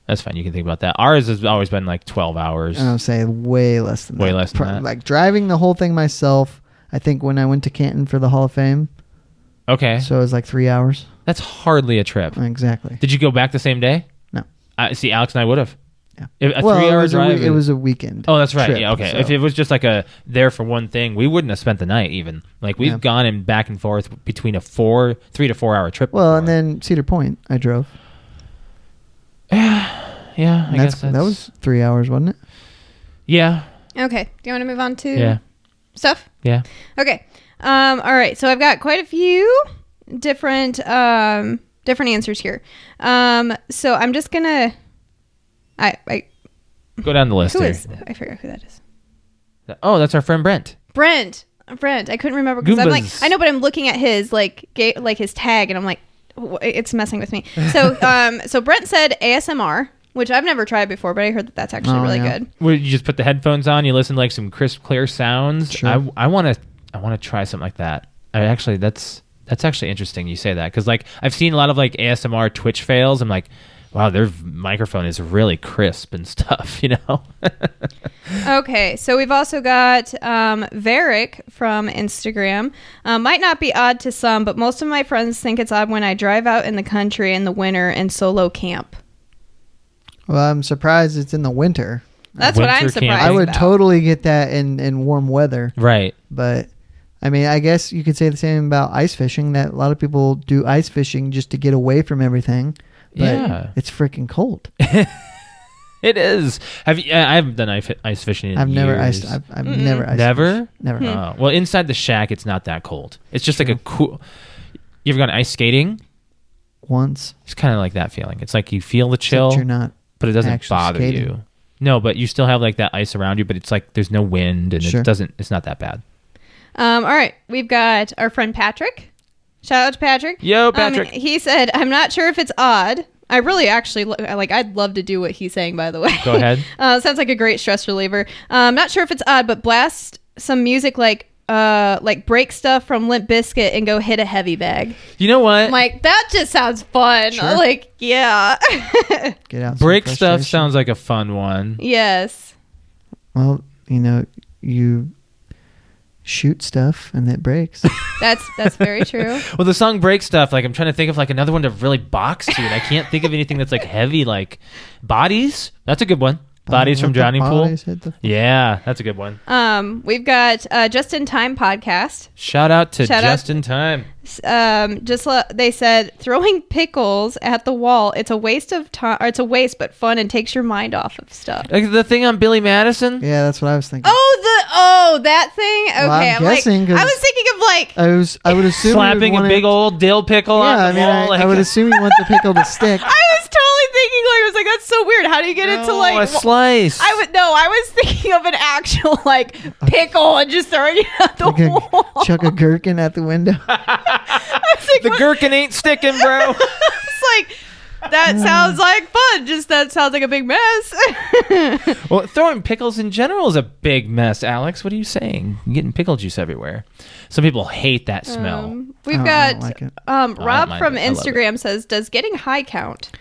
Speaker 3: That's fine. You can think about that. Ours has always been like 12 hours.
Speaker 2: And I'll say way less than
Speaker 3: Way
Speaker 2: that.
Speaker 3: less than that.
Speaker 2: Like driving the whole thing myself. I think when I went to Canton for the Hall of Fame,
Speaker 3: okay.
Speaker 2: so it was like three hours
Speaker 3: That's hardly a trip.
Speaker 2: exactly.
Speaker 3: Did you go back the same day?
Speaker 2: No.
Speaker 3: I see. Alex and I would have.
Speaker 2: Yeah.
Speaker 3: If, a
Speaker 2: well, it
Speaker 3: three-hour
Speaker 2: was, a,
Speaker 3: drive.
Speaker 2: wee- it was a weekend.
Speaker 3: Oh, that's right.
Speaker 2: trip,
Speaker 3: yeah. Okay.
Speaker 2: so-
Speaker 3: If it was just like a there for one thing, we wouldn't have spent the night even. Like we've
Speaker 2: Yeah.
Speaker 3: gone and back and forth between a four, three to four hour trip.
Speaker 2: well, and
Speaker 3: before.
Speaker 2: then Cedar Point, I drove.
Speaker 3: yeah, I
Speaker 2: And that's,
Speaker 3: guess that's,
Speaker 2: that was three hours, wasn't it?
Speaker 3: yeah,
Speaker 1: Okay. Do you want to move on to
Speaker 3: yeah,
Speaker 1: stuff?
Speaker 3: yeah.
Speaker 1: Okay. Um, all right. So I've got quite a few different um, different answers here. Um, so I'm just gonna. I, I
Speaker 3: Go down the list.
Speaker 1: who
Speaker 3: here.
Speaker 1: is I forgot who that is.
Speaker 3: Oh, that's our friend Brent.
Speaker 1: Brent. Brent. I couldn't remember because I'm like
Speaker 3: Goombas.
Speaker 1: I know, but I'm looking at his like ga- like his tag, and I'm like, wh- it's messing with me. So um, so Brent said ASMR, which I've never tried before, but I heard that that's actually
Speaker 2: Oh,
Speaker 1: really
Speaker 2: yeah.
Speaker 1: good.
Speaker 3: Where you just put the headphones on, you listen to like some crisp, clear sounds.
Speaker 2: Sure.
Speaker 3: I, I want to, I want to try something like that. I actually, that's that's actually interesting. You say that because like I've seen a lot of like ASMR Twitch fails. I'm like, wow, their v- microphone is really crisp and stuff. You know.
Speaker 1: Okay, so we've also got um, Varick from Instagram. Uh, might not be odd to some, but most of my friends think it's odd when I drive out in the country in the winter and solo camp.
Speaker 2: Well, I'm surprised it's in the winter.
Speaker 1: That's what
Speaker 3: Winter
Speaker 1: I'm
Speaker 3: camping.
Speaker 1: surprised.
Speaker 2: I would
Speaker 1: about.
Speaker 2: totally get that in, in warm weather,
Speaker 3: right.
Speaker 2: but I mean, I guess you could say the same about ice fishing. That a lot of people do ice fishing just to get away from everything, but
Speaker 3: Yeah.
Speaker 2: it's freaking cold.
Speaker 3: It is. Have you? I I haven't done ice ice fishing. In
Speaker 2: I've never
Speaker 3: years.
Speaker 2: iced. I've, I've never iced.
Speaker 3: Never?
Speaker 2: fished. Never.
Speaker 1: Hmm.
Speaker 3: Uh, well, inside the shack, it's not that cold. It's just like a cool. You ever gone ice skating?
Speaker 2: Once.
Speaker 3: It's kind of like that feeling. It's like you feel the
Speaker 2: Except
Speaker 3: chill,
Speaker 2: You're not.
Speaker 3: but it doesn't
Speaker 2: actually
Speaker 3: bother
Speaker 2: skating.
Speaker 3: you. No, but you still have like that ice around you, but it's like there's no wind and
Speaker 2: Sure.
Speaker 3: it doesn't. It's not that bad.
Speaker 1: Um, all right, we've got our friend Patrick. Shout out to Patrick.
Speaker 3: Yo,
Speaker 1: Um,
Speaker 3: Patrick.
Speaker 1: he said, "I'm not sure if it's odd." I really actually lo- like. I'd love to do what he's saying. By the way,
Speaker 3: Go ahead.
Speaker 1: uh, sounds like a great stress reliever. Um, not sure if it's odd, but blast some music like uh like break stuff from Limp Biscuit and go hit a heavy bag.
Speaker 3: You know what?
Speaker 1: I'm like that just sounds fun.
Speaker 2: Sure.
Speaker 1: Like yeah,
Speaker 2: Get out. some
Speaker 3: Break stuff
Speaker 2: frustration.
Speaker 3: sounds like a fun one.
Speaker 1: yes.
Speaker 2: Well, you know, you shoot stuff and it breaks.
Speaker 1: That's that's very true.
Speaker 3: Well, the song "Break Stuff," like I'm trying to think of like another one to really box to, and I can't think of anything that's like heavy. Like "Bodies," that's a good one. Bodies from
Speaker 2: Let the
Speaker 3: Drowning Pool.
Speaker 2: bodies hit the-
Speaker 3: Yeah, that's a good one.
Speaker 1: Um, we've got uh, Just in Time podcast.
Speaker 3: Shout out to
Speaker 1: Shout out-
Speaker 3: Just in Time.
Speaker 1: um, just lo- they said throwing pickles at the wall. It's a waste of time, or it's a waste, but fun and takes your mind off of stuff.
Speaker 3: Like the thing on Billy Madison.
Speaker 2: Yeah, that's what I was thinking.
Speaker 1: Oh, the oh that thing. Okay,
Speaker 2: Well, I'm
Speaker 1: I'm
Speaker 2: guessing,
Speaker 1: like
Speaker 2: 'cause-
Speaker 1: I was thinking of like
Speaker 2: I was. I would assume you'd
Speaker 3: Slapping a
Speaker 2: want
Speaker 3: big
Speaker 2: it-
Speaker 3: old dill pickle
Speaker 2: Yeah,
Speaker 3: on the
Speaker 2: I mean,
Speaker 3: wall.
Speaker 2: I,
Speaker 3: like, uh,
Speaker 2: I would assume you want the pickle to stick.
Speaker 1: I was totally thinking like I was like that's so weird. How do you get it to
Speaker 3: "Oh,
Speaker 1: like?
Speaker 3: a
Speaker 1: wa-
Speaker 3: slice.
Speaker 1: I would no. I was thinking of an actual like pickle and just throwing it at the
Speaker 2: You could
Speaker 1: wall.
Speaker 2: chuck a gherkin at the window.
Speaker 1: I was like,
Speaker 3: The
Speaker 1: what-
Speaker 3: gherkin ain't sticking, bro.
Speaker 1: it's like
Speaker 2: Hmm.
Speaker 1: that sounds like fun. Just that sounds like a big mess.
Speaker 3: well, throwing pickles in general is a big mess, Alex. What are you saying? You're getting pickle juice everywhere. Some people hate that smell.
Speaker 1: Um, we've
Speaker 2: Oh, I don't- I
Speaker 1: got
Speaker 2: don't like it.
Speaker 1: um,
Speaker 3: don't
Speaker 1: Rob
Speaker 3: mind
Speaker 1: from
Speaker 3: it. I love it.
Speaker 1: Instagram says, "Does getting high count?"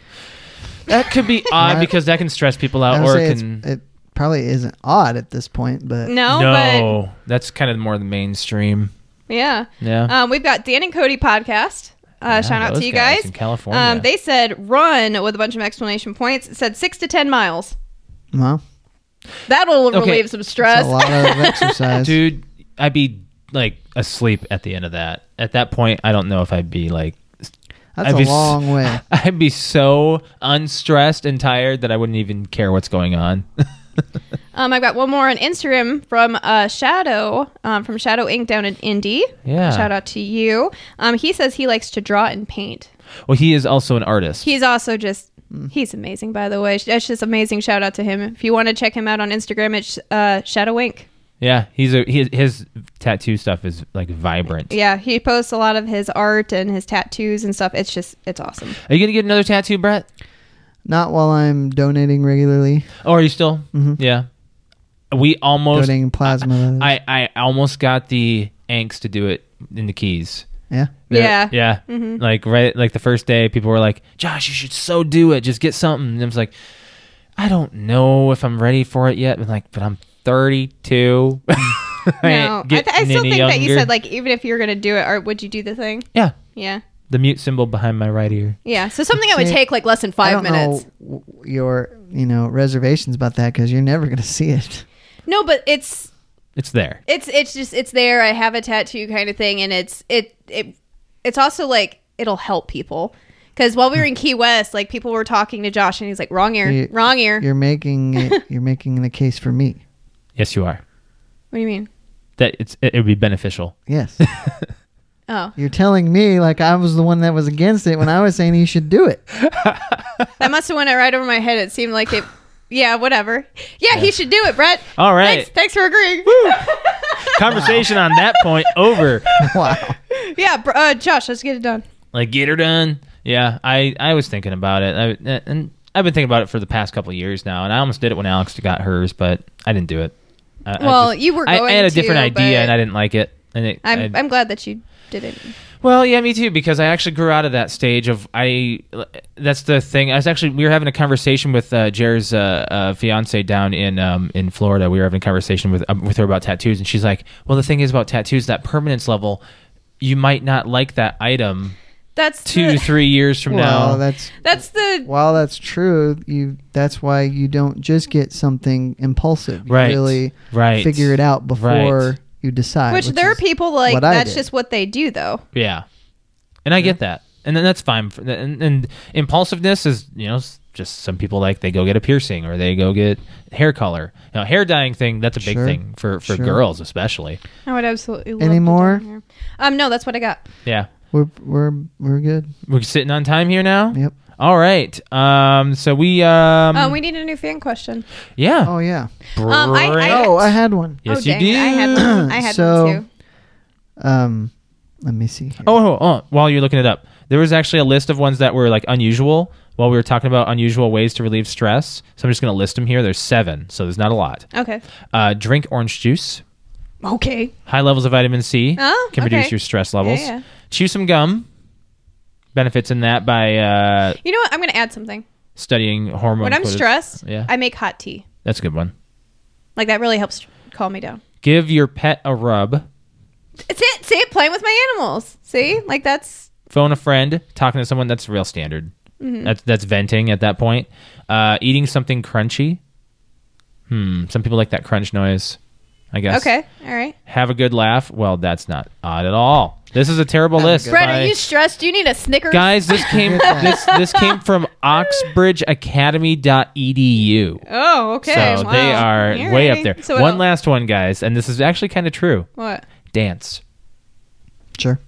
Speaker 3: that could be odd
Speaker 2: I-
Speaker 3: because that can stress people
Speaker 2: I
Speaker 3: out,
Speaker 2: would
Speaker 3: or
Speaker 2: say
Speaker 3: it
Speaker 2: it's,
Speaker 3: can.
Speaker 2: it probably isn't odd at this point, but
Speaker 1: No,
Speaker 3: no, that's kind of more the mainstream.
Speaker 1: but yeah.
Speaker 3: Yeah.
Speaker 1: Um, we've got Dan and Cody podcast. Uh,
Speaker 3: Yeah,
Speaker 1: shout out
Speaker 3: those
Speaker 1: to you
Speaker 3: guys
Speaker 1: guys.
Speaker 3: in California.
Speaker 1: Um, they said run with a bunch of exclamation points. It said six to ten miles.
Speaker 2: well,
Speaker 1: That'll
Speaker 3: Okay.
Speaker 1: relieve some
Speaker 2: it's
Speaker 1: stress.
Speaker 2: a lot of exercise.
Speaker 3: Dude, I'd be like asleep at the end of that. At that point, I don't know if I'd be like
Speaker 2: That's
Speaker 3: I'd be
Speaker 2: a
Speaker 3: s-
Speaker 2: long way.
Speaker 3: I'd be so unstressed and tired that I wouldn't even care what's going on.
Speaker 1: um, I've got one more on Instagram from uh, Shadow um, from Shadow Ink down in Indy.
Speaker 3: Yeah.
Speaker 1: Shout out to you. Um, he says he likes to draw and paint.
Speaker 3: well, he is also an artist.
Speaker 1: He's also just
Speaker 2: Hmm.
Speaker 1: He's amazing, by the way. That's just amazing. Shout out to him. If you want to check him out on Instagram, it's uh, Shadowwink.
Speaker 3: Yeah, he's a he, his tattoo stuff is like vibrant.
Speaker 1: Yeah, he posts a lot of his art and his tattoos and stuff. It's just, it's awesome.
Speaker 3: Are you gonna get another tattoo, Brett?
Speaker 2: Not while I'm donating regularly,
Speaker 3: Oh, are you still?
Speaker 2: Mhm.
Speaker 3: Yeah. We almost.
Speaker 2: donating plasma. that is.
Speaker 3: I I almost got the angst to do it in the keys.
Speaker 2: yeah.
Speaker 1: Yeah. Mm-hmm.
Speaker 3: Yeah. Like right, like the first day, people were like, "Josh, you should so do it. Just get something." And I was like, "I don't know if I'm ready for it yet." But like, but I'm 32. I
Speaker 1: No,
Speaker 3: ain't
Speaker 1: I, th- I
Speaker 3: getting
Speaker 1: still
Speaker 3: any
Speaker 1: think that you
Speaker 3: younger.
Speaker 1: said like even if you're gonna do it, or would you do the thing?
Speaker 3: yeah,
Speaker 1: Yeah,
Speaker 3: the mute symbol behind my right ear.
Speaker 1: yeah. So something that would
Speaker 2: See,
Speaker 1: take like less than
Speaker 2: I
Speaker 1: five
Speaker 2: don't
Speaker 1: minutes.
Speaker 2: know w- your you know reservations about that because you're never gonna see it.
Speaker 1: No, but it's
Speaker 3: It's there.
Speaker 1: it's it's just it's there. I have a tattoo kind of thing, and it's it it it's also like it'll help people because while we were in
Speaker 2: Hmm.
Speaker 1: Key West, like people were talking to Josh, and he's like, "Wrong ear,
Speaker 2: You-
Speaker 1: wrong ear."
Speaker 2: You're making it, you're making the case for me.
Speaker 3: Yes, you are.
Speaker 1: What do you mean?
Speaker 3: That it's it, it would be beneficial.
Speaker 2: Yes,
Speaker 1: Oh,
Speaker 2: you're telling me like I was the one that was against it when I was saying you should do it.
Speaker 1: that must have went right over my head. It seemed like it. Yeah, whatever. Yeah, he should do it, Brett.
Speaker 3: All right.
Speaker 1: Thanks, thanks for agreeing.
Speaker 3: Conversation on that point over.
Speaker 2: Wow.
Speaker 1: yeah, br- uh, Josh, let's get it done.
Speaker 3: like get her done. Yeah, I I was thinking about it, I, and I've been thinking about it for the past couple of years now. And I almost did it when Alex got hers, but I didn't do it. I, I
Speaker 1: Well,
Speaker 3: just-
Speaker 1: you were
Speaker 3: I, I had a
Speaker 1: going
Speaker 3: different
Speaker 1: to,
Speaker 3: idea,
Speaker 1: but-
Speaker 3: and I didn't like it. And it,
Speaker 1: I'm
Speaker 3: I-
Speaker 1: I'm glad that you didn't.
Speaker 3: well, yeah, me too, because I actually grew out of that stage of I. That's the thing. I was actually we were having a conversation with uh, Jer's uh, uh, fiance down in um, in Florida. We were having a conversation with um, with her about tattoos, and she's like, "Well, the thing is about tattoos, that permanence level." You might not like that item
Speaker 1: That's
Speaker 3: two,
Speaker 1: the,
Speaker 3: three years from now.
Speaker 2: Well, that's
Speaker 1: that's the
Speaker 2: while that's true. You that's why you don't just get something impulsive. You
Speaker 3: Right.
Speaker 2: Really
Speaker 3: right
Speaker 2: figure it out before
Speaker 3: Right.
Speaker 2: you decide.
Speaker 1: which there are
Speaker 2: is-
Speaker 1: people like
Speaker 2: what I
Speaker 1: that's
Speaker 2: did.
Speaker 1: just what they do though.
Speaker 3: yeah and i get that and then that's fine for- and, and impulsiveness is you know s- just some people like they go get a piercing or they go get hair color now hair dyeing thing that's a big
Speaker 2: Sure.
Speaker 3: thing for for
Speaker 2: Sure.
Speaker 3: girls especially
Speaker 1: I would absolutely love
Speaker 2: to Any do more?
Speaker 1: Here. Um, no, that's what I got.
Speaker 3: yeah
Speaker 2: We're we're we're good.
Speaker 3: we're sitting on time here now
Speaker 2: Yep.
Speaker 3: all right um so we um
Speaker 1: Um, we need a new fan question.
Speaker 3: yeah
Speaker 2: Oh yeah.
Speaker 1: Um, I- I-
Speaker 3: Brett.
Speaker 2: Oh, I had one.
Speaker 3: yes
Speaker 1: oh,
Speaker 3: you
Speaker 1: dang
Speaker 3: do
Speaker 1: it. I had one. I had
Speaker 2: So-
Speaker 1: one too.
Speaker 2: Um, let me see. Here.
Speaker 3: Oh, oh, oh, while you're looking it up, there was actually a list of ones that were like unusual while we were talking about unusual ways to relieve stress. So I'm just going to list them here. There's seven, so there's not a lot.
Speaker 1: Okay.
Speaker 3: Uh, drink orange juice.
Speaker 1: Okay.
Speaker 3: High levels of vitamin C
Speaker 1: Oh,
Speaker 3: can
Speaker 1: okay.
Speaker 3: reduce your stress levels.
Speaker 1: yeah.
Speaker 3: Chew some gum. Benefits in that by uh,
Speaker 1: You know what? I'm gonna add something.
Speaker 3: studying hormone.
Speaker 1: When I'm
Speaker 3: quotas.
Speaker 1: stressed,
Speaker 3: Yeah.
Speaker 1: I make hot tea.
Speaker 3: That's a good one.
Speaker 1: Like that really helps calm me down.
Speaker 3: Give your pet a rub.
Speaker 1: It's it. See, playing with my animals. See, like that's
Speaker 3: Phone a friend. Talking to someone. That's real standard.
Speaker 1: Mm-hmm.
Speaker 3: That's that's venting at that point. Uh, eating something crunchy. Hmm. Some people like that crunch noise. I guess.
Speaker 1: okay. All right.
Speaker 3: Have a good laugh. Well, that's not odd at all. This is a terrible list.
Speaker 1: Brett,
Speaker 3: by-
Speaker 1: are you stressed? Do you need a Snickers?
Speaker 3: guys this came this this came from oxbridgeacademy.edu
Speaker 1: Oh, okay.
Speaker 3: so
Speaker 1: wow.
Speaker 3: they are
Speaker 1: All
Speaker 3: way up
Speaker 1: righty.
Speaker 3: there
Speaker 1: So what
Speaker 3: one
Speaker 1: else?
Speaker 3: last one guys and this is actually kind of true
Speaker 1: What?
Speaker 3: dance
Speaker 2: Sure.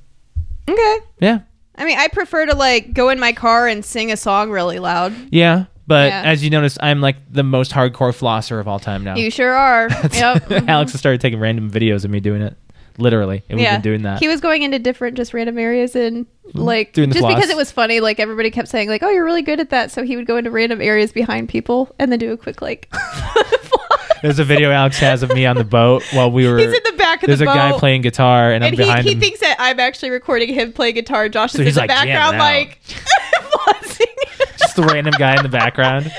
Speaker 1: Okay.
Speaker 3: yeah
Speaker 1: I mean, I prefer to like go in my car and sing a song really loud.
Speaker 3: yeah but
Speaker 1: Yeah.
Speaker 3: as you notice i'm like the most hardcore flosser of all time now
Speaker 1: You sure are. yep.
Speaker 3: alex has started taking random videos of me doing it literally and we've been doing that
Speaker 1: He was going into different, just random areas and like
Speaker 3: Doing the
Speaker 1: just
Speaker 3: floss.
Speaker 1: because it was funny. Like everybody kept saying, like, "Oh, you're really good at that." So he would go into random areas behind people and then do a quick like.
Speaker 3: there's a video alex has of me on the boat while we were
Speaker 1: He's in the back of
Speaker 3: there's
Speaker 1: the
Speaker 3: a guy
Speaker 1: boat.
Speaker 3: playing guitar and,
Speaker 1: and
Speaker 3: i'm behind
Speaker 1: he, he
Speaker 3: him
Speaker 1: thinks that I'm actually recording him playing guitar. Josh
Speaker 3: So
Speaker 1: is in
Speaker 3: he's
Speaker 1: the
Speaker 3: like, jamming
Speaker 1: background,
Speaker 3: out.
Speaker 1: like flossing.
Speaker 3: just the random guy in the background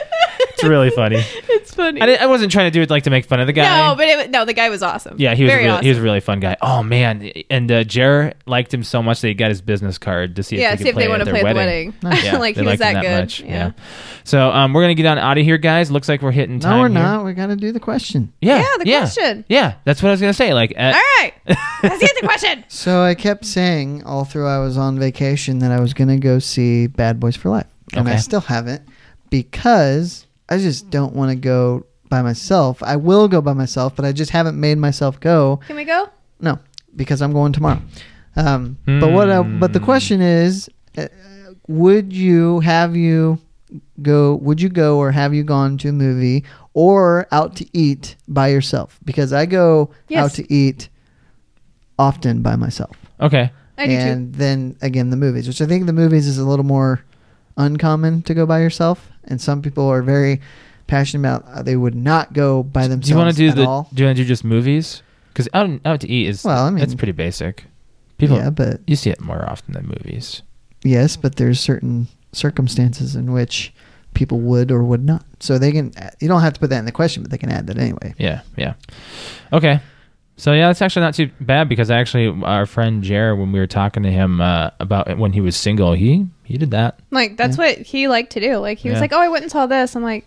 Speaker 3: it's really funny
Speaker 1: it's funny.
Speaker 3: I, didn't- I wasn't trying to do it like to make fun of the guy.
Speaker 1: no, but it, wa- no, the guy was awesome.
Speaker 3: yeah, he was
Speaker 1: Very
Speaker 3: a really,
Speaker 1: awesome.
Speaker 3: he was a really fun guy. Oh man, and uh, Jer liked him so much that he got his business card to see
Speaker 1: yeah,
Speaker 3: if he
Speaker 1: see
Speaker 3: could
Speaker 1: if they
Speaker 3: play
Speaker 1: want
Speaker 3: at
Speaker 1: to
Speaker 3: their
Speaker 1: play at the
Speaker 3: wedding.
Speaker 1: wedding.
Speaker 3: Yeah,
Speaker 1: like
Speaker 3: they
Speaker 1: he was
Speaker 3: liked
Speaker 1: that,
Speaker 3: him
Speaker 1: good.
Speaker 3: much. Yeah. So um, we're gonna get on out of here, guys. Looks like we're hitting time.
Speaker 2: No, we're
Speaker 3: here.
Speaker 2: not. We got to do the question.
Speaker 3: Yeah,
Speaker 1: Yeah, the
Speaker 3: yeah,
Speaker 1: question.
Speaker 3: Yeah, that's what I was gonna say. Like, uh,
Speaker 1: All right. Let's get the question.
Speaker 2: So I kept saying all through I was on vacation that I was gonna go see Bad Boys for Life, and I
Speaker 3: Okay.
Speaker 2: still haven't because I just don't want to go by myself. I will go by myself, but I just haven't made myself go
Speaker 1: Can we go?
Speaker 2: No, because I'm going tomorrow. Um, But what? I, but the
Speaker 3: Hmm.
Speaker 2: question is, uh, would you have you go would you go or have you gone to a movie or out to eat by yourself? Because I go
Speaker 1: Yes.
Speaker 2: out to eat often by myself.
Speaker 3: Okay.
Speaker 1: I do too.
Speaker 2: and then again the movies, which I think the movies is a little more uncommon to go by yourself. And some people are very passionate about uh, they would not go by themselves
Speaker 3: Do you want to do
Speaker 2: at
Speaker 3: the?
Speaker 2: all.
Speaker 3: Do you want to do just movies? Because out out to eat is
Speaker 2: Well, I mean,
Speaker 3: that's pretty basic. People
Speaker 2: yeah, but
Speaker 3: you see it more often than movies.
Speaker 2: yes, but there's certain circumstances in which people would or would not. So they can you don't have to put that in the question, but they can add that anyway.
Speaker 3: Yeah, yeah. Okay. So yeah, that's actually not too bad because actually our friend Jer, when we were talking to him uh, about when he was single, he he did that.
Speaker 1: Like that's what he liked to do. Like he
Speaker 3: Yeah.
Speaker 1: was like, "Oh, I went and saw this." I'm like,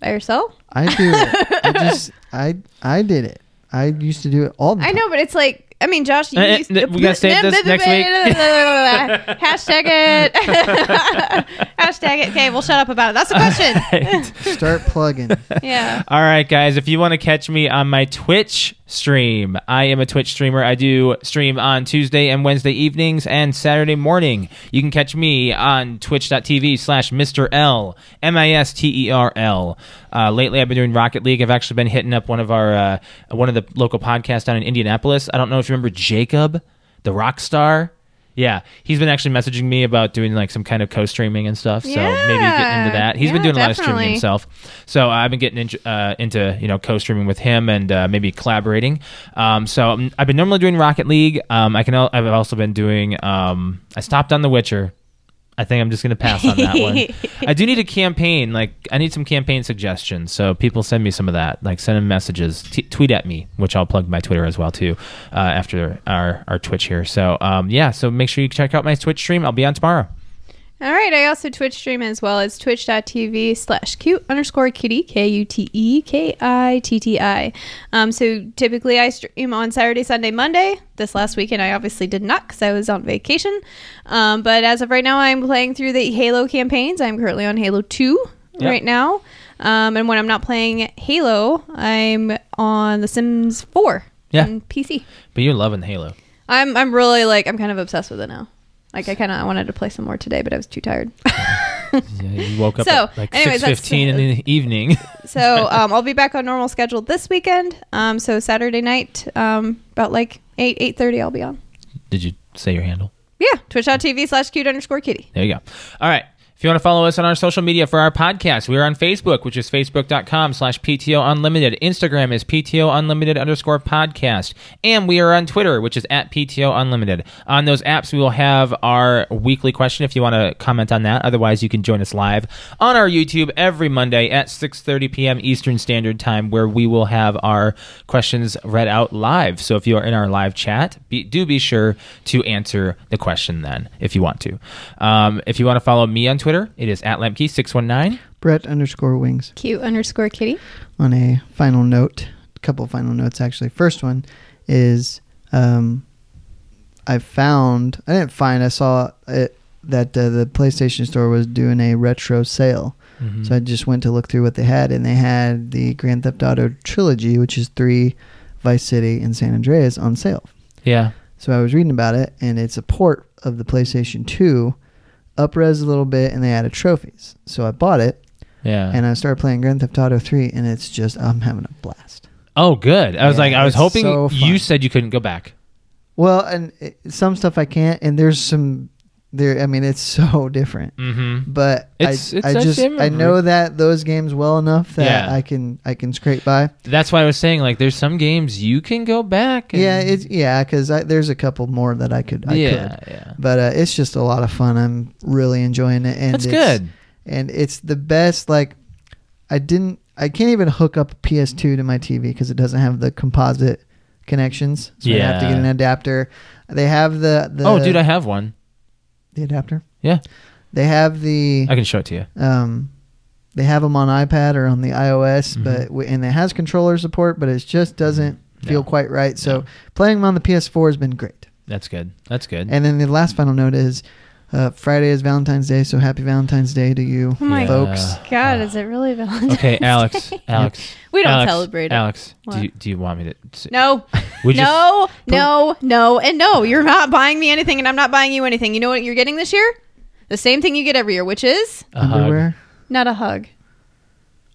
Speaker 1: "By yourself?"
Speaker 2: I do it. I just I I did it. I used to do it all the time.
Speaker 1: I know, but it's like, I mean, Josh, you
Speaker 3: Mm. Uh, uh,
Speaker 1: used
Speaker 3: th- we gotta save this next week.
Speaker 1: Hashtag it. Hashtag it. Okay, we'll shut up about it. That's the question.
Speaker 2: Start plugging.
Speaker 1: yeah.
Speaker 3: All right, guys. If you want to catch me on my Twitch stream, I am a Twitch streamer. I do stream on Tuesday and Wednesday evenings and Saturday morning. You can catch me on twitch.tv slash Mr. L, M I S T E R L. Uh, lately, I've been doing Rocket League. I've actually been hitting up one of our, uh, one of the local podcasts down in Indianapolis. I don't know if you remember Jacob, the rock star. Yeah, he's been actually messaging me about doing like some kind of co-streaming and stuff. So maybe get into
Speaker 1: Yeah.
Speaker 3: that. He's been
Speaker 1: Yeah,
Speaker 3: doing a lot of streaming
Speaker 1: definitely.
Speaker 3: himself myself. So I've been getting in, uh, into you know co-streaming with him and uh, maybe collaborating. Um, so um, I've been normally doing Rocket League. Um, I can. Al- I've also been doing. Um, I stopped on The Witcher. I think I'm just gonna pass on that one. I do need a campaign. Like I need some campaign suggestions. So people send me some of that. Like send them messages. T- tweet at me, which I'll plug my Twitter as well too. Uh, after our our Twitch here. So um, yeah. So make sure you check out my Twitch stream. I'll be on tomorrow.
Speaker 1: All right. I also Twitch stream as well. It's twitch.tv slash cute underscore kitty, K U T E K I T T I. Um, so typically I stream on Saturday, Sunday, Monday. This last weekend I obviously did not because I was on vacation. Um, but as of right now, I'm playing through the Halo campaigns. I'm currently on Halo 2
Speaker 3: Yep.
Speaker 1: right now. Um, and when I'm not playing Halo, I'm on The Sims 4
Speaker 3: Yeah.
Speaker 1: on PC.
Speaker 3: But you're loving Halo.
Speaker 1: I'm I'm really like I'm kind of obsessed with it now. Like I kind of wanted to play some more today, but I was too tired.
Speaker 3: Yeah, you woke up
Speaker 1: So,
Speaker 3: at like
Speaker 1: anyways,
Speaker 3: six
Speaker 1: that's-
Speaker 3: fifteen in the evening.
Speaker 1: So um, I'll be back on normal schedule this weekend. Um, so Saturday night, um, about like eight eight thirty, I'll be on.
Speaker 3: Did you say your handle?
Speaker 1: Yeah, twitch.tv slash cute underscore kitty.
Speaker 3: There you go. All right. If you want to follow us on our social media for our podcast, we are on Facebook, which is facebook.com slash PTO Unlimited. Instagram is PTO Unlimited underscore podcast. And we are on Twitter, which is at PTO Unlimited. On those apps, we will have our weekly question if you want to comment on that. Otherwise, you can join us live on our YouTube every Monday at 6.30 p.m. Eastern Standard Time, where we will have our questions read out live. So if you are in our live chat, be, do be sure to answer the question then if you want to. Um, if you want to follow me on Twitter, it is at Lampkey619.
Speaker 2: Brett underscore wings.
Speaker 1: Cute underscore kitty.
Speaker 2: on a final note, a couple of final notes actually. First one is um, I found I didn't find I saw it that uh, the PlayStation Store was doing a retro sale,
Speaker 3: Mm-hmm.
Speaker 2: so I just went to look through what they had, and they had the Grand Theft Auto trilogy, which is three, Vice City and San Andreas on sale.
Speaker 3: Yeah.
Speaker 2: So I was reading about it, and it's a port of the PlayStation Two, upres a little bit, and they added trophies. So I bought it,
Speaker 3: Yeah.
Speaker 2: and I started playing Grand Theft Auto 3, and it's just, I'm having a blast.
Speaker 3: oh, good. I was
Speaker 2: Yeah,
Speaker 3: like, I was
Speaker 2: it's
Speaker 3: hoping
Speaker 2: so fun.
Speaker 3: you said you couldn't go back.
Speaker 2: Well, and it, some stuff I can't, and there's some, there, I mean, it's so different.
Speaker 3: Mm-hmm.
Speaker 2: But
Speaker 3: It's-
Speaker 2: I,
Speaker 3: it's
Speaker 2: I
Speaker 3: a
Speaker 2: just,
Speaker 3: shame.
Speaker 2: I know that those games well enough that
Speaker 3: Yeah.
Speaker 2: I can, I can scrape by.
Speaker 3: That's why I was saying, like, there's some games you can go back. And,
Speaker 2: Yeah, it's, yeah, because there's a couple more that I could, I
Speaker 3: yeah,
Speaker 2: could.
Speaker 3: yeah.
Speaker 2: But uh, it's just a lot of fun. I'm really enjoying it. And
Speaker 3: That's
Speaker 2: it's,
Speaker 3: good.
Speaker 2: and it's the best like i didn't i can't even hook up a ps2 to my tv because it doesn't have the composite connections so i have to
Speaker 3: Yeah.
Speaker 2: get an adapter they have the, the
Speaker 3: oh, dude, I have one.
Speaker 2: the adapter
Speaker 3: Yeah.
Speaker 2: they have the
Speaker 3: I can show it to you.
Speaker 2: um they have them on ipad or on the ios
Speaker 3: Mm-hmm.
Speaker 2: but w- and it has controller support but it just doesn't feel
Speaker 3: No.
Speaker 2: quite right so
Speaker 3: No.
Speaker 2: playing them on the ps4 has been great
Speaker 3: That's good. That's good.
Speaker 2: and then the last final note is uh, friday is valentine's day so happy valentine's day to you
Speaker 1: Oh my
Speaker 2: folks
Speaker 1: God, is it really Valentine's?
Speaker 3: Okay, Alex. Alex.
Speaker 1: We don't
Speaker 3: Alex,
Speaker 1: celebrate it.
Speaker 3: Alex, do
Speaker 1: What?
Speaker 3: you, do you want me to?
Speaker 1: No,
Speaker 3: Would you-
Speaker 1: no, no, no, and no. You're not buying me anything, and I'm not buying you anything. You know what you're getting this year? The same thing you get every year, which is
Speaker 3: A hug.
Speaker 2: underwear
Speaker 1: Not a hug.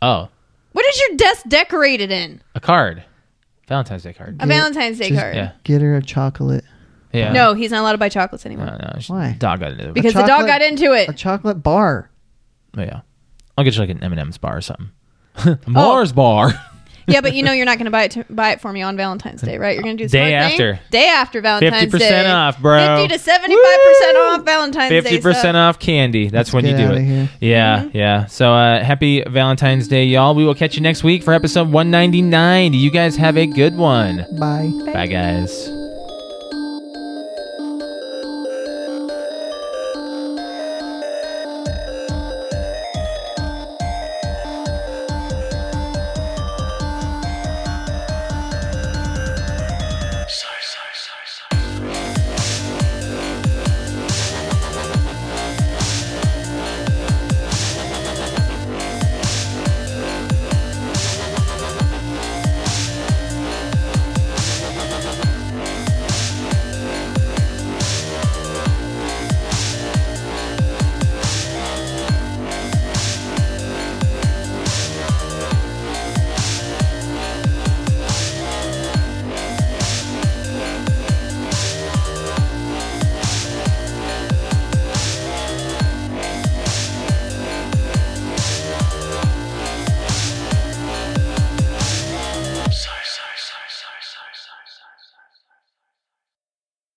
Speaker 3: Oh,
Speaker 1: What is your desk decorated in?
Speaker 3: a card. Valentine's Day card.
Speaker 1: A Valentine's Day
Speaker 2: Just-
Speaker 1: card.
Speaker 3: Yeah.
Speaker 2: Get her a chocolate.
Speaker 3: Yeah.
Speaker 1: No, he's not allowed to buy chocolates anymore.
Speaker 3: No, no. she-
Speaker 2: Why?
Speaker 3: Dog got into it.
Speaker 1: because the dog
Speaker 2: chocolate-
Speaker 1: got into
Speaker 2: A
Speaker 1: it.
Speaker 2: chocolate bar.
Speaker 3: Oh, yeah. I'll get you like an M&M's bar or something.
Speaker 1: Oh.
Speaker 3: Mars bar.
Speaker 1: yeah, but you know you're not going to buy it to, buy it for me on Valentine's Day, right? You're going to do the
Speaker 3: Day
Speaker 1: smart thing?
Speaker 3: after.
Speaker 1: Day after Valentine's
Speaker 3: 50%
Speaker 1: Day.
Speaker 3: off, bro.
Speaker 1: 50 to 75% off Valentine's Day.
Speaker 3: Fifty percent off candy. That's when you
Speaker 2: get
Speaker 3: do
Speaker 2: outta
Speaker 3: it.
Speaker 2: here.
Speaker 3: Yeah,
Speaker 1: Mm-hmm.
Speaker 3: yeah. So uh, happy Valentine's Day, y'all. We will catch you next week for episode one ninety nine. You guys have a good one.
Speaker 2: Bye.
Speaker 3: Bye guys.